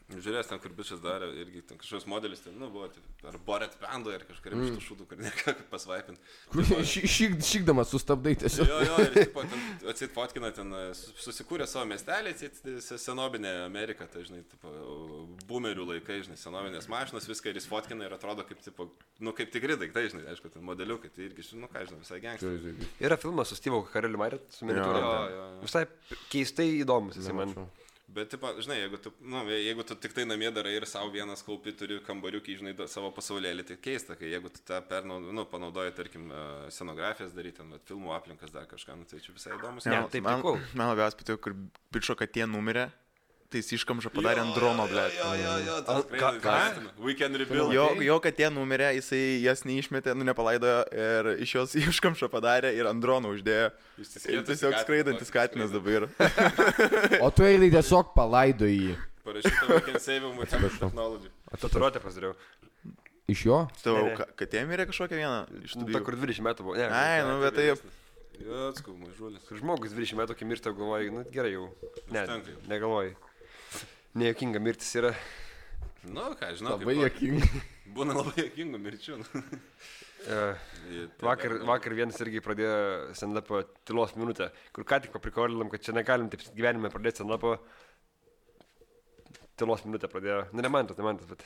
S4: Žiūrės ten, kur bičias darė, irgi ten kažkoks modelis, ten, nu, buvo, tai, ar Boret Pendo, ar kažkuriam iš tų šūdų, kur neką pasvaipint.
S3: Šykdamas sustabdai tiesiog.
S4: Jo, jo, ir tipo, ten atsitfotkina ten, e, su- susikūrė savo miestelį, atsit- e, se- senobinė Amerika, tai žinai, tipo, boomerių laikai, žinai, senovinės mašinos, viską ir jis fotkina ir atrodo kaip, tipo, nu, kaip tikri daiktai, žinai, aišku, ten modeliukai, tai irgi, žinai, nu, ką, žinai, visai gengstai.
S1: Yra filmas su Steve'u Kareliu Marit, su
S4: Jo,
S1: miniatūrom.
S4: jo, jo.
S1: Visai keistai įdomus jisai man.
S4: Bet, tipo, žinai, jeigu tu, nu, je- jeigu tu tik tai namie darai ir savo vienas kaupi, turi kambariukį, žinai, da- savo pasaulėlį, tai keista, kai jeigu tu tą pernaudoji, nu, panaudoji, tarkim, e, scenografijas daryti, ten, vat, filmų aplinkas dar kažką, nu, tai čia visai įdomus.
S1: Ne,
S4: Ja.
S1: taip
S2: man,
S1: tikau.
S2: man labiausiai patiko, kur bičio katė numirė, tai jis iškamžą padarė ant drono, ble.
S4: Jo, jo, jo,
S1: Al-
S4: tas
S1: ką-
S4: skraido,
S1: ką?
S4: vertina. We can rebuild.
S2: Jo, jo katė numirė, jisai jas neišmetė, nu nepalaidojo ir iš jos iškamšą padarė ir ant drono uždėjo. Ir
S4: Išsiskietas
S2: tiesiog
S4: katinas,
S2: skraidantis katinas dabar yra.
S3: O tu eilai tiesiog palaidoji jį.
S4: Parašyta, we can save them with technology.
S1: Tatuiruotę pasidariau.
S3: Iš jo?
S2: Tavo
S1: Ne, ne.
S2: ka- katė mirė kažkokią vieną iš tų
S1: Ta, kur
S2: dviejų.
S1: 20 metų buvo. Ne,
S2: Ai, nu bet tai...
S4: Jo, atskau, mažulis.
S1: kur žmogus 20 metų, kai miršta, galvoji, nu gerai jau. Ne,
S4: Užtenka jau.
S1: negalvoji. Nejuokinga mirtis yra.
S4: Nu, ką, žinau,
S3: Labai
S4: kaip
S3: jokinga.
S4: buvo. būna labai jėkingų mirčių. nu.
S1: Uh,
S4: Jie tai
S1: Vakar,
S4: gali-
S1: vakar vienas irgi pradėjo stand-upą tylos minutę, kur ką tik paprikolinam, kad čia negalim taip gyvenime pradėti stand-upą. Tylos minutę pradėjo. Na, ne man tas, ne man tas, bet.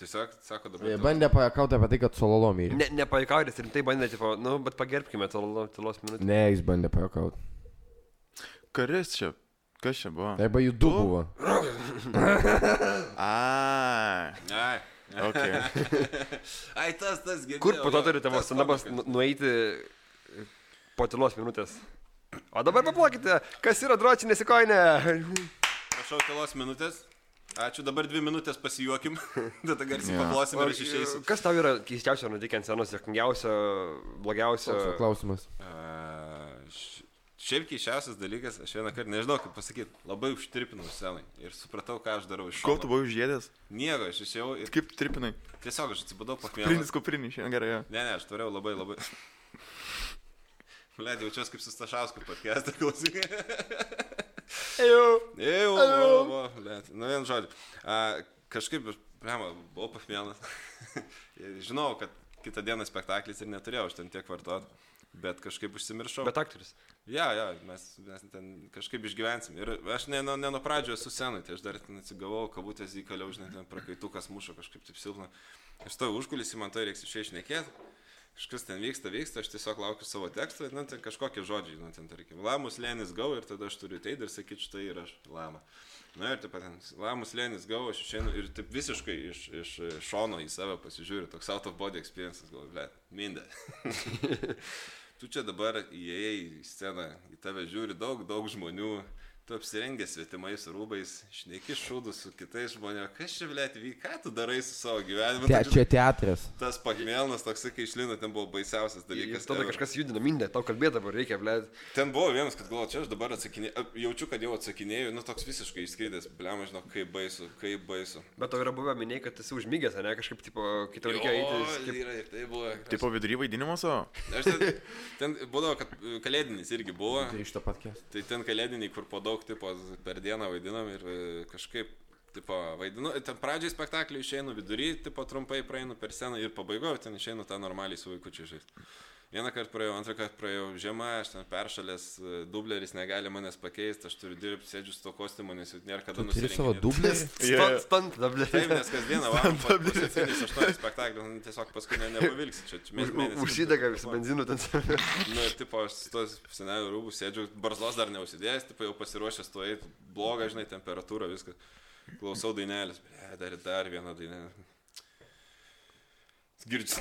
S4: Tiesiog, sako
S3: Jie
S4: dabar.
S3: Bandė pajakauti apie tai, kad sololomį.
S1: Ne, nepaikaujate, rimtai bandėte, tipo, nu, bet pagerbkime tylo- tylos minutę.
S3: Ne, jis bandė pajakauti.
S2: Karis čia. Kas čia buvo?
S3: Arba jų du buvo.
S2: A.
S4: Ai,
S2: Okay.
S4: ai, tas, tas, girdėjau.
S1: Kur po to
S4: jo,
S1: turite tavo
S4: tas
S1: stand-upas
S4: komikas.
S1: nu- nueiti po nu, tylos minutės? O dabar paplokite, kas yra dročinė sikoinė.
S4: Prašau, kelios minutės. Ačiū, dabar dvi minutės pasijuokim. Tada garsiai paplosim ir aš išeisiu.
S1: Kas tau yra keistiausia nutikė ant scenos, jokingiausia, blogiausia?
S3: Koks tau klausimas?
S4: A, š- Šiaip keišiausias dalykas, aš vieną kartą nežinau, kaip pasakyti, labai užtripinau senai ir supratau, ką aš darau iš
S2: Ko tu
S4: šono.
S2: buvai užėdęs?
S4: Nieko, aš išėjau ir
S2: Kaip tripinai?
S4: tiesiog aš atsibudau pakvienas.
S2: Prinis kuprinį, šiandien gerai. jo.
S4: Ne, ne, aš turėjau labai labai... Bled, jaučiuosi kaip sustašausku podcast'ą klausyk. Ejau. Ejau, va, va, bled. Nu, vien žodžiu. A, kažkaip, prema, buvau pakvienas. Žinau, kad kitą dieną spektaklis ir neturėjau aš ten tiek vartot, bet kažkaip užsimiršau.
S1: Bet aktorius.
S4: Ja, ja, mes, mes ten kažkaip išgyvensim. Ir aš ne, ne, ne nuo pradžio esu senai, tai aš dar ten atsigavau, kabutės įkaliau, žinai, ten prakaitukas mušo kažkaip taip silpna. Aš to užkulisį, man to reiks išeišnekėti. Kažkas ten vyksta, vyksta, aš tiesiog laukiu savo teksto, nu, ten kažkokie žodžiai, nu, ten tarkim, lamus lėnis gau ir tada aš turiu tai ir sakyti, štai ir aš lama. Na ir taip pat, ten, lamus lėnis gau, aš išeinu ir taip visiškai iš, iš e, šono į save pasižiūriu, toks out of body experience, galvoju, ble, mindė. Tu čia dabar įėjai į sceną, į tave žiūri daug, daug žmonių, tu apsirengęs svetimais rūbais, šneki šūdus su kitais žmonėmis, kas čia, blėt, vyk, ką tu darai su savo gyvenimu?
S3: Te,
S4: Tu
S3: čia teatras.
S4: Tas pakmelnas toksai, kai išlino, ten buvo baisiausias dalykas.
S1: Jis tada
S4: ever.
S1: kažkas judina mindę, tau kalbėti dabar reikia, ble.
S4: Ten buvo vienas, kad galvoju, čia aš dabar atsakinėjau, jaučiu, kad jau atsakinėjau, nu toks visiškai išskridęs, blema, žinau, kaip baisu, kaip baisu.
S1: Bet tau yra buvę minėjai, kad esi užmygęs, ne kažkaip, tipo, kai tau reikėjo
S4: O,
S1: eiti.
S4: yra ir tai buvo.
S2: Tai po vidury vaidinimo savo?
S4: Aš ten, ten būdavo, kad e, kalėdinis irgi buvo.
S3: Tai iš to patkės.
S4: Tai ten kalėdiniai, kur po daug tipo per dieną vaidinam ir e, kažkaip tipo vaidinu. e, Ten pradžiai spektaklį išeinu vidury, tipo trumpai praeinu per sceną ir pabaigoju, ten išeinu tą normaliai su vaikučiu žaisti. Vieną kartą praėjau, antrą kartą praėjau žiemą, aš ten peršalęs, e, dubleris negali manęs pakeisti, aš turiu dirbti, sėdžiu su to kostiumu, nes jau nėra kada
S3: Turi savo
S4: nusirenginėt.
S3: dublį.
S1: Stant, stant, ble.
S4: Taip, nes kasdieną varom, po 7-8 spektaklių, nu, tiesiog paskui ne, nepavilksi, čia čia mėnesį.
S1: Užsidega visą benzinų ten.
S4: Na, Nu, ir, tipo, aš su tos senelio rūbų sėdžiu, barzos dar neusidėjęs, tipo, jau pasiruošęs tuo eiti, bloga, žinai, temperatūra, viskas. Klausau dainelės, ble, dar, dar vieną dainelę. Girdžiu.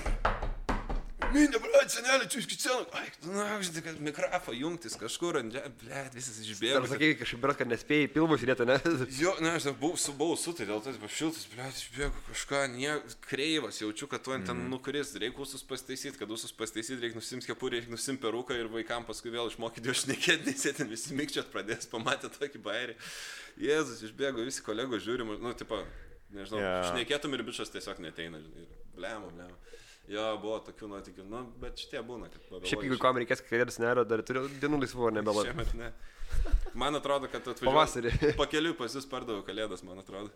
S4: Minė, ble, senelė, čia iškičiau. Ai, tu, na, žinai, kad mikrofą jungtis kažkur, ant žem- ble, visas
S1: Ir
S4: išbėgo.
S1: sakai, kažkaip, bet kad nespėjai pilvus įdėti, ne?
S4: Jo, ne, aš dar buvau su bausu, tai dėl to jis buvo šiltas, ble, išbėgo kažką, nie, kreivas, jaučiu, kad tu
S1: Mhm.
S4: ant ten nukris, reikia ūsus pastaisyti, kad ūsus pastaisyti, reikia nusimti kepurį, reikia nusimti peruką ir vaikam paskui vėl išmokyti jo šnekėti, nes jie ten visi mikčiat pradės, pamatė tokį bairį. Jėzus, išbėgo visi kolegos, žiūrim, nu, tipo, nežinau, yeah.
S2: Jo.
S4: šnekėtum ir bičias tiesiog neteina, žinai, blemo, blemo. Jo, buvo tokių nuotikių, nu, bet šitie būna, kad pavėluoji.
S1: Šiaip jeigu kam reikės, kad kalėdas nėra, dar turiu dienų laisvų, ar nebelabai.
S4: Šiemet ne. Man atrodo, kad atvažiavau.
S1: Pavasarį.
S4: Pakeliu pas jūs pardaviau kalėdas, man atrodo.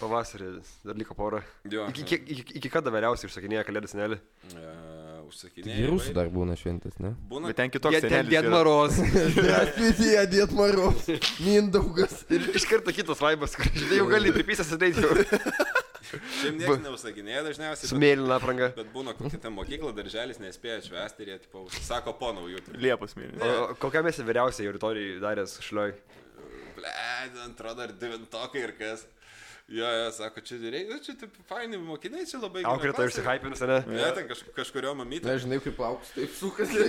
S1: Pavasarį, dar liko pora.
S4: Jo.
S1: Iki, iki, iki, iki kada vėliausiai užsakinėja kalėdų senelį?
S4: Uh, užsakinėjai.
S3: Ir rusų dar būna šventės, ne?
S4: Būna,
S2: Bet ten kitoks senelis
S1: Dėt
S2: yra.
S1: Maros.
S3: Dėdė, dėdė Maros. Mindaugas.
S1: Ir iš karto kitas vaibas, kur žinai, jau gali pripysęs ateiti jau.
S4: šiaip niekas neusakinėja dažniausiai.
S1: su
S4: Bet,
S1: mėlyna apranga.
S4: bet būna kokia ten mokykla, darželis nespėja švęsti ir jie, tipo, sako, ponau, jų turiu.
S2: Liepos mėnesį.
S1: O kokiam esi vyriausiai auditorijai daręs šlioj?
S4: Ble, atrodo, ar devintokai ir kas. Jo, jo, sako, čia reikia, čia, tipo, faini mokiniai, čia labai... gera
S1: Aukrita
S4: klasė.
S1: išsihypinus, ne?
S4: Ne, ten kaž, kažkurio mamytė.
S3: Nežinai, kaip lauks, taip sukasi.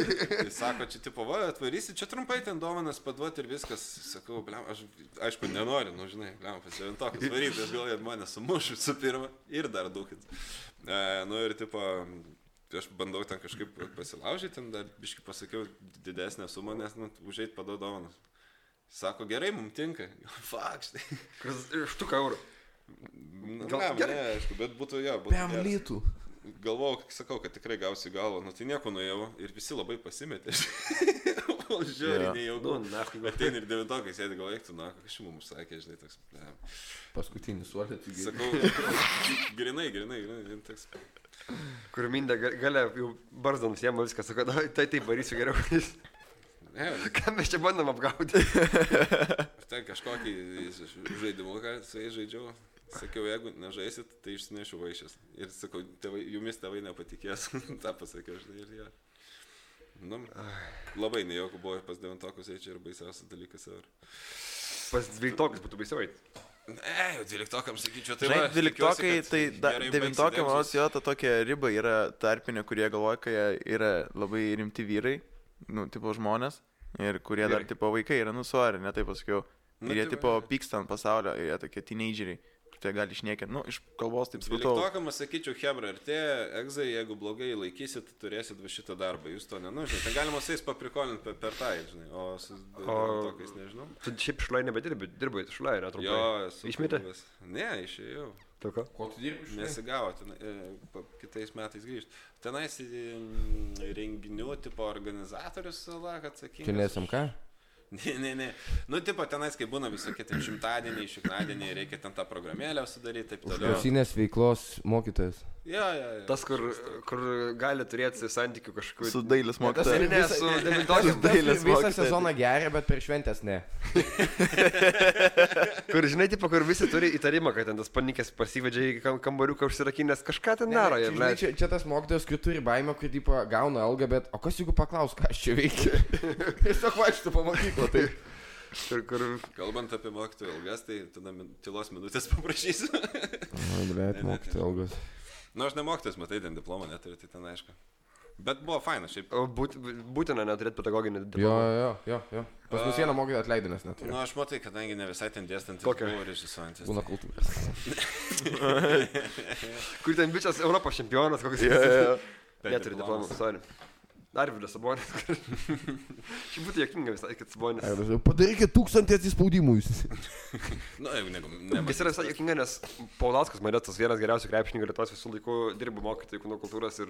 S4: Jis sako, čia tipo, va, atvarysi, čia trumpai ten duomenas paduoti ir viskas. Sakau, bliam, aš aišku nenoriu, nu žinai, bliam, pasirintokas varyti, aš galvoju, mane sumuš visų pirma ir dar dukit. E, nu ir tipo, aš bandau ten kažkaip pasilaužyti, ten dar biškai pasakiau didesnę sumą, nes nu, užeit paduoti duomenas. Sako, gerai, mums tinka. Fak, štai.
S1: Štuka eurų.
S4: Nu,
S1: Gal-
S4: Gal, ne,
S1: gerai.
S4: aišku, bet būtų jo. Būtų
S3: Piam
S4: geras.
S3: lytų.
S4: galvojau, kai sakau, kad tikrai gausiu galvą, nu tai nieko nuėjau ir visi labai pasimetė. O žiūrėjau,
S2: Jo.
S4: nejauku.
S1: Nu, nachui.
S4: Bet ten ir devintokai sėdi gal eiktų, na, kažkaip mums sakė, žinai, toks. Ne.
S3: Paskutinis suolė, tai gerai.
S4: Sakau, grinai, grinai, grinai, toks.
S1: Kur mindė galia, jau barzdom visiems viską, sako, "Na, tai taip varysiu geriau.
S4: Ne,
S1: Ką mes čia bandom apgauti?
S4: ten kažkokį žaidimuką su jais žaidžiau. Sakiau, jeigu nežaisit, tai išsinešiu vaišės. Ir sakau, tėvai, jumis tėvai nepatikės. Ta pasakiau, žinai, ir jie. Nu, labai nejauku buvo pas devintokus, jie čia ir baisiausias dalykas. Ar...
S1: Pas dvyliktokas būtų baisiau.
S4: Ne, jau dvyliktokams sakyčiau, tai
S2: Žinai,
S4: va,
S2: dvyliktokai,
S4: tikiuosi, kad
S2: tai da-
S4: gerai
S2: devintokai,
S4: baigsi
S2: manau,
S4: dėmesį.
S2: jo ta tokia riba yra tarpinė, kurie galvoja, kai jie yra labai rimti vyrai, nu, tipo žmonės, ir kurie dar,
S1: Gerai.
S2: tipo, vaikai yra, nu, sorry, netaip pasakiau.
S4: Nu,
S2: Ir jie,
S4: tai va,
S2: tipo,
S4: jo.
S2: pyksta ant pasaulio, ir jie tokie teenageriai, tai gali išniekinti, nu, iš kalbos taip skaitau.
S4: Dvyliktokamas, sakyčiau, Hebra, ir tie egzai, jeigu blogai laikysit, tai turėsit va šitą darbą, jūs to nenužinote. Tai galima su jais paprikolinti per, per tą, žinai, o su tokiais nežinau.
S1: Tu šiaip šlai nebedirbi, dirbai šlai, netrumpai.
S4: Jo, esu.
S1: Išmetė?
S4: buvęs. Ne, išėjau.
S1: Tokio.
S3: Ko tu dirbi?
S4: Nesigavo, ten, e, pa- kitais metais grįžti. Tenais m, renginių tipo organizatorius, salak, atsakingas.
S3: Čia nesam ką?
S4: Ne, ne, ne. Nu, tipo, tenais, kai būna visokie ten šimtadieniai, šiknadieniai, reikia ten tą programėlę sudaryti, taip toliau.
S3: Užklasinės veiklos mokytojas.
S4: Jo, jo, jo.
S1: Tas, kur, kur gali turėti santykių kažkokių.
S2: Su dailės
S1: Ne,
S2: mokytoja.
S1: ne, su devintokėm,
S2: dailės
S3: Visą
S2: mokytoja.
S3: sezoną geria, bet per šventės ne.
S1: Kur, žinai, tipo, kur visi turi įtarimą, kad ten tas panikės pasivedžia į kam- kambariuką užsirakinęs, kažką ten daro.
S3: čia,
S1: ir
S3: žinai,
S1: leidžia-
S3: čia, čia tas mokytojas, kur turi baimę, kur tipo gauna algą, bet o kas jeigu paklaus, ką aš čia veikiu? Tiesiog vaikštų po mokyklą. Tai...
S1: Kur, kur,
S4: Kalbant apie mokytojų ilgas, tai tada min- tylos minutės paprašysiu.
S3: Bet
S4: mokytojo
S3: algas.
S4: Na, nu, aš nemokytas, matai, ten diplomą neturiu, tai ten aišku. Bet buvo faina, šiaip.
S1: o būt, būtina neturėti pedagoginį
S3: Jo,
S1: diplomą.
S3: jo, jo, jo. Pas mus vieną mokytoją atleidinęs
S4: Na,
S3: neturiu.
S4: nu, aš matai, kadangi ne visai ten dėstantis,
S1: Kokią?
S4: buvau režisuojantis.
S3: Būna kultūros.
S1: Kur ten bičias Europos čempionas, koks jis yra. Neturi diplomą, er sorry. Arvidas Sabonis. Šiaip būtų jokinga visai, kad Sabonis.
S3: Padarykit tūkstantį atsispaudimų jūs.
S4: Na, nu, jeigu negu...
S1: Jis yra visai jokinga, nes Paulauskas Marėtas vienas geriausių krepšininkų Lietuvos visų laikų dirbo mokytojų kūno kultūros ir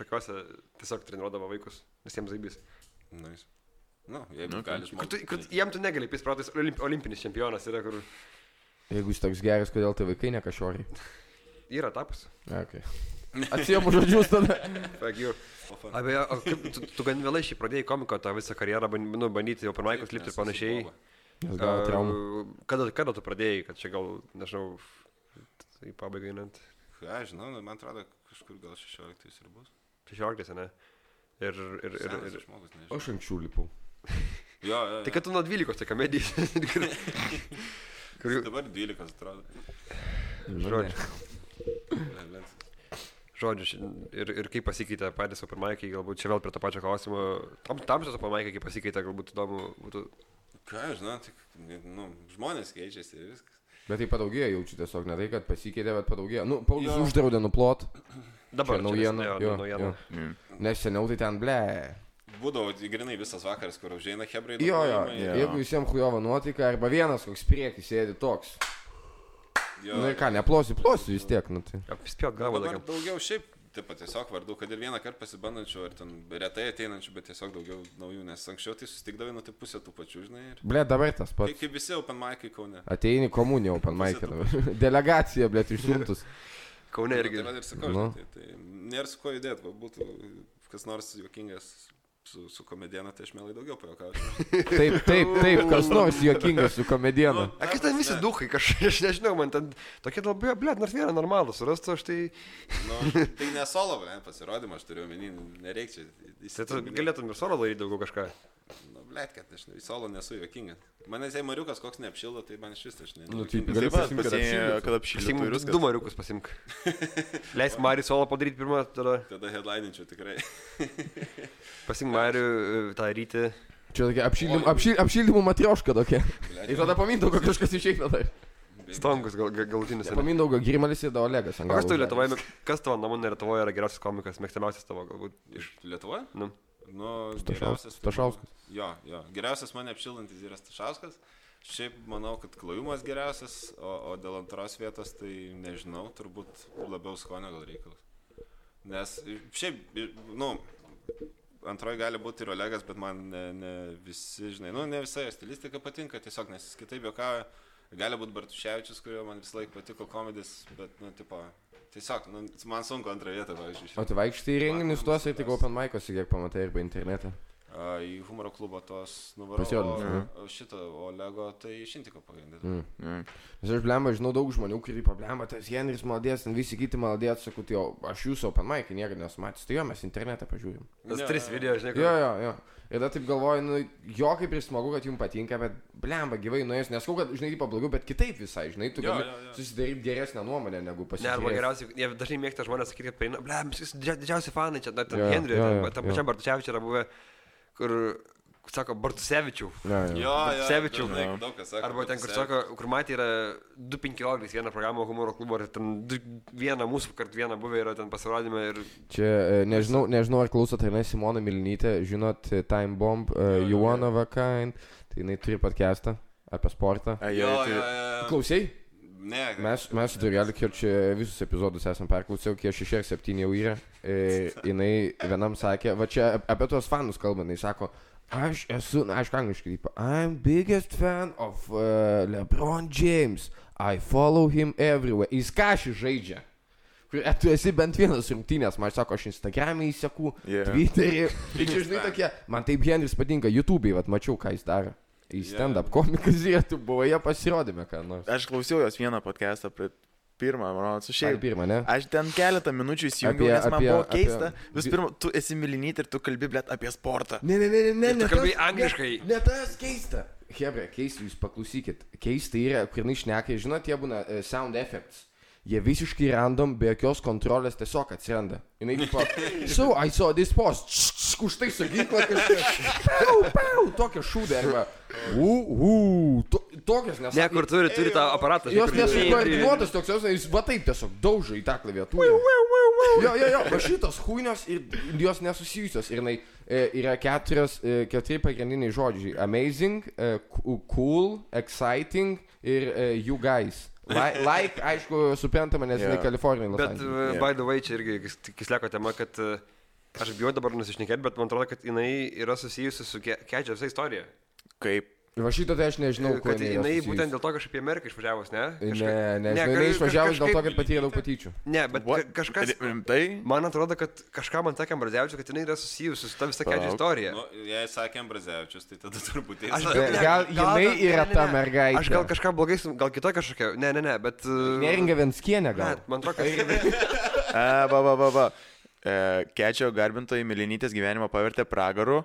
S1: šakiuose tiesiog treniruodavo vaikus, nes jiems zaibys.
S4: Na, Nu, jis. Na, jeigu tai- gali
S1: Kur tu,
S4: žmogus.
S1: kur, jam tu negali, jis protais olimp, olimpinis čempionas yra, kur
S3: Jeigu jis toks geras, kodėl tai vaikai nekašiori?
S1: yra tapus.
S3: Okay. Atsijėmu žodžius tada.
S1: Fuck you. Abejo, o kaip tu, tu gan vėlai šį pradėjai komiko tą visą karjerą, ban- nu, bandyti jau pirmaikus lipti ir panašiai.
S3: Nes gavo traumą.
S1: A, Kada, kada tu pradėjai, kad čia gal, nežinau, į pabaigą einant,
S4: Ką, aš žinau, nu, man atrodo, kažkur gal 16 ir bus.
S1: 16, ne? Ir, ir, ir,
S4: Senas
S1: ir.
S4: aš žmogus, nežinau.
S3: Aš anksčiau lipau.
S4: Jo, jo, jo.
S1: Tai kad tu nuo 12 tai komedijai. kur, kur,
S4: Dabar 12 atrodo.
S3: Nu,
S1: žodžiu,
S4: Bet
S1: žodžiu ši- ir, ir kaip pasikeitė patys Super Mike, galbūt čia vėl prie to pačio klausimo, tam, tam čia Super Mike, kaip pasikeitė, galbūt įdomu būtų.
S4: Ką, aš žinau, tik, nu, žmonės keičiasi ir viskas.
S3: Bet tai padaugėjo, jaučiu tiesiog ne tai, kad pasikeitė, bet padaugėjo. Nu, Paulius
S4: Jo.
S3: uždraudė nuplot.
S1: Dabar
S3: Čia
S1: čia
S3: naujiena,
S1: nesidėjo,
S3: jo,
S1: naujiena.
S3: jo. Nes seniau tai ten ble.
S4: Būdavo grinai visas vakaras, kur užeina hebrai.
S3: Jo, jo,
S2: Jo.
S3: jeigu visiems hujova nuotaika, arba vienas koks priekis sėdi toks.
S4: jo.
S3: Na ir ką, neplosi, plosi vis tiek, nu tai.
S1: Apspėk gavo
S4: Dabar
S1: tokiam.
S4: daugiau šiaip, taip pat tiesiog vardų, kad ir vieną kartą pasibandančių, ar ten retai ateinančių, bet tiesiog daugiau naujų, nes anksčiau tai susitikdavai, nu, tai pusė tų pačių, žinai. Ir...
S3: Ble, dabar tas
S4: Kaip,
S3: pats.
S4: kaip visi Open Mike Kaune.
S3: Ateini komunija, open mic. dabar. Delegacija, ble, išsiuntus.
S1: Kaune
S4: Nu,
S1: irgi.
S4: Tai, vat ir sakau,
S3: Nu.
S4: žinai, tai, tai nėra su ko judėti, va būtų kas nors juokingas su, su komediena, tai aš mielai daugiau pajokauju.
S3: Taip, taip, taip, kas nors juokingas su komedienu.
S1: A, kas ten visi duhai, kažkaip, aš nežinau, man ten tokie labai, blėt, nors nėra normalus, surastų aš tai...
S4: Nu, tai nesolo, ne, pasirodymą aš turiu omeny, nereikia.
S1: Tai tu galėtum ir solo daryti daugiau kažką.
S4: Nu, blėt, kad aš ne- į solo nesu juokingas. Manęs jei mariukas koks neapšildo, tai man iš vis aš ne.
S3: Nu,
S4: nejuokingas.
S3: taip,
S2: Taip
S3: Gali
S2: pat
S3: pasiimt, kad
S2: pasiėmė,
S3: apšildytų.
S2: kad apšildytų
S1: Pasimk
S2: ir
S1: du
S2: viskas.
S1: mariukus, pasimk. Leisk Mariu solo padaryti pirmą, tada
S4: Tada headlininčiau tikrai.
S1: pasimk Mariu e, tą rytį.
S3: Čia tokia apšildym- apšil- apšildymų matrioška tokia.
S4: Blet,
S3: Ir tada pamintau, kad kažkas išeina dar.
S1: Stonkus gal, gal, galutinis. ane?
S3: Pamintau, kad Grimalis ir Daolegas.
S1: O kas tau Lietuvoje, kas tavo nuomonė Lietuvoje yra geriausias komikas, mėgstamiausias tavo galbūt?
S4: Iš Lietuvoje?
S1: Nu.
S4: Nu,
S3: Stašaus-
S4: geriausias. tai-
S3: Stašauskas.
S4: Jo, jo. Geriausias mane apšilantis yra Stašauskas. Šiaip manau, kad klojimas geriausias, o, o dėl antros vietos tai nežinau, turbūt labiau skonio gal reikalas. Nes šiaip, nu, antroji gali būti ir Olegas, bet man ne, ne visi, žinai, nu, ne visai jo stilistika patinka, tiesiog nes jis kitaip jokavo. Gali būti Bartuševičius, kurio man visą laiką patiko komedis, bet, nu, tipo, tiesiog, nu, man sunku antrą vietą, pavyzdžiui.
S3: O tu vaikštai į renginius tuos ir tik open mic'os, kiek pamatai, arba internete.
S4: A, į humoro klubo tos nuvaros.
S3: Pasirodymus,
S4: O, o šitą Olego tai iš Intiko pagrindė.
S3: Mm.
S4: Mm.
S2: Mm.
S3: Nes aš blemba, žinau daug žmonių, kurie pablema, tas Henris maladės, ten visi kiti maladės, sakau, tai o aš jūsų open mic'į niekada nesumatysiu, tai jo mes internete pažiūrim.
S1: Tas tris video, žinai,
S3: Jo,
S1: kur.
S3: jo, jo. Ir tada taip galvoju, nu, jo kaip ir smagu, kad jums patinka, bet blemba gyvai nuėjęs, neskau, kad, žinai, tipo blogiau, bet kitaip visai, žinai, tu
S4: Jo,
S3: gali
S4: jo, jo.
S3: susidaryti geresnę nuomonę negu
S1: Ne, arba
S3: pasitikėti.
S1: geriausiai, jie dažnai mėgsta žmonės sakyti, kad prieina, ble, mes visi didžia- didžiausi fanai čia, dar ten
S3: Jo,
S1: Henry,
S3: jo,
S1: ten
S3: jo,
S1: tam
S3: jo.
S1: pačiam Bartuševičiu yra buvę, kur sako, Bartusevičių.
S3: Ne, ne.
S4: Jo, jo,
S1: Sevičiau.
S4: dažnai daug kas sako.
S1: Arba ten, kur
S4: Sevičiau.
S1: sako, kur matė, yra 2-5 oglis, viena programa humoro klubo, ir ten du, viena mūsų kart viena buvę yra ten pasirodymė ir...
S3: Čia e, nežinau, nežinau ar klausot, ar ne Simona Milnytė, žinot, e, Time Bomb, uh, You Wanna Vakain, tai jinai turi podcastą apie sportą.
S4: Jo,
S2: tai
S4: jo, jo.
S3: Klausiai?
S4: Ne,
S3: Mes, mes Durelį Kirčiu e, visus epizodus esam perklausiau, kiek šeši ar septyni jau yra. Ir jinai vienam sakė, va čia ap- apie tuos fanus kalbant, jinai sako, aš esu, na, aišku, angliškai, tipo, I'm biggest fan of uh, LeBron James, I follow him everywhere. Jis ką šį žaidžia? Kur e, tu esi bent vienas rungtynės, man sako, aš Instagram'e įseku,
S2: Yeah.
S3: yeah. Twitter'e. Ir čia, žinai, tokie, man taip Henris patinka, YouTube'ai, va, mačiau, ką jis daro. Į stand-up komikas jie, tu buvai, jie pasirodėme, ką nors.
S2: Aš klausiau jos vieną podcastą, pri- pirmą, manau, su šiaip.
S3: Šiaip pirmą, ne?
S2: Aš ten keletą minučių įsijungiau,
S3: Apie-
S2: nes man
S3: apie-
S2: buvo keista.
S3: apie-
S2: Vis pirma, tu esi milinyti ir tu kalbi, blėt, apie sportą.
S3: Ne, ne, ne, ne, ne.
S1: tu
S3: ne
S1: kalbėjai
S3: tas-
S1: angliškai.
S3: Ne, ne tas keista. Hebra, keista, jūs paklausykit. Keista yra, kur jinai šneka, žinot, jie būna e, sound effects. Jie visiškai random, be jokios kontrolės tiesiog atsiranda. Jinai tipo, so I saw this post. Už tai sakyklą kažkas. Pau, pau, tokia šūdė. Arba, u, u, to, tokias nesąmonės.
S1: Ne, kur turi, turi tą aparatą. žinai,
S3: Jos
S1: kur-
S3: nesukoordinuotas toks, jos, jis va taip tiesiog daužo į tą klaviatūrą. Jo, jo, jo, va šitos huinios ir jos nesusijusios. Ir jinai, e, yra keturios, e, keturi pagrindiniai žodžiai. Amazing, e, cu- cool, exciting ir e, you guys. Like, like aišku, suprantama, nes jinai
S2: Jo.
S3: Kalifornijoje. Los
S1: Bet,
S3: Andžele.
S1: yeah. by the way, čia irgi kis- kisleko tema, kad e, aš bijau dabar nusišnekėti, bet man atrodo, kad jinai yra susijusi su ke- Kedžio visa istorija.
S2: Kaip?
S3: Va šitą tai aš nežinau,
S1: Ir
S3: kuo
S1: kad jinai
S3: yra
S1: būtent
S3: susijusi.
S1: dėl to kažkaip į Ameriką išvažiavus, ne?
S3: Ne, ne, ne,
S1: kaž-
S3: jinai išvažiavo dėl to,
S1: kažkaip-
S3: kad patyrė daug patyčių.
S1: Ne, bet
S2: What?
S1: ka kažkas...
S2: Rimtai?
S1: Man atrodo, kad kažką man sakė Marzevičius, kad jinai yra susijusi su ta visa Kedžio
S2: Palauk.
S1: istorija.
S4: Nu, jei sakėm Brazevičius, tai tada turbūt jis.
S1: Aš
S3: Be-
S1: ne,
S3: gal
S1: ne,
S3: jinai yra
S1: ne, ne,
S3: ta
S1: ne.
S3: mergaitė.
S1: Aš gal kažką blogai, su- gal kitokia kažkokia. Ne, ne, ne, bet... e,
S3: Neringa
S1: Ne,
S3: Venskienė gal.
S1: man atrodo, kad...
S2: A, va, va, va, va. E, Kečio garbintojai Milinytės gyvenimą pavertė pragaru,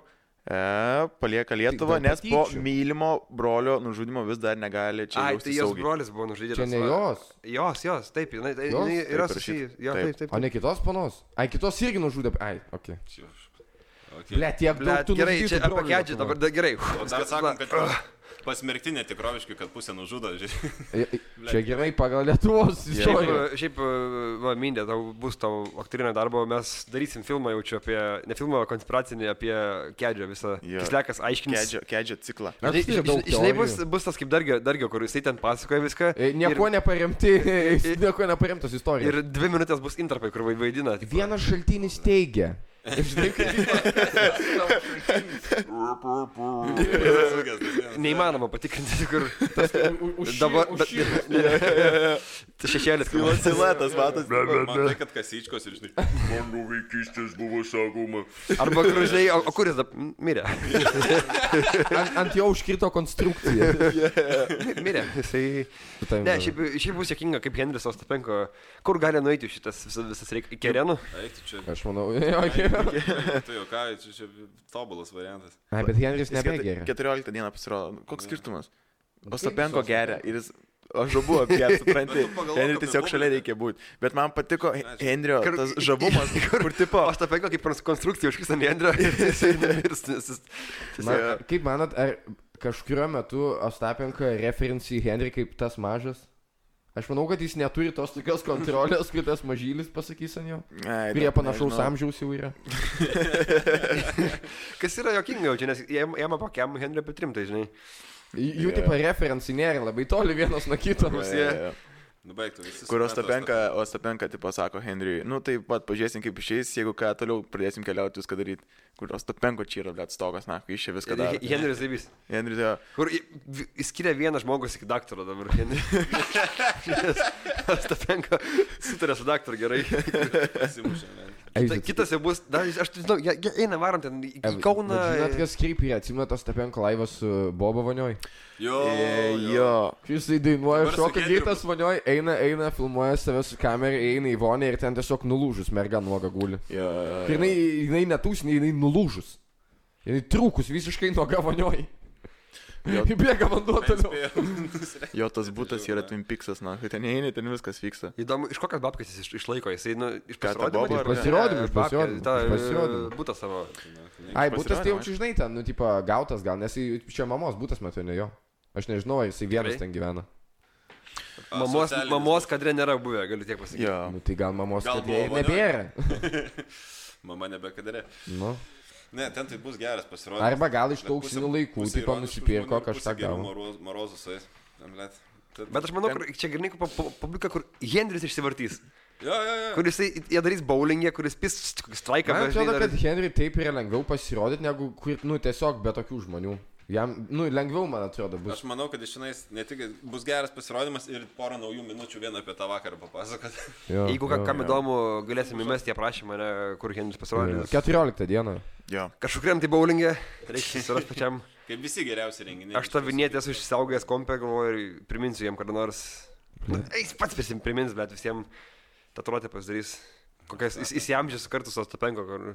S2: e, palieka Lietuvą,
S3: Tik Tai dėl
S2: nes po
S3: patyčių.
S2: mylimo brolio nužudimo vis dar negali čia
S1: Ai, tai
S2: jaustis
S1: jos
S2: saugiai.
S1: brolis buvo nužudytas.
S3: Čia ne
S1: va.
S3: jos.
S1: Jos, jos, taip, jinai, tai-
S3: Jos?
S1: jinai yra
S2: Taip
S1: susijusi.
S2: rašyta.
S1: Jo,
S2: Taip.
S1: taip, taip.
S3: O ne kitos panos? Ai, kitos irgi nužudė. Ai, okei. Okay.
S4: Okay.
S3: Ble, tiek daug
S1: Blet,
S3: tų
S1: gerai,
S3: nužudytų
S1: čia apie
S3: brolių
S1: kedžią dabar
S3: Lietuvoj.
S1: da, gerai.
S4: O dar sakom, kad pasmerkti netikroviškai, kad pusę nužudo. žiūrėk.
S3: E, e, Čia gerai pagal Lietuvos
S1: Šiaip,
S3: istoriją.
S1: e, šiaip e, va, Mindė, tau bus tavo aktorinio darbo, mes darysim filmą jaučiu apie, ne filmą, o konspiracinį apie kedžią visą.
S2: Jo.
S1: Kislekas aiškins.
S2: Kedžio, kedžio ciklą.
S3: Aš
S1: Žinai,
S3: turiu daug
S1: žinai, žinai, bus,
S3: teorijų.
S1: bus tas kaip dargio, dargio, kur jisai ten pasakoja viską.
S3: E, Nieko
S1: ir,
S3: neparemti, nieko neparemtos istorijos.
S1: ir dvi minutės bus interpai, kur vai- vaidina.
S3: Vienas šaltinis teigia. Ir Žinai,
S4: Visas ūkis, tas vienas.
S1: Neįmanoma patikrinti, kur dabar...
S3: dabar.
S1: bet- ne, ne, ne.
S2: Tai
S1: Šešėlis. kur-
S2: Siluetas, matas.
S4: Matai, tai, kad kasyčkos ir žinai. Mano vaikystės buvo sakoma.
S1: Arba kur, žinai, o, o kuris dabar mirė.
S3: Ant jo užkrito konstrukcija.
S1: Mirė. Jisai...
S3: Su tavim
S1: Ne,
S3: dabar.
S1: šiaip, šiaip bus jokinga, kaip Henris Ostapenko, kur gali nueiti šitas visas, visas reikia kerenų.
S4: Eik, tu čia.
S3: Aš manau, jo, okei.
S4: Tu jau ką, čia, čia tobulas variantas.
S3: Ai, bet Henris nebegeria.
S2: 14 dieną pasirodo. Koks skirtumas? Ostapenko geria ir jis... Aš žabu apie ją, supranti.
S4: Bet tu pagalvok
S2: Henriui
S4: apie
S2: tiesiog šalia
S4: publiką.
S2: reikia būti. Bet man patiko He-
S4: Ačiū.
S2: Henrio
S1: Kur-
S2: tas žavumas, kur tipo...
S1: Ostapenko kaip trans- konstrukcija užkisa Nendrą ir jisai numirs. nes jis-
S3: Man,
S2: Jo.
S3: kaip manot, ar kažkurio metu Ostapenka referencija į Henrį kaip tas mažas? Aš manau, kad jis neturi tos tokios kontrolės, kai tas mažylis pasakys ant jo.
S2: Ai,
S3: Kurie
S2: net
S3: panašaus
S2: nežinau.
S3: amžiaus jau yra.
S1: Kas yra jokinga, jau čia, nes jam, jam apokiam Henriui apie trimtai, žinai.
S3: Jų tipo referencijai nėra labai toli vienas nuo kito.
S2: Jo, jo, jo.
S4: Nu, baigtų visi.
S2: Kur
S4: supranta,
S2: Ostapenka, Ostapenka, tipo, sako Henriui, nu taip pat pažiūrėsim kaip išeis, jeigu ką, toliau pradėsim keliauti viską daryti. Kur Ostapenko čia yra, blėt, stogas, na, iš čia viską daro.
S1: Henrius Zabys.
S2: Henriui, jo,
S1: Kur i- vi- jis skiria vieną žmogų iki daktaro dabar. Henrius. Ostapenko sutarė su daktaru gerai.
S4: pasimušė, ne?
S1: Ta, kitas jau bus, dar, jis- aš tai žinau, jie, jie eina varom ten į į
S3: e, Žinot,
S1: Kauną.
S3: kas krypį, atsimenu tas Tapenko laivas su Bobo Vanioj.
S4: Jo,
S2: E,
S4: jo.
S2: jo.
S3: Jisai dainuoja,
S4: Dabar su
S3: šoka
S4: Henriu-
S3: girtas Vanioj, eina, eina, filmuoja save su kamera, eina į vonę ir ten tiesiog nulūžus merga nuoga guli.
S2: jo, jo,
S3: Ir jinai, jinai netūsinė, jinai nulūžus. Jinai trūkus visiškai nuoga Vanioj. Įbėga vanduo toliau.
S4: Spėjau.
S2: Jo tas būtas yra Twin Peaksas, na, kai ten eini, ten viskas vyksta.
S1: Įdomu, iš kokios babkės jis iš- išlaiko, jisai, nu, iš
S2: Ką, tą
S1: pasirodymo.
S2: bobą ar-
S3: Pasirodymų, iš pasirodymų, iš pasirodymų.
S1: pasirodymų. Būtų e, savo.
S3: Ai, būtas tai
S2: pasirodymo,
S3: jau čia, žinai, ten, nu, tipo, gautas gal, nes jis čia mamos būtas metu, ne jo. Aš nežinau, ar jisai vienas
S1: Tikrai?
S3: ten gyvena.
S1: Mamos, mamos kadre nėra buvę, galiu tiek pasakyti.
S2: Jo.
S3: Nu, tai gal mamos
S4: Gal
S3: kad jie ir
S4: buvo
S3: nebėra.
S4: Mama nebekadarė.
S3: Nu.
S4: Ne, ten tai bus geras pasirodymas.
S3: Arba gal iš
S4: Net
S3: tų
S4: pusė-
S3: auksinių laikų,
S4: pusė
S3: tipo,
S4: ironiškų
S3: nusipirko
S4: žmonių ir
S3: kažką
S4: pusė gerų
S3: gal.
S4: moroz- Morozų su jais. Amlet. Tad-
S1: Bet aš manau, kur, čia grinai pa- pa- publika, kur Hendris išsivartys.
S4: Jo, jo, jo.
S1: Kuris jie darys bowlingę, kuris pis straiką.
S3: Man atrodo, kad Henry taip yra lengviau pasirodyti, negu, kur, nu, tiesiog be tokių žmonių. Jam, nu, lengviau, man atrodo, bus.
S4: Aš manau, kad iš tenais ne tik bus geras pasirodymas ir porą naujų minučių vieną apie tą vakarą papasakot.
S3: Jo,
S1: Jeigu
S3: jo.
S1: ka- kam įdomu, galėsim įmesti aprašymą, ne, kur Henris pasirodys.
S3: 14 dieną.
S2: Jo.
S1: Kažkuriam tai bowlingė, reikia surasti pačiam.
S4: Kaip visi geriausi renginiai.
S1: Aš tą vinėtę esu išsaugęs kompę, galvoju, ir priminsiu jam kada nors. Na, Jis pats prisim primins, bet visiems tatuiruotę pasidarys. Kokias, jis jis jam žiūrės kartu su Ostapenko. Kur...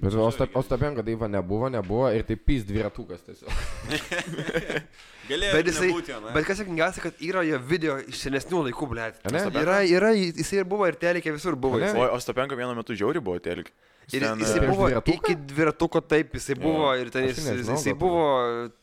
S3: Bet Osta- Ostapenko daiva nebuvo, nebuvo ir taip pys dviratukas tiesiog.
S4: Galėjo
S1: Bet, jisai,
S4: nebūti, jo, na.
S1: bet kas sėkmingiausia, kad yra jo video iš senesnių laikų, bl ⁇
S3: Ane?
S1: t. Yra, yra, jisai ir buvo, ir telekė visur buvo.
S3: Ane?
S1: Jisai.
S2: O Ostapenko vienu metu žiauri buvo telgi.
S1: Ir
S2: Ten,
S1: jisai
S2: e,
S3: prieš
S1: buvo
S3: dviratuką?
S1: iki dviratuko, taip, jisai buvo ir ten
S3: Aš
S1: jis,
S3: tai nežinau,
S1: jisai
S3: gal
S1: buvo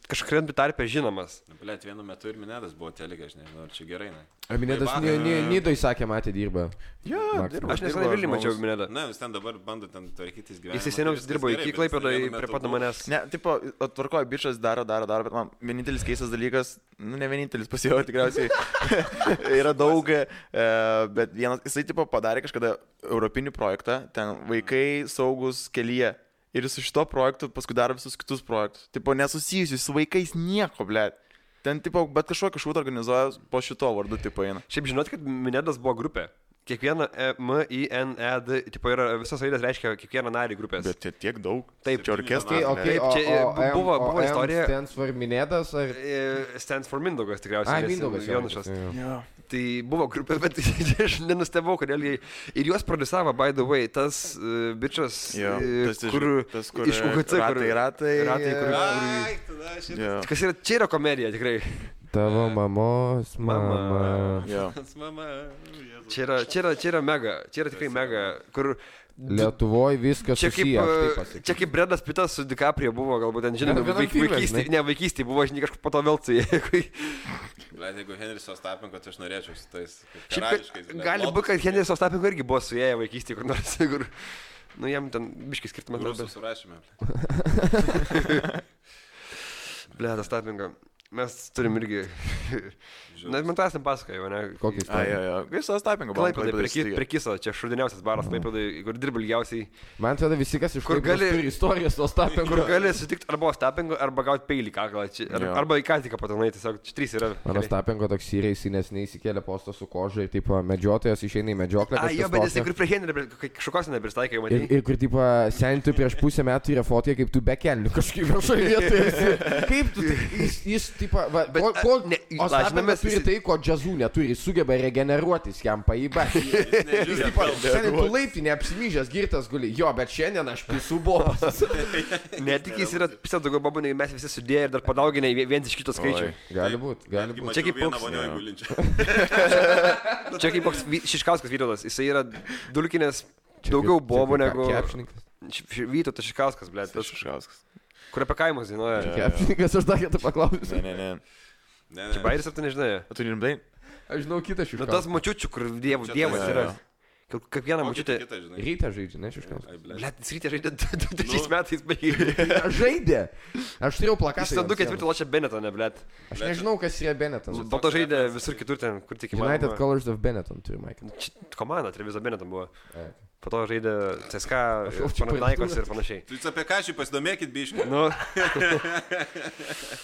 S1: kažkuriam tai tarpe žinomas.
S4: Blet, vienu metu ir minėtas buvo telegė, aš nežinau, ar čia gerai. Ne,
S3: Aminėtas
S4: Vaibaka-
S3: Nydoj sakė, matė dirba.
S2: Jo,
S3: Maksimas.
S2: dirbo,
S1: Aš
S2: dirbo
S1: nesenai Vilnių mačiau
S2: žmogus.
S1: Minėdą.
S4: Na, jūs ten dabar bandot ten tvarkytis gyvenimą.
S1: Jisai seniau
S4: tai viskas
S1: dirbo
S4: gerai,
S1: iki
S4: bet
S1: Klaipėdoje,
S4: vienu metu
S1: prie pat
S4: buvo-
S1: manęs.
S2: Ne, tipo, atvarkoja bičias, daro, daro, daro, bet man vienintelis keistas dalykas, nu ne vienintelis pasijau tikriausiai, yra daug, e, bet vienas, jisai tipo padarė kažkada europinį projektą, ten vaikai saugus kelyje. Ir su šito projektu paskui daro visus kitus projektus. Tipo, nesusijusius su vaikais nieko, ble. Ten, tipo, bet kažkokį šūdą organizuoja po šito vardu, tipo, eina.
S1: Šiaip žinot, kad Minėdas buvo grupė. Kiekviena e, M, I, N, E, D, tipo yra visas raidės reiškia kiekvieną narį grupės.
S2: Bet čia tiek daug.
S1: Taip.
S2: čia orkestras.
S3: Okay, okay,
S1: Taip, čia,
S3: o, o,
S1: e, buvo-
S3: M- o
S1: buvo
S3: M
S1: istorija.
S3: Stands for Minėtas ar...
S1: E, Stands for Mindaugas tikriausiai.
S3: Ai,
S1: nes
S3: Mindaugas. jo,
S1: Jonušas.
S3: jo, jo.
S2: Jo.
S1: Tai buvo grupė, bet tai aš nenustebau, kodėl jie. Ir juos prodisavo, by the way, tas uh, bičias,
S2: Jo,
S1: e,
S2: tas iš-
S1: kur,
S2: tas, kur,
S1: iš UGC. kur-
S2: ratai, ratai,
S1: ratai, kur, kur,
S4: Ai, tada aš ir...
S2: Jo.
S1: kas yra, čia yra komedija tikrai.
S3: Tavo mamos mama.
S1: Mama.
S2: Jo.
S4: Mama,
S1: Čia yra, čia yra, čia yra mega, čia yra tikrai mega, kur...
S3: Lietuvoje viskas
S1: Čia kaip,
S3: susiję. aš tai taip
S1: e,
S3: pasakysiu.
S1: čia kaip Bredas Pitas su DiCaprio buvo, galbūt ten, žinai,
S3: Vienam
S1: vaik,
S3: filme,
S1: vaikystėje,
S3: žinai.
S1: ne vaikystėje buvo, žinai, kažkur po to vėl su jie.
S4: Blet, jeigu Henris Ostapenko, tai aš norėčiau su tais
S1: Šiaip
S4: karališkais. blet,
S1: gali būti, kad
S4: lotus-
S1: Henris Ostapinko irgi buvo su jie vaikystėje, kur nors, kur... Nu, jam ten biškis skirtumas
S4: Rusų
S1: labai.
S4: surašyme. blet.
S1: Ble, Ostapinko. Mes turim irgi... Na, man tas nepasakojau, ne?
S3: Kokį
S2: Ai, jo,
S3: istoriją?
S2: jo. Visas tapingo.
S1: Klaipėdai, prie, ki- prie Kiso, čia šudiniausias baras, Klaipėdai, kur dirba ilgiausiai.
S3: Man atrodo, visi, kas iš
S1: Kur
S3: kur gali...
S1: gali-
S3: turi istoriją su Ostapenko.
S1: Kur gali sutikti arba Ostapinko, arba gauti peilį, ką gal čia. ar-
S2: Jo.
S1: Arba į ką tik patonai, tiesiog čia trys yra.
S3: Mano Stapenko toks yra, jis nesiniai įsikėlė postą su koža ir taip medžiotojas išeina į medžioklę.
S1: A,
S3: kažkas
S1: jo, bet jisai
S3: tokio.
S1: kur prie Henrio, kažkokios nepristaikė,
S3: Ir,
S1: matai.
S3: ir kur, tipo, seniai tu prieš pusę metų yra fotija, kaip tu be kelnių kažkaip viešoje vietoje. esi. Kaip tu, tai- jis, jis tipo, va,
S1: Bet,
S3: kol,
S1: a,
S3: kol
S1: ne,
S3: Ostapenko
S1: lažinamės
S3: turi
S1: visi-
S3: tai, ko džiazų neturi, jis sugeba regeneruotis jam paįba.
S4: Nežiūrėk,
S3: Seniai tu laiptinė apsimyžęs, girtas guli. Jo, bet šiandien aš pisų bobas.
S1: Ne tik jis yra pusė daugiau babų, nei mes visi sudėję ir dar padauginę viens iš kito skaičių.
S3: Gali būti, gali
S4: netgi
S1: Čia
S3: būti.
S4: mačiau
S1: kaip
S4: vieną
S1: koks-
S4: vonioj
S2: jo.
S4: gulinčią.
S1: Nu, Čia kaip koks Vy- Šiškauskas Vytautas, jisai yra dulkinės daugiau bobų negu
S3: Kepšininkas.
S1: Ši- Ši- Vytautas Šiškauskas, blė, tas,
S2: Šaškauskas.
S1: kur apie kaimus dainuoja.
S2: Jo.
S3: Kepšininkas, aš dar kitą
S2: Ne,
S3: paklausiu.
S2: ne, ne.
S4: Ne,
S1: Čia bairis ar tu nežinai?
S2: O tu rimtai?
S3: Aš žinau kitą
S1: Nu
S3: šišką.
S1: tas mačiučių, kur dievų,
S4: Čia
S1: dievas
S4: tas-
S1: yra.
S2: jo,
S1: Kaip kaip vieną mačiutę.
S4: Kitą, žinai.
S3: Ryte žaidžia, ne šišką.
S4: Ai, blet.
S1: Blet, jis ryte tai žaidė 3 metais, baigė.
S3: Žaidė. Aš turėjau plakatą.
S1: Jis ten 2 ketvirtį lošia Benetą, ne, blet.
S3: Aš nežinau, kas yra Benetton.
S1: Po to žaidė visur kitur ten, kur tik
S3: Nu, United
S1: įmanoma.
S3: Colors of Benetton turi, Mike.
S1: Čia Komanda, tai Trevizo Benetton buvo.
S3: Ai.
S1: Po to žaidė CSK,
S3: Aš jau čia
S1: Panaikos
S3: pajutau.
S1: ir panašiai.
S4: Tu jūs apie ką šį pasidomėkit, biškai.
S1: Nu.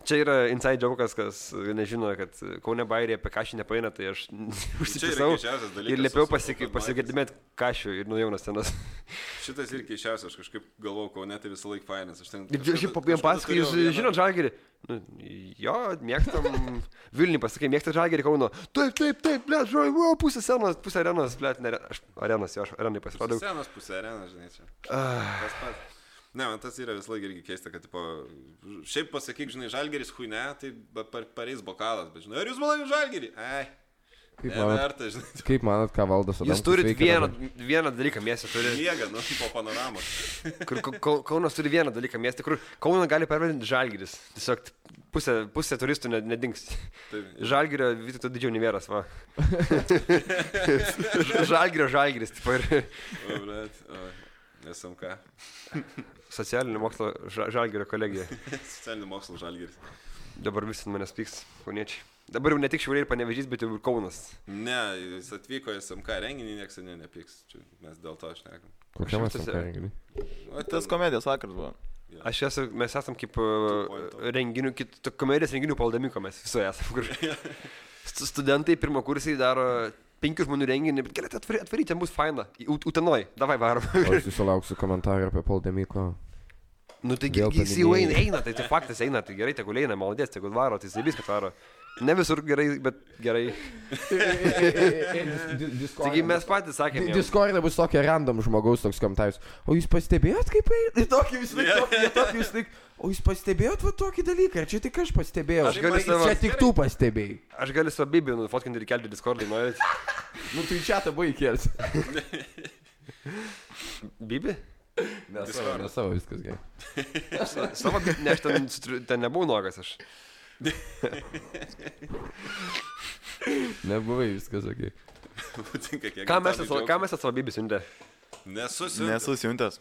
S1: Čia yra inside jokas, kas nežino, kad Kaune Bairė apie kažį nepaina, tai aš
S4: Čia yra
S1: užsipisau
S4: keisčiausias dalykas.
S1: ir liepiau
S4: esu
S1: pasik
S4: Open
S1: pasigirdimėt kažį ir nuėjau nuo scenos.
S4: mic'as. Šitas ir keičiausias, aš kažkaip galvojau, kol netai visą laiką fainas. Aš ten...
S1: Ir šiaip papėjom paskui, jūs žinot žagirį. Nu, jo, mėgstam Vilnių, pasakai, mėgstam žagirį Kauno. Taip, taip, taip, ble, žoj, wow, pusė senos, pusė arenos, ble, ne, are- aš arenos, jo, aš arenai pasirodau. Ah.
S4: Senas pusė arena, žinai, čia. Tas pats. Ne, man tas yra visą laiką irgi keista, kad, tipo, šiaip pasakyk, žinai, žalgeris hui ne, tai ba- par, pareis bokalas, bet žinai, ar jūs valai žalgerį? Ei,
S3: Kaip manot,
S4: neverta, žinai,
S3: kaip manot ką valdas
S1: Jūs turite vieną, vieną dalyką miestą, turi,
S4: miega, nu, po panoramos.
S1: kur Ka- Ka- Kaunas turi vieną dalyką miestą, kur Kauną gali pervadinti Žalgiris. Tiesiog pusė, pusė turistų ne- nedings.
S4: Taip.
S1: Žalgirio Vytauto didžiojo universas, va. Ž- Žalgirio Žalgiris, tipo ir
S4: O, blet, o, SMK,
S1: socialinio mokslo ža Žalgirio kolegija.
S4: socialinių mokslų žalgeris.
S1: Dabar visi ant manęs pyks, kauniečiai. Dabar jau ne tik Šiauliai ir Panevežys, bet jau ir Kaunas.
S4: Ne, jis atvyko į SMK renginį, niekas ne, nepyks, čia mes dėl to šnekam.
S3: Kokiam
S1: Aš
S3: esu
S1: tiesiog-
S3: renginiui?
S4: O,
S2: Tas komedijos vakaras buvo.
S1: Aš esu, mes esam kaip
S4: point,
S1: uh, renginių, kit- to- komedijos renginių paldami, ko mes visoje esame. Kur... Stu- Studentai pirmą kursą daro penkių žmonių renginį, bet galite atvaryti, atvaryti bus faina. Į Ut- Utenoj, davai varom.
S3: Aš susilauksiu komentarų apie Paldemiko.
S1: nu tai
S3: Vėl
S1: gi- jis jau eina,
S3: paminėjai.
S1: eina, tai, tai faktas eina, tai gerai, tegul eina, malodės, tegul varo, tai jis viską varo. Ne visur gerai, bet gerai. Taigi mes patys sakėme. jam.
S3: Discord'e bus tokia random žmogaus toks komentarus. O jūs pastebėjot, kaip eina? Tokį vis laik, tokį, jie tokį vis laik. O jūs pastebėjot va tokį dalyką? Ar čia tik aš pastebėjau?
S1: Aš galiu savo-
S3: Čia tik tu pastebėjai.
S1: Aš galiu savo bibiją nufotkinti ir kelti Discordai, norit.
S3: Nu tu į čia tą baigėlsi.
S1: Bibi?
S3: Nesavo, nesavo viskas gerai.
S1: Savo, ne, aš ten, sutru- ten nebuvau nuogas, aš.
S3: Nebuvai viskas gerai.
S4: Patinka, kiek.
S1: Ką mes esu, ką mes esu savo bibi siuntė?
S4: Nesusiu.
S2: Nesu siuntęs.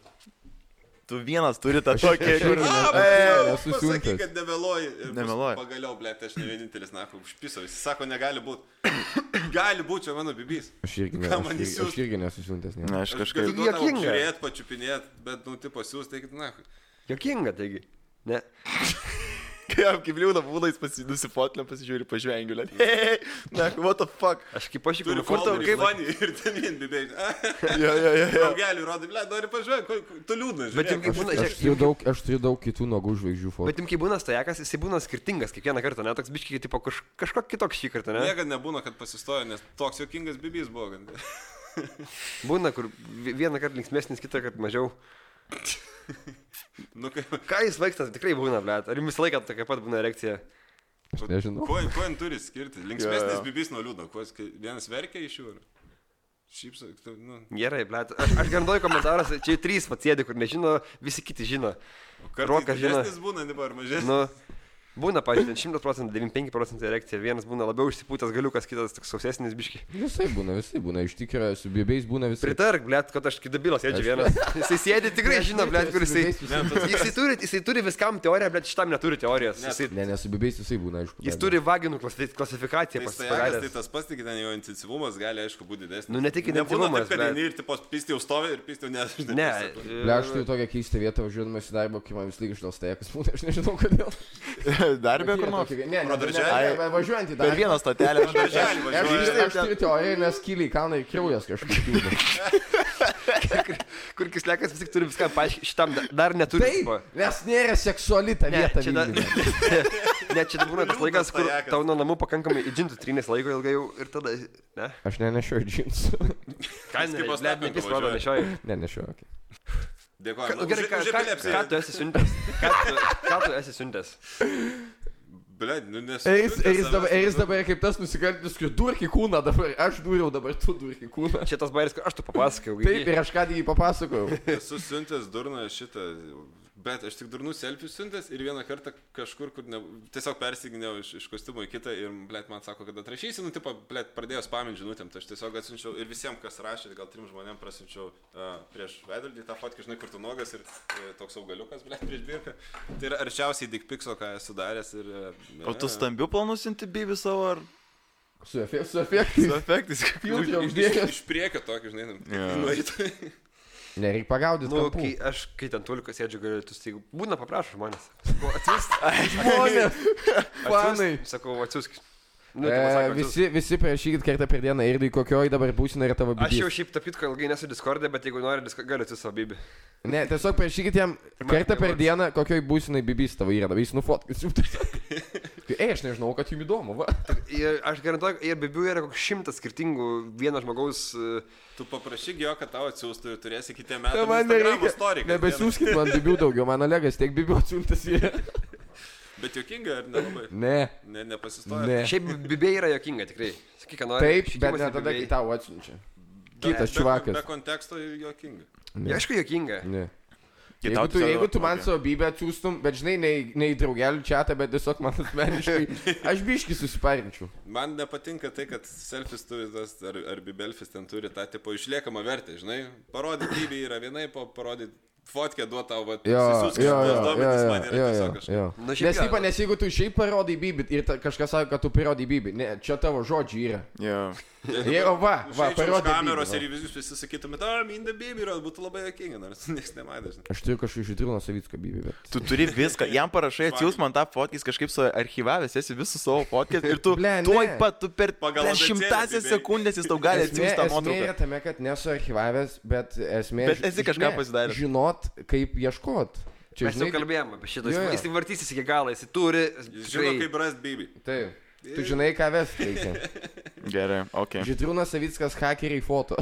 S2: Tu vienas turi tą tokį, kur...
S3: Nesu
S4: Pasakyk,
S3: siuntęs.
S4: kad nemeloji.
S2: Nemeluoju.
S4: Pagaliau, ble, aš ne vienintelis, na, užpiso. Jis sako, negali būti. gali būti čia mano bibys.
S3: Aš irgi, ne,
S4: Ką man
S3: aš, irgi,
S4: įsiųst?
S3: aš irgi nesu siuntęs. Ne.
S2: Na, aš kažkaip...
S1: Juokinga.
S4: Žiūrėt, pačiupinėt, bet, nu, tipo, siūs, tai, na,
S1: Jokinga, taigi. Ne.
S2: Kaip kaip liūna būdais nusifotlė, pasižiūri, pažvengiu. liat. Hey, na, what the fuck?
S1: Aš kaip aš
S4: turi
S1: įkūriau
S4: foto,
S1: folderį,
S4: kaip
S1: žinai.
S4: vanį ir ten vien bibėjai.
S2: Jo, jo, jo, jo.
S4: Daugeliu rodo, ble, nori pažiūrėti, tu liūdnas.
S1: Bet jau
S4: žiūrėk.
S1: kaip būna,
S3: Aš turiu
S1: žiūrėk,
S3: daug, aš turiu daug kitų nogų žvaigždžių fotų.
S1: bet jau kaip būna stajakas, jis būna skirtingas kiekvieną kartą, ne toks biškiai, tipo kaž, kažkoks kitoks šį kartą, ne?
S4: Niekad nebūna, kad pasistoja, nes toks juokingas bibys buvo. kad-
S1: Būna, kur vi- vieną kartą linksmėsnis, kitą kartą mažiau.
S4: Nu, kaip,
S1: Ką jis vaiksta, tai tikrai būna, blėt. Ar jums visą laiką tokia pat būna reakcija?
S3: Aš nežinau.
S4: Nu, Kuo, kuo jin turi skirti? Linksmėsnis
S2: Jo,
S4: yeah,
S2: jo.
S4: yeah. bibis nuo liūdno. Kuo, jis- kai vienas verkia iš jų. Šypsai, nu,
S1: Gerai, blėt. Aš, aš garantuoju komentaruose, čia trys pats sėdi, kur nežino, visi kiti žino. Rokas
S4: kartais
S1: žino.
S4: didesnis būna, dabar mažesnis.
S1: Nu, būna, pažiūrėjau, 100 procentų, 95 procentų reakcija. Vienas būna labiau užsipūtęs galiukas, kitas toks sausesnis biški.
S3: Visai būna, visai būna. Iš tikrųjų, su bibėjais būna visai.
S1: Pritark, blėt, kad aš kidabilas sėdžiu vienas. Jisai sėdi, tikrai žino, blėt, kur jisai. Jisai turi, jisai turi viskam teoriją, bet šitam neturi teorijos.
S4: Ne,
S1: Jisai,
S3: Ne, nesu bibėjais visai būna, aišku.
S1: jis
S3: be
S1: turi vaginų klasi- klasifikaciją
S4: Tai stajakas, tai
S1: pasidaręs.
S4: tas pats, tik ten jo intensyvumas gali, aišku, būti didesnis.
S1: Nu, ne tik
S4: Nebūna
S1: intensyvumas,
S4: taip, kad
S1: bet-
S4: eini ir tipos pisti jau stovi ir pisti jau nesužinai.
S1: Ne, e,
S3: abejo. Ble, aš turiu tokią keistą vietą važiuodamas į darbą, kai man vis lyg išdėl stajakas būna, aš nežinau kodėl.
S2: Darbė kur nors.
S3: Tokį- Ne, ne,
S4: Pro
S3: ne,
S4: darželį?
S3: ne, ne, važiuojant į
S2: Per
S3: darbą.
S2: vieną stotelę. nu,
S4: Darželį
S3: Aš,
S4: važiuoja.
S3: aš turiu teoriją, nes kyliai kalnai kraujas kažkaip. juda.
S1: kur kislekas vis tik turi viską paaiškinti, šitam da- dar neturi.
S3: Taip,
S1: tipo.
S3: nes nėra seksuali ta
S1: Ne,
S3: vieta.
S1: čia da-
S3: Vilniuje.
S1: ne, čia būna tas laikas, kur
S4: Stajakas.
S1: tau nuo namų pakankamai įdžintų trynės laiko ilgai jau ir tada, ne?
S3: Aš nenešiu džinsų.
S1: Ką, ne,
S4: kaip pas
S1: ne,
S4: Lepenko
S1: ne, jis mano
S4: važiuoja.
S1: nešioja.
S3: Nenešiu, okei.
S4: Dėkuoju.
S1: Nu, Gerai, ką, ką, ką tu esi siuntęs? Ką tu, ką tu esi siuntęs?
S4: Ble, nu nes.
S3: Ir jis dabar kaip tas nusikaltis, kur durki kūną dabar, aš dūriau dabar, tu durki kūną.
S1: Čia tas bairis, kur aš tu papasakau.
S3: Taip, ir aš ką tik jį papasakojau.
S4: Esu siuntęs durną šitą, bet aš tik durnų selfį siuntęs ir vieną kartą kažkur, kur ne, tiesiog persiginiau iš, iš kostiumo į kitą ir, blėt, man sako, kad atrašysi, nu, tipo, blėt, pradėjau spaminti žinutėm, tai aš tiesiog atsiunčiau ir visiems, kas rašė, gal trim žmonėm prasinčiau uh, prieš veidrodį tą fotkę, žinai, kur tu nuogas ir uh, toks augaliukas, blėt, prieš birką. Tai yra arčiausiai dikpikso, ką esu daręs ir... Uh,
S2: O tu stambių planų siunti bibi savo ar
S3: Su efe- su efektais.
S2: su efektais? kaip jau-
S3: Filtrą
S4: Iš, iš,
S3: uždėjęs.
S4: iš priekio tokį, žinai,
S2: Jo.
S4: yeah. nueitą.
S3: Nereik pagaudyti.
S1: Nu,
S3: Nu,
S1: kai aš, kai ten tulikas sėdžiu, galiu, tu staigiu. Būna paprašo žmonės. Sakau, atsiųsk.
S3: Žmonės, fanai.
S1: Sakau, atsiųsk. Nu,
S3: E,
S1: tipo, sako, atsiųsk.
S3: visi, visi prašykit kartą per dieną ir į kokioj dabar būsina yra tavo
S1: Aš jau
S3: bičiulis.
S1: šiaip tapitko ilgai nesu Discord'e, bet jeigu nori, disko- galiu atsiųsti savo bibį.
S3: Ne, tiesiog prašykit jam kartą per dieną, kokioj būsinai bibys tavo yra, dabar jis nufotkis. Tai ei, aš nežinau, kad jums įdomu, va.
S1: Ir aš garantuoju, ir bebiu yra koks šimtas skirtingų vieno žmogaus... e,
S4: Tu paprašyk jo, kad tau atsiųstų ir turėsi kitiem metam.
S3: man
S4: Instagramo
S3: nereikia.
S4: story kasdien.
S3: Nebesiūskit man bibių daugiau, man Olegas tiek bibių atsiuntas į...
S4: Bet juokinga ar nelabai?
S3: Ne.
S4: Ne, nepasistoja.
S3: Ne.
S1: Šiaip bibė yra jokinga, tikrai. Sakyk, ką nori.
S3: Taip, bet
S1: šykimas
S3: ne
S1: į
S3: tada,
S1: BB.
S3: kai tau atsiunčia.
S4: Be-
S3: Kitas
S4: be-
S3: čuvakas.
S4: Be konteksto juokinga.
S1: Ja, Aišku, jokinga.
S3: Ne.
S2: Kai
S3: Jeigu
S2: tau
S3: tu,
S2: tiesiog-
S3: jeigu tu man
S2: okei.
S3: savo bybę atsiųstum, bet žinai, ne, į- ne į draugelių čia, bet tiesiog man asmeniškai, aš biški susiparinčiau.
S4: Man nepatinka tai, kad selfis turi tas, ar, ar bibelfis ten turi tą tipo išliekamą vertę, žinai. Parodyti bibį yra vienai, po parodyti fotkę duotą, o
S3: Jo, jo, jo, jo,
S4: duomenys man yra
S3: jo, jo,
S4: tiesiog
S3: jo.
S4: kažkas.
S1: Na, Nu, šiaip
S3: Nes,
S1: jo.
S3: ypa, nes jeigu tu šiaip parodai bybį ir ta, kažkas sako, kad tu parodai bybį, ne, čia tavo žodžiai yra.
S2: Jo.
S3: Jeigu, va, va, parodai.
S4: kameros
S3: bybį,
S4: ir
S3: va.
S4: jūs visi sakytumėte, o, minda bibį yra, būtų labai juokinga, nors niekas nematė, žinai.
S3: Aš turiu kažkokį Žitrūno Savicko bybį, bet...
S2: Tu turi viską, jam parašai, atsiūs man tą fotkį, jis kažkaip su archyvavęs, esi visus savo fotkį ir tu
S3: Ble, ne.
S2: tuoj pat, tu per
S4: Pagal
S2: per
S4: abėcėlę
S2: šimtąsias
S4: tai beveik.
S2: sekundės jis tau gali
S3: Esmė,
S2: atsiųsti tą
S3: esmė yra
S2: nuotrauką.
S3: tame, kad nesu archyvavęs, bet esmė...
S2: Bet
S3: ži-
S2: esi kažką
S3: ne,
S2: pasidaręs.
S3: Žinot, kaip ieškot. Čia, tai-
S1: Mes jau kalbėjome apie šitą.
S3: Jo, jo.
S1: Jis, jis vartysis iki galo, jis turi...
S4: Jis žino,
S1: tikrai-
S4: kaip rast bibį.
S3: Taip. Tu žinai, ką ves reikia.
S2: Gerai, okei.
S3: Žitrūnas Savickas hakeriai foto.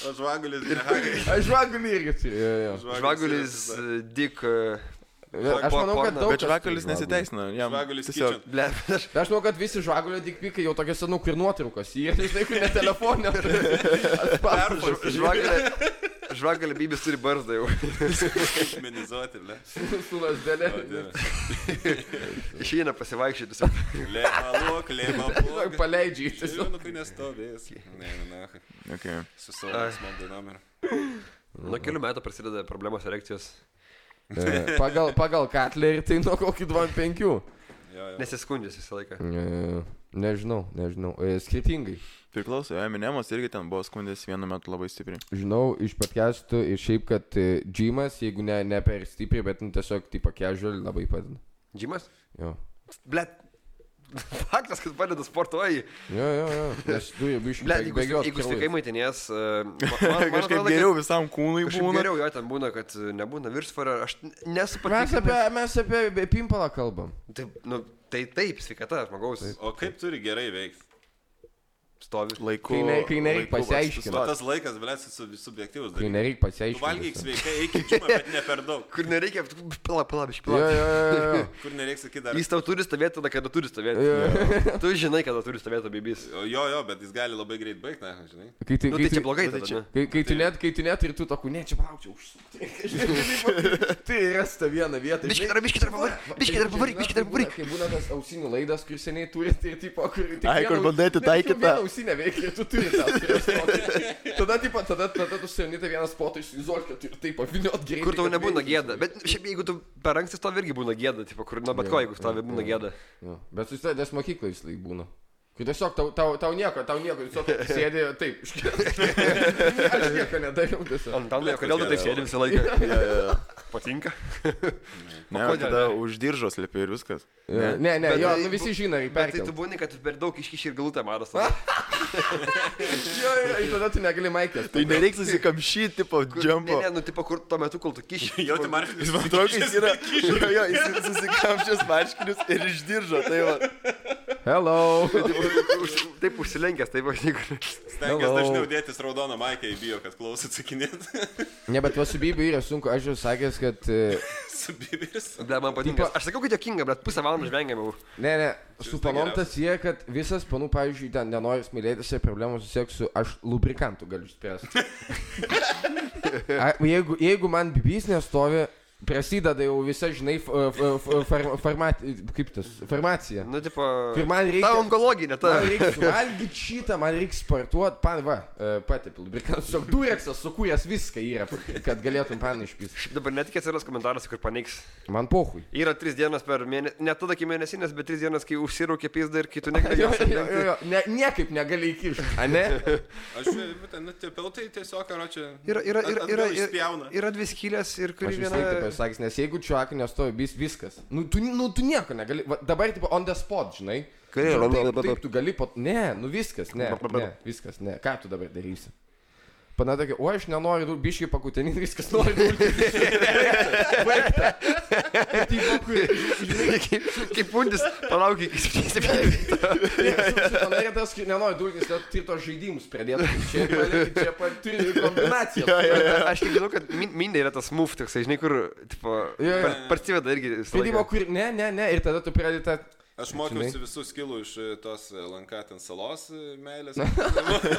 S4: O žvagulis, ne,
S3: Aš žvagulį irgi turiu. Jo, jo.
S1: Žvagulis, e, Dick...
S3: Bet Aš manau, kad daug.
S2: Bet
S3: kas
S2: žvakulis
S3: tai turi žvagulį.
S2: nesiteisino. jam
S4: Žvagulis
S2: tiesiog-
S4: kitchen.
S1: Ble, aš...
S3: Bet Tai Aš manau, kad visi žvagulio dikpikai jau tokiuose, nu, kur nuotraukos. Jie, žinai, kur net telefonė.
S1: Žvagalė, žvagalė bibis turi barzdą jau.
S4: Menizuoti, ne.
S3: Su lasdelė.
S1: Išeina pasivaikščioti. tiesiog.
S4: Lėma, luk, lėma,
S3: Tiesiog
S4: luk.
S3: Paleidžiai.
S4: Tiesiog,
S3: tiesiog.
S4: nu, kai nestovės. Ne, ne, ne.
S2: Okei.
S4: Su savo esmą dainom ir.
S1: Nuo kelių metų prasideda problemos erekcijos.
S3: E, Pagal, pagal Katlerį tai nuo kokį 25.
S4: Jo, jo.
S1: Nesiskundžiasi visą laiką.
S3: E, Nežinau, nežinau. E, Skirtingai.
S2: Priklauso, Eminemas irgi ten buvo skundęs vienu metu labai stipriai.
S3: Žinau iš podcastų ir šiaip, kad e, džimas, jeigu ne, ne per stipriai, bet nu, tiesiog tipo casual labai padeda.
S1: Džimas?
S3: Jo.
S1: Ble. Faktas, kad padeda sportuoji.
S3: Jo, jo, jo. Nes tu jau biškai.
S1: Ble, jeigu, jeigu stikai maitinės, man, man, man
S2: Kažkaip
S1: atrodo,
S2: geriau visam kūnui
S1: Kažkaip
S2: būna.
S1: geriau jo ten būna, kad e, nebūna viršsvario, aš n- nesu
S3: Mes
S1: patikęs.
S3: apie, mes apie be- pimpalą kalbam.
S1: Taip, nu, tai taip, sveikata žmogaus
S4: O kaip turi gerai veikti?
S1: stovi.
S2: Laiku.
S3: Kai ne- kai nereik
S2: laiku vat
S3: pasiaiškint.
S2: sustot.
S4: Va tas laikas, blės, su, subjektyvus
S3: Tai
S4: dalykas.
S3: nereikia
S4: Tu valgyk
S3: pasiaiškinti.
S4: sveikai, eik į džimą, bet ne per daug.
S1: Kur nereikia, tu- pala, pala, biški,
S3: Jo,
S1: pala.
S3: jo, jo, jo.
S4: Kur nereiks sakyti dar.
S1: Jis tau turi stovėti tada, kada turi stovėti. Tu žinai, kada turi stovėti bibis.
S4: O Jo, jo, bet jis gali labai greit baigti, na, žinai.
S3: Kai tu,
S1: Nu,
S3: kai
S1: tai
S3: tu,
S1: čia blogai,
S2: nu, tai
S1: tai
S2: čia-
S1: čia.
S3: kai, kai tu net, kai tu net ir tu tokių, ne, čia plaukčiau užsukti. Tai yra ta viena vieta.
S1: Biški,
S3: žinai.
S1: dar biški, dar pavaryk, biški, dar
S3: Žinot,
S1: pavaryk, biški,
S3: kai
S1: dar pavaryk.
S3: būna- Kai būna tas ausinių laidas, kur seniai turi, tai tipo, kur... tik
S2: Ai, kur
S3: vieną-
S2: bandai
S3: ne,
S2: atitaikyt
S3: tiesiog
S2: tą.
S3: vieną Ausinę veikia ir tu turi tą. ausį. Tada, tipo, tada, tada tu seniai tą vieną spotą iš izolkio ir taip apviniot greitai.
S1: Kur tau
S3: kad
S1: nebūna
S3: veikia.
S1: gėda. Bet šiaip jeigu tu per anksti stovi irgi būna gėda, tipo, kur nuo bet ko, jeigu stovi būna gėda.
S3: Jo, Nu, Bet susidedęs mokyklai vis laik būna. Kai tiesiog tau, tau, tau nieko, tau nieko, tiesiog sėdė taip. Aš nieko nedariau tiesiog.
S1: Antanai, kodėl tu taip sėdi visą laiką? Patinka?
S2: Ne,
S1: O kodėl
S2: tada už diržos lipi ir viskas.
S3: Ne, ne, ne
S1: Bet
S3: jo,
S1: tai
S3: nu, visi
S1: bu-
S3: žino,
S1: Bet tai
S3: perkelt.
S1: tu būni, kad per daug iškiši ir galutę maras. tada.
S3: Jo, jo, ir tada tu negali maikės.
S2: Tai nereiks susikamšyti, tipo,
S1: Kur-
S2: džempo.
S1: Ne, ne, nu, tipo, kur tuo metu, kol tu kiši.
S4: Jauti marškinius.
S2: Jis man atrodo, jis yra... Jo, jo, jis susikamšęs marškinius ir išdiržo. Tai va.
S3: Hello.
S1: Už- Taip užsilenkęs, taip aš niekur.
S4: Stengiasi
S3: Hello.
S4: dažniau dėtis raudoną maikę į bijo, kad klausai atsakinėti.
S3: Ne, bet tuos su Bibi yra sunku, aš jau sakęs, kad... e,
S4: Su bibis.
S1: Ble, man patinka.
S3: Tipo-
S1: Aš sakiau, kad jokinga, bet pusę valandą žvengiam jau.
S3: Ne, ne, su
S4: visada
S3: panom tas jie, kad visas panų, pavyzdžiui, ten nenori smilėtis ir problemų susisieks su, aš lubrikantų galiu išspręsti. A, jeigu, jeigu man bibys nestovi, prasideda jau visa, žinai, f, f, f, far, format, kaip tas, farmacija.
S1: Nu, tipo.
S3: Ir man reikia-
S1: Ta onkologinė, ta.
S3: Man reikia valgyti šitą, man reikia sportuoti, pan, va, e, pati, lubrikantas, tiesiog dureksas sukūręs viską yra, kad galėtum pan išpys.
S1: Šiaip dabar netikės yra komentaras, kur paneiks.
S3: Man pohui.
S1: Yra trys dienas per mėnesį, ne tada, kai mėnesinės, bet trys dienas, kai užsiraukia pizda ir kitų negali.
S3: Jo,
S1: jos
S3: jo, jo,
S1: atlenkti.
S3: jo, ne, niekaip negali įkišti, a ne?
S4: Aš, bet, nu, tie peltai tiesiog, ar čia...
S1: Yra, yra, yra, yra, yra,
S4: Išpjauna.
S1: yra dvi skylės ir
S3: Aš
S1: kuri
S3: vis tiek taip
S1: viena.
S3: pasakys, nes jeigu čiuakai nestovi, vis, viskas. Nu tu, nu, tu nieko negali. Va, dabar, tipo, on the spot, žinai.
S1: Kai-
S3: Tu taip, taip, tu gali po... Ne, nu viskas, ne, ne, viskas, ne. Ką tu dabar darysi? Pana tokia, o aš nenoriu, du- biškį pakutinį, viskas nori būti. Baigta. Ir tipo, Tai kur-
S1: kaip, kaip pundis, palaukiai iki 7.
S3: Padarė tas, kai nenori dulkis, kad tirto žaidimus pridėtų. Čia, palik- čia pat turi kombinaciją.
S1: Aš tik žinau, kad min- mindė yra tas move, toksai, žinai, kur, tipo,
S3: Jo, jo.
S1: par- parsiveda irgi. visą
S3: Tai tipo,
S1: laiką.
S3: kur ne, ne, ne, ir tada tu pradedi tą...
S4: Aš mokiausi visų skilų iš e, tos lankatin salos e, meilės.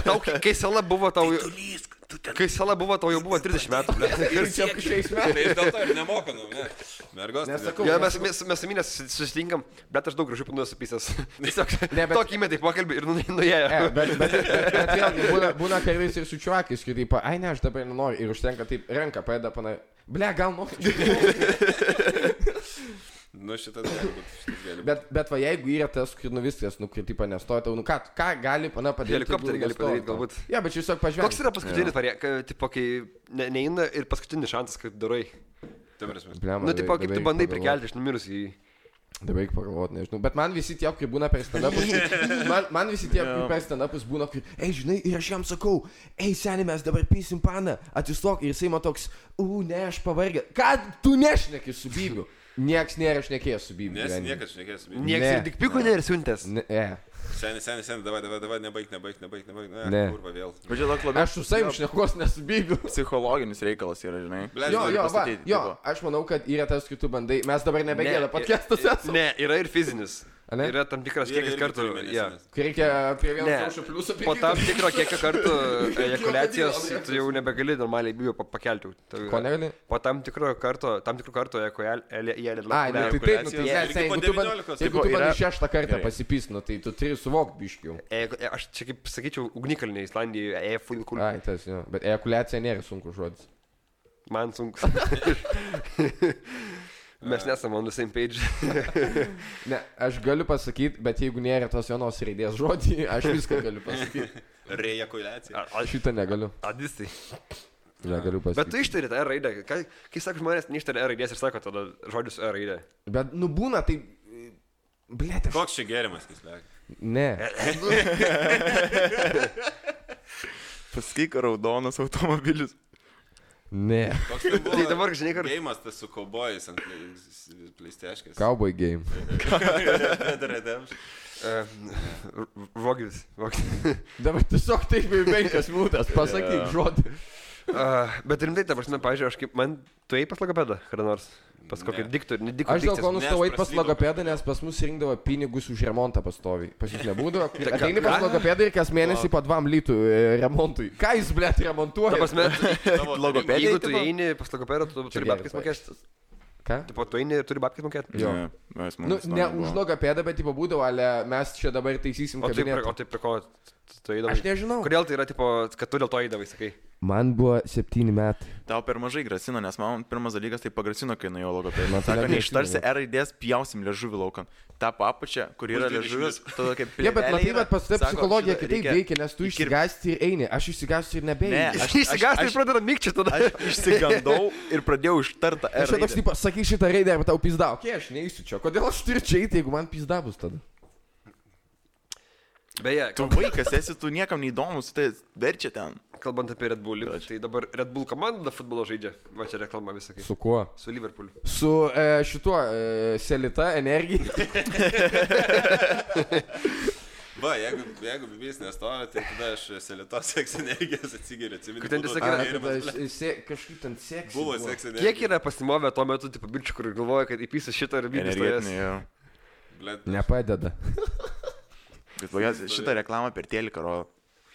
S1: Tau, kai kai sala buvo tau... Kai sala buvo tau jau buvo 30 metų.
S3: Ir čia šiais metais.
S4: Tai dėl to ir nemokanau, ne? Mergos.
S3: Nes
S4: tai-
S3: sakau,
S1: Jo, mes, mes, mes su minė susitinkam, bet aš daug gražių pandu esu pisęs. Tiesiog
S3: Ne, bet-
S1: tokį įmetį pokalbį ir nu- nuėjo.
S3: E, bet, bet, bet, bet vėlgi būna, būna kartais ir su čiuakis, kai taip, ai ne, aš dabar nenoriu ir užtenka taip ranką padeda pana. Ble, gal noriu.
S4: Nu, šitas gali būti. šitas gali
S3: Bet, bet va, jeigu yra tas, kur nu viskas, nu, kai taip nestoja, tau, nu ką, ką gali pana padaryti?
S1: Helikopterį
S3: jeigu
S1: gali padaryt,
S3: nestovi
S1: galbūt.
S3: tau? Jo, bet čia tiesiog
S1: Koks
S3: pažvelgti.
S1: yra paskutinis variantas, tipo, kai ne, neina ir paskutinis šansas, kad darai.
S4: būti. Ta prasme.
S3: Blema,
S1: Nu, tipo, kaip tu bandai prikelti iš numirusių į...
S3: Dabar reikia pagalvoti, nežinau. Bet man visi tie, kai būna per stand-upus, man, man visi tie, kai per stand-upus būna, kai, ei, žinai, ir aš jam sakau, ei, seniai, mes dabar pysim paną, atsistok ir jisai man toks, u, ne, aš pavargęs. Ką tu nešneki su bybiu? Niekas nėra šnekėjęs su bybiu.
S4: Nes
S3: gyvenime.
S4: niekas šnekės.
S1: Niekas
S3: Ne.
S1: ir tik piko nėra siuntęs.
S3: Ne, e.
S4: Seniai, seniai, seniai, davai, davai, davai, nebaig, nebaig, nebaig, nebaig. Ne,
S3: Ne.
S4: kurva vėl.
S2: Važiuoju, daug labiau.
S3: Aš su savim šnekos nesubybiu.
S2: Psichologinis reikalas yra, žinai.
S4: Ble,
S3: Jo,
S4: žinai,
S3: jo, va,
S2: pastatyti,
S3: jo,
S2: tipo.
S3: aš manau, kad yra tas, kai tu bandai, mes dabar nebegėlė podcastus esame.
S1: Ne, yra ir fizinis.
S3: Ane?
S1: Yra tam tikras
S4: vyrai
S1: kiekis
S4: irgi
S1: kartų.
S4: turi mėnesines.
S1: jo.
S3: Kai reikia prie vieno
S1: Ne.
S3: kiaušio pliusą
S1: Po tam
S3: kitą.
S1: tikro kiekio kartų ejakulacijos tu jau nebegali normaliai bijo pa- pakelti. Tau-
S3: Ko negali?
S1: Po tam tikro karto, tam tikro karto ejakulacija.
S3: Ai, ne, tai taip, nu, tai
S4: Kalkuliacija.
S3: mes,
S4: Irgi po
S3: jeigu tu, ban,
S4: 19,
S3: jeigu
S2: tipo,
S3: tu yra...
S2: yra-
S3: šeštą kartą
S2: Gerai.
S3: pasipysnu, tai tu turi suvokti biškių.
S1: E, Aš čia kaip sakyčiau, ugnikalniai Islandijoje, e, full cool.
S3: Ai, tas, jo. Bet ejakulacija nėra sunku žodis.
S1: Man sunku. Mes nesame on the same page.
S3: Ne, aš galiu pasakyti, bet jeigu nėra tos vienos raidės žodį, aš viską galiu pasakyti.
S4: Rejakuliacija.
S1: Ar- ar-
S3: Šitą negaliu.
S1: Adistai.
S3: Negaliu
S1: Bet tu
S3: pasakyti.
S1: ištari tą R raidę. Kai, kai sako žmonės, neištari R raidės ir sako tada žodžius R raidę.
S3: Bet, bet nu būna, tai... Blėt, aš...
S4: Koks čia gėrimas, kai slėg?
S3: Ne.
S2: Pasakyk, raudonas automobilis.
S3: Ne.
S4: Koks tai buvo?
S1: Tai dabar, žinai, kad...
S4: Gėjimas tas su kaubojais ant pleisteškės.
S3: Cowboy game.
S1: Vogis.
S3: Dabar tiesiog taip į penkias minutės pasakyk žodį.
S1: Bet rimtai, ta prasme, pažiūrėjau, aš kaip man... Tu eini pas logopedą, kada nors. Pas kokį
S4: Ne.
S1: diktorių. Ne
S3: Aš dėl
S1: diktorių.
S3: ko nustojau eiti pas
S4: praslydo
S3: logopedą, nes pas mus rinkdavo pinigus už remontą pastoviai. Pas jūs nebūdavo.
S1: ką-
S3: Ateini pas
S1: ką?
S3: logopedą ir kas mėnesį po 2 litų e, remontui. Ką jūs, blėt,
S1: Ta
S3: remontuoja?
S1: prasme,
S2: Logopedai,
S1: jeigu tu
S2: tipo?
S1: eini pas logopedą, tu turi
S3: gerai,
S1: babkis
S3: va.
S1: mokėti.
S3: Ką?
S1: Tipo, tu eini ir turi babkis mokėti.
S3: Jo.
S2: Mes
S3: Nu, ne už logopedą, bet tipo būdavo, ale mes čia dabar taisysim
S1: O tai prie
S3: kabinetą.
S1: o tai prie ko tu eidavai?
S3: Aš nežinau.
S1: Kodėl tai yra, tipo, kad tu dėl to eidavai, sakai?
S3: Man buvo 7 metai.
S2: Tau per mažai grasino, nes man pirmas dalykas tai pagrasino, kai nuėjau
S3: Man
S2: logopedą.
S3: tai
S2: Sako,
S3: negrasino,
S2: neištarsi
S3: bet-
S2: R raidės, pjausim liežuvį laukan. Ta papačia, kur yra
S4: Už
S2: liežuvis, tada kaip...
S3: Ne, bet
S2: plėvelė
S3: matai,
S2: yra,
S3: bet pas tave
S2: sako,
S3: psichologija
S2: šitą
S3: kitaip
S2: reikia
S3: veikia, nes tu
S2: įkirpt.
S3: išsigasti ir eini. Aš išsigasti ir nebeini.
S2: Ne,
S1: Aš
S2: Aš-
S1: išsigąstu
S2: aš-
S1: ir pradedu mygti tada.
S2: Aš išsigandau ir pradėjau ištartą R.
S3: Aš čia toks,
S2: raidę.
S3: taip, sakyk šitą raidę, arba tau pizda, okei, aš neįsiu čia. Kodėl aš turiu čia eiti, jeigu man pizda bus tada?
S1: Beje,
S2: Tu vaikas esi, tu niekam neįdomus, tai verčia ten.
S1: Kalbant apie Red Bull, tai dabar Red Bull komanda futbolo žaidžia. Va čia reklama visokai.
S3: Su kuo?
S1: Su Liverpool.
S3: Su e, šituo e, selita energija.
S4: Va, jeigu, jeigu bibys nestovi, tai tada aš selitos seks energijos atsigeriu, atsimenu.
S1: Kur ten tiesiog
S3: Ar
S1: yra-
S3: tada aš- se, kažkaip ten seksas.
S4: Buvo seks energija.
S1: Kiek yra pasimovę tuo metu, tipo, bičių, kur galvoja, kad įpysi šitą ir
S2: Energetinį,
S1: vykstas.
S2: jo.
S4: Blet,
S3: Nepadeda.
S2: Bet va, jos šitą reklamą per teliką rodo.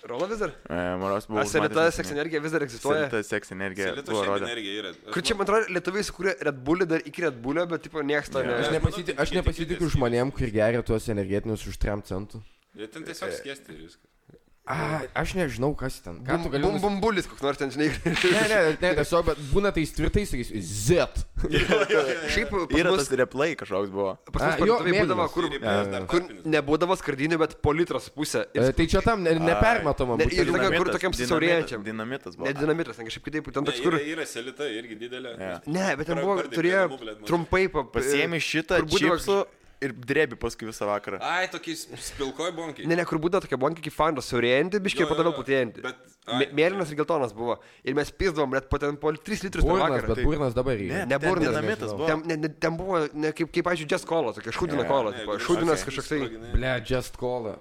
S1: Rola vis dar?
S2: E, Maros buvo.
S1: Ar Selita seks energija vis dar egzistuoja?
S2: Selita seks energija.
S4: selitos
S2: buvo
S4: šiaip
S2: rodę.
S4: energija yra. Aš
S1: Kur čia, man atrodo, lietuviai sukūrė Red Bullį dar iki Red Bullio, bet, tipo, niekas to
S3: Aš,
S1: ne.
S4: manau,
S3: nepasiti,
S4: tai
S3: aš
S4: kiti-
S3: nepasitikiu
S4: kiti
S3: žmonėm, kurie geria tuos energetinius už 3 centų.
S4: man- Jie ten tiesiog
S1: E,
S4: skėsti ir viskas.
S3: A, aš nežinau, kas ten. Ką
S1: Bum-
S3: tu gali
S1: bum-
S3: nus-
S1: Bumbulis, koks nors ten, žinai.
S3: Ne, ne, ne, tiesiog, bet būna tais tvirtais, sakys, Z.
S1: Šiaip pas
S2: Yra tas
S1: mus,
S2: replay kažkoks buvo.
S1: pas
S3: A,
S1: mus
S3: jo,
S1: parduotuvėj būdavo,
S3: mėlynas.
S1: kur, e,
S4: Ir įpės dar
S1: kur nu,
S4: tarpinis.
S1: nebūdavo skardinių, bet politros pusė.
S3: E, Tai čia tam ne- nepermatomam.
S1: Ne,
S3: būtų.
S1: ir- tokia, kur
S2: Dinamitas,
S1: tokiam
S2: dinamitas,
S1: susiaurėjančiam.
S2: Dinamitas
S1: Ne
S2: buvo.
S1: dinamitas, ten kažkaip kitaip, ten
S4: Ne,
S1: toks kur.
S4: yra, yra selita irgi didelė.
S2: Jo.
S1: Ne, bet ten
S4: Pra-
S1: buvo,
S4: pardėj prie
S1: turėjo
S4: namų, blet, mažai.
S1: trumpai
S2: Pasiemi
S1: e,
S2: šitą
S1: Kur būdavo-
S2: čipsų ir drebi paskui visą vakarą.
S4: Ai, tokiais spilkoj bonkiai.
S1: Ne, ne, kur būdavo tokia bonkė, kaip fandas, siaurėjanti, biškiai
S4: Jo, jo,
S1: padaviau
S4: jo,
S1: platėjanti.
S4: bet- ai,
S1: Mėlynas ir geltonas buvo. Ir mes pizdavom, net po ten po 3 litrus per
S3: Burnas,
S1: vakarą.
S3: bet burnas dabar yra.
S1: tai- Ne burnas.
S2: Dinamitas
S1: nežinau.
S2: buvo.
S1: Ten, ne, ne, ten buvo, ne, kaip, kaip, pavyzdžiui, jazz kola, tokia šūdina yeah, kola,
S4: Ne,
S1: tipo,
S4: jeigu
S1: šūdinas tai,
S4: visai
S1: kažkoksai.
S4: sproginėja.
S3: Ble, just call.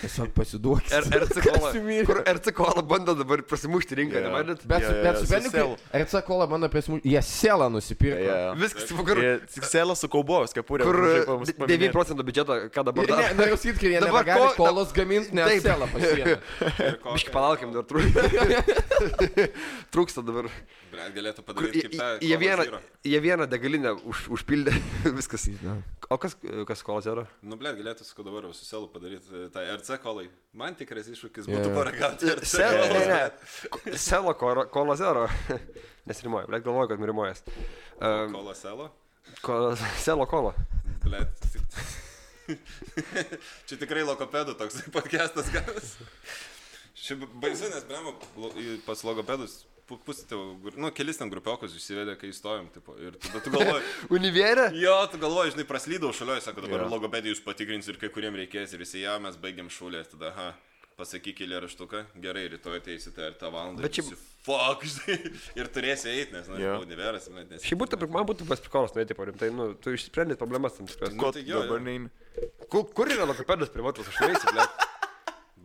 S3: Tiesiog pasiduok.
S1: R- RC kola.
S3: Kasimirė.
S1: Er- Kur RC kola bando dabar prasimušti rinką,
S2: Jo.
S1: yeah. nematyt?
S3: Bet,
S2: Jo, jo,
S3: bet
S2: jo, su
S3: suprantu,
S2: selu.
S3: kad RC kola mano prismūšė. Jie selą nusipirko.
S2: E, Jo.
S1: Viskas, tipo, kur,
S2: Ir Selas su kaubovas kepurė.
S1: kur e,
S2: mažai pa mus
S1: de- 9
S2: paminėjo.
S1: procentų biudžeto, ką dabar
S3: Ir Ne,
S1: daro.
S3: norėjau sakyti, kad jie
S1: Dabar
S3: Nu, dabar gali
S1: ko-
S3: kolos gaminti, ne
S1: Taip.
S3: selą pasiėmė.
S4: Ir kokią-
S1: Biškai palaukim dar trūksta. trūksta dabar.
S4: Blet, galėtų
S1: Kur,
S4: padaryti
S1: jie,
S4: kaip tą.
S1: jie,
S4: Cola
S1: vieną,
S4: Zero.
S1: jie vieną degalinę už, užpildė, viskas. O kas, kas kolas yra?
S4: Nu, ble, galėtų su kodovaru su selu padaryti tą RC kolai. Man tikras iššūkis
S3: Jo,
S4: būtų
S3: jo.
S4: paragauti RC
S1: Selo, ne,
S4: kolą.
S1: ne. Selo kola, kola zero. Nesirimuoju, blek galvoju, kad mirimuojas. Um,
S4: Kola selo.
S1: kola, selo kola.
S4: Ble. tai- Čia tikrai lokopedų toks podcastas gavęs. Šiaip baisu, nes bremo pas logopedus pu- pusė tavo, gru- nu, kelis ten grupiokus išsivedė, kai įstojom, tipo. Ir tada tu galvoji,
S1: Univėrė?
S4: jo, tu galvoji, žinai, praslydau šalioj, sako, dabar
S2: Jo.
S4: logopedijų jūs patikrins ir kai kuriem reikės, ir visi, ja, mes baigiam šulę, ir tada, ha. Pasakyk į lėraštuką, gerai, rytoj ateisite ir tą valandą.
S1: Bet
S4: Bet
S1: čia-
S4: čia... Fuck, žinai. Ir turėsi eiti, nes, na,
S2: Jo.
S4: nu, universas, net nes...
S1: Šiaip būtų, man būtų pasprikolas, nuėti po rimtai, nu, tu išsprendai problemas tam tikras.
S4: Nu,
S2: Ko
S4: tai
S2: tu
S4: jo, jo.
S2: dabar neini?
S1: Kur, kur yra logopedas privatus, aš neįsiu, ble.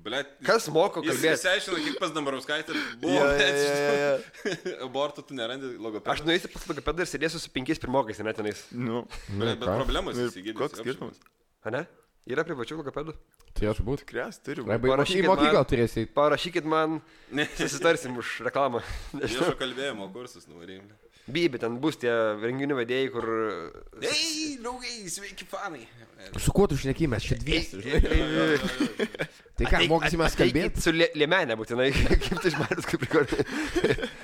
S4: Blet,
S1: Kas moko
S4: Jis
S1: kalbėti?
S4: išsiaiškino, kiek pas Damarauskaitė buvo.
S2: Jo,
S4: bet,
S2: jo, jo, jo.
S4: žinai, Abortų tu nerandi logopedą.
S1: Aš nuėsiu pas logopedą ir sėdėsiu su penkiais pirmokais, ne tenais.
S2: Nu,
S4: Bet, bet
S3: ką?
S4: problemas
S2: nu,
S4: įsigydė.
S2: koks skirtumas?
S1: A ne? Yra privačių logopedų?
S3: Turėtų būti.
S2: Kres turi būti.
S3: Labai
S1: Parašykit
S3: į mokyklą
S1: man-
S3: turėsi eiti.
S1: Parašykit man,
S4: Ne,
S1: susitarsim už reklamą.
S4: viešo kalbėjimo nu, kursus nuvarėjom.
S1: Bibi, ten bus tie renginių vedėjai, kur...
S4: Ei, liūgai, sveiki fanai.
S3: Su kuo tu šnekime, čia dviesi. žinai? Tai ką, mokysimės kalbėti?
S1: Su lė- liemenė būtinai, kaip tai žmonės, kaip prikolė.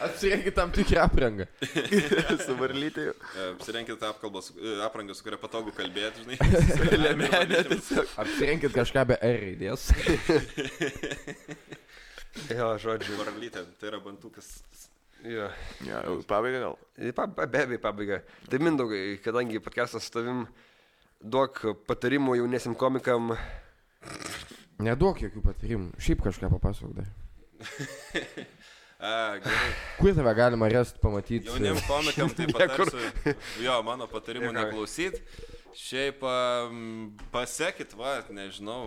S3: Apsirengit tam tikrą aprangą.
S2: Suvarlyti.
S4: Apsirenkit E, tą apkalbą su- e, aprangą, su kuria patogu kalbėti, žinai. Lemenė.
S3: Apsirengit kažką be R raidės.
S1: Jo, žodžiu.
S4: Varlytė, tai yra bantukas.
S1: Jo.
S2: Ja, pabaiga gal.
S1: Į pab- Be abejo, pabaiga. Tai Mindaugai, kadangi podcastas su tavim, duok patarimų jaunesim komikam.
S3: Neduok jokių patarimų. Šiaip kažką papasakok dar.
S4: A, gerai.
S3: Kur tave galima rasti, pamatyti?
S4: Jauniem komikam tai
S1: Niekur.
S4: patarsiu. Jo, mano patarimų
S1: Dėkui.
S4: neklausyt. Šiaip am, pasekit, va, nežinau,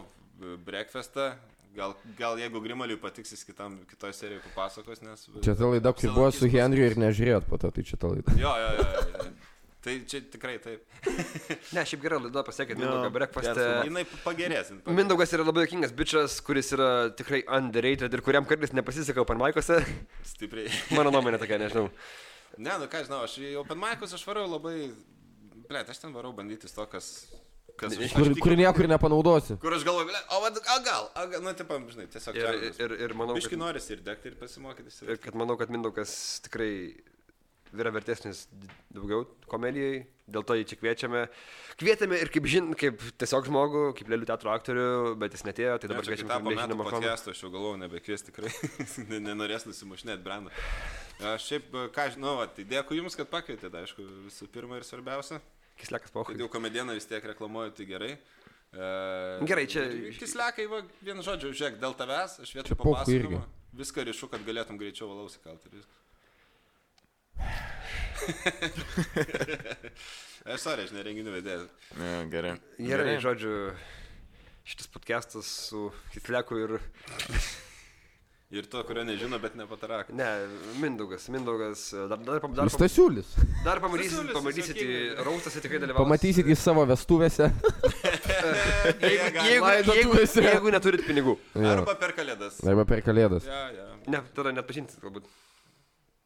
S4: breakfastą. Gal, gal jeigu Grimaliui patiks, jis kitam, kitoj serijoje papasakos, nes...
S3: Čia ta laida, kai buvo su
S4: apsilankys
S3: Henriu ir nežiūrėjot po to, tai čia ta laida.
S4: Jo, jo, jo. jo. Tai čia tikrai taip.
S1: Ne, šiaip gerai, laida pasiekit Mindaugą
S2: geras
S1: breakfastą.
S4: Jinai pagerės. jin pagerės.
S1: Mindaugas yra labai jokingas bičias, kuris yra tikrai underrated ir kuriam kartais nepasiseka panmaikose.
S4: Stipriai.
S1: Mano nuomonė tokia, nežinau.
S4: Ne, nu ką žinau, aš į Open Mic'us aš varau labai... Blet, aš ten varau bandyti to, kas... kas aš
S3: Kur,
S4: tikiu-
S3: kur niekur nepanaudosi.
S4: kur aš galvoju, ble, o, vat, o gal, o gal, nu, tipam, žinai, tiesiog...
S1: Ir, ir, ir, manau,
S4: Biški
S1: kad,
S4: norisi ir degti, ir pasimokyti.
S1: ir kad manau, kad Mindaugas tikrai yra vertesnis di- daugiau komedijai. Dėl to jį čia kviečiame. Kvietėme ir kaip žin, kaip tiesiog žmogų, kaip lėlių teatro aktorių, bet jis netėjo, tai dabar
S4: Dabar
S1: kviečiame
S4: kažkaip tapo
S1: kaip
S4: metų
S1: nežinomą komiką.
S4: podcast'o, aš jau galvoju, nebekvies tikrai, Ne- nenorės nusimušinėti brandą. Aš šiaip, e, ką žinau, va, tai dėkui Jums, kad pakvietėte, aišku, visų pirma ir svarbiausia.
S1: Kislekas
S4: Kad
S1: pohui.
S4: jau komedieną vis tiek reklamuoju, tai gerai. E, tai
S1: Gerai, čia-
S4: Kislekai, va, vienu žodžiu, žiūrėk, dėl tavęs, aš vietoj
S3: Čia pochui irgi.
S4: papasakojimo. Viską ryšu, kad galėtum greičiau valausi tai kalti. ir viskas. Aš sorry, aš nerenginių vedėjau.
S2: Ne, E, gerai.
S1: Gerai, žodžiu, šitas podcastas su Kisleku ir...
S4: Ir to, kurio nežino, bet nepatarak.
S1: Ne, Mindaugas, Mindaugas. Dar, dar, dar, dar,
S3: Stasiulis.
S1: Dar pamatysit,
S4: Sasiulis,
S1: pamatysit,
S4: juokingai.
S1: raustas tikrai dalyvaus.
S3: Pamatysit jį savo vestuvėse.
S1: Jeigu, jeigu, jeigu,
S3: Laidotuvėse.
S1: jeigu neturit pinigų.
S3: Jo.
S4: Arba per kalėdas.
S3: Arba per kalėdas.
S4: Ja, ja.
S1: Ne, tada net pažinsit, galbūt.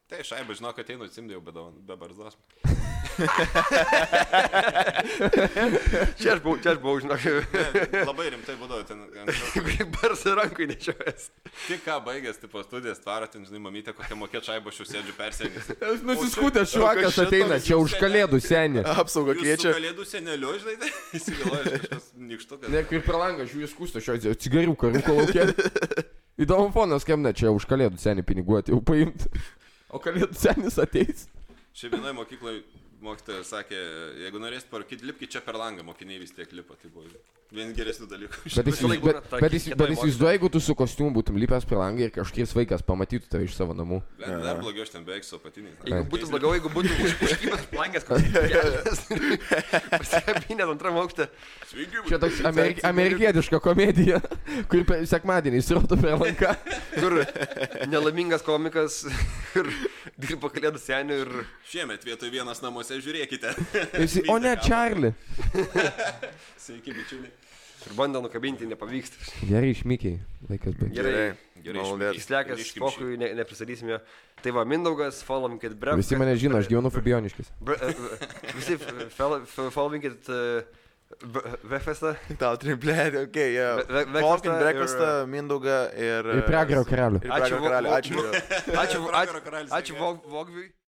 S4: Tai šaiba, žinau, kad einu atsimdėjau be, dovon- be barzdos.
S1: Čia aš buvau, čia aš buvau, žinok,
S4: Ne, E, Labai rimtai būdavo ten. anksčiau.
S1: barsą rankui nešiojęs.
S4: Tik ką baigęs, tipo studijas, tvaro, ten, žinai, mamytė, kokia mokė šaiba, aš jau sėdžiu persėdęs.
S3: Aš nusiskutęs švakas
S2: šitas
S3: ateina čia už
S4: senė-
S3: kalėdų senį.
S2: Apsauga
S4: Jūs su
S2: kviečia.
S4: kalėdų seneliu, žinai, tai įsigalvoju, kažkas nikštukas.
S3: Ne, kaip per langą žiūri skūstą šio cigariuką, rūko laukia. Įdomu fonas, kam ne čia už kalėdų senį piniguoti jau paimti. O kalėdų senis ateis.
S4: Šiaip vienoje mokykloje mokytoja sakė, jeigu norėsit parūkyti, lipkite čia per langą, mokiniai vis tiek lipa. Tai buvo vienas geresnių dalykų.
S3: Bet jis,
S1: Visą laiką būna
S3: bet,
S1: ta
S3: bet, jis,
S1: kieta
S3: bet jis įsivaizduoja, jeigu tu su kostiumu būtum lipęs prie langą ir kažkuris vaikas pamatytų tave iš savo namų.
S4: Blen, Dar blogiau, aš ten beveik su apatiniais.
S1: Jeigu būtų blogiau, jeigu būtų už- užkibęs plankės, pasikabinęs antram aukštą.
S4: Sveiki,
S3: Čia toks amerik, amerikietiška komedija, kur pe- sekmadienį įsirodo prie lanką.
S1: kur nelaimingas komikas ir dirba kalėdų senių ir
S4: Šiemet vietoj vienas namuose žiūrėkite.
S3: Jis, o ne, Čarli.
S4: Sveiki, bičiuliai.
S1: ir bando nukabinti, nepavyksta.
S3: Gerai, išmykiai, laikas baigti.
S1: Gerai.
S4: Gerai,
S2: Malonės.
S1: Jis lekia,
S4: Grįžkim
S1: spokui, ne, nepristatysim jo. Tai va, Mindaugas, followinkit Brevką.
S3: Visi mane žino, aš gyvenu Fabioniškis.
S1: e, Visi f- fel- f- e, followinkit Vefestą.
S2: Tau triplėdė, ok, jie.
S1: Ve- ve- breakfastą
S2: Walking
S1: ir-
S2: Breakfastą, Mindaugą ir... eh,
S3: Ir prie Agrio karalių.
S2: Ačiū,
S1: Ačiū, Vo-
S2: karalių. Ačiū.
S1: Ačiū,
S4: Pragaro
S1: ačiū,
S4: karalius,
S1: ačiū
S4: jėga.
S1: Vog- Vogviui.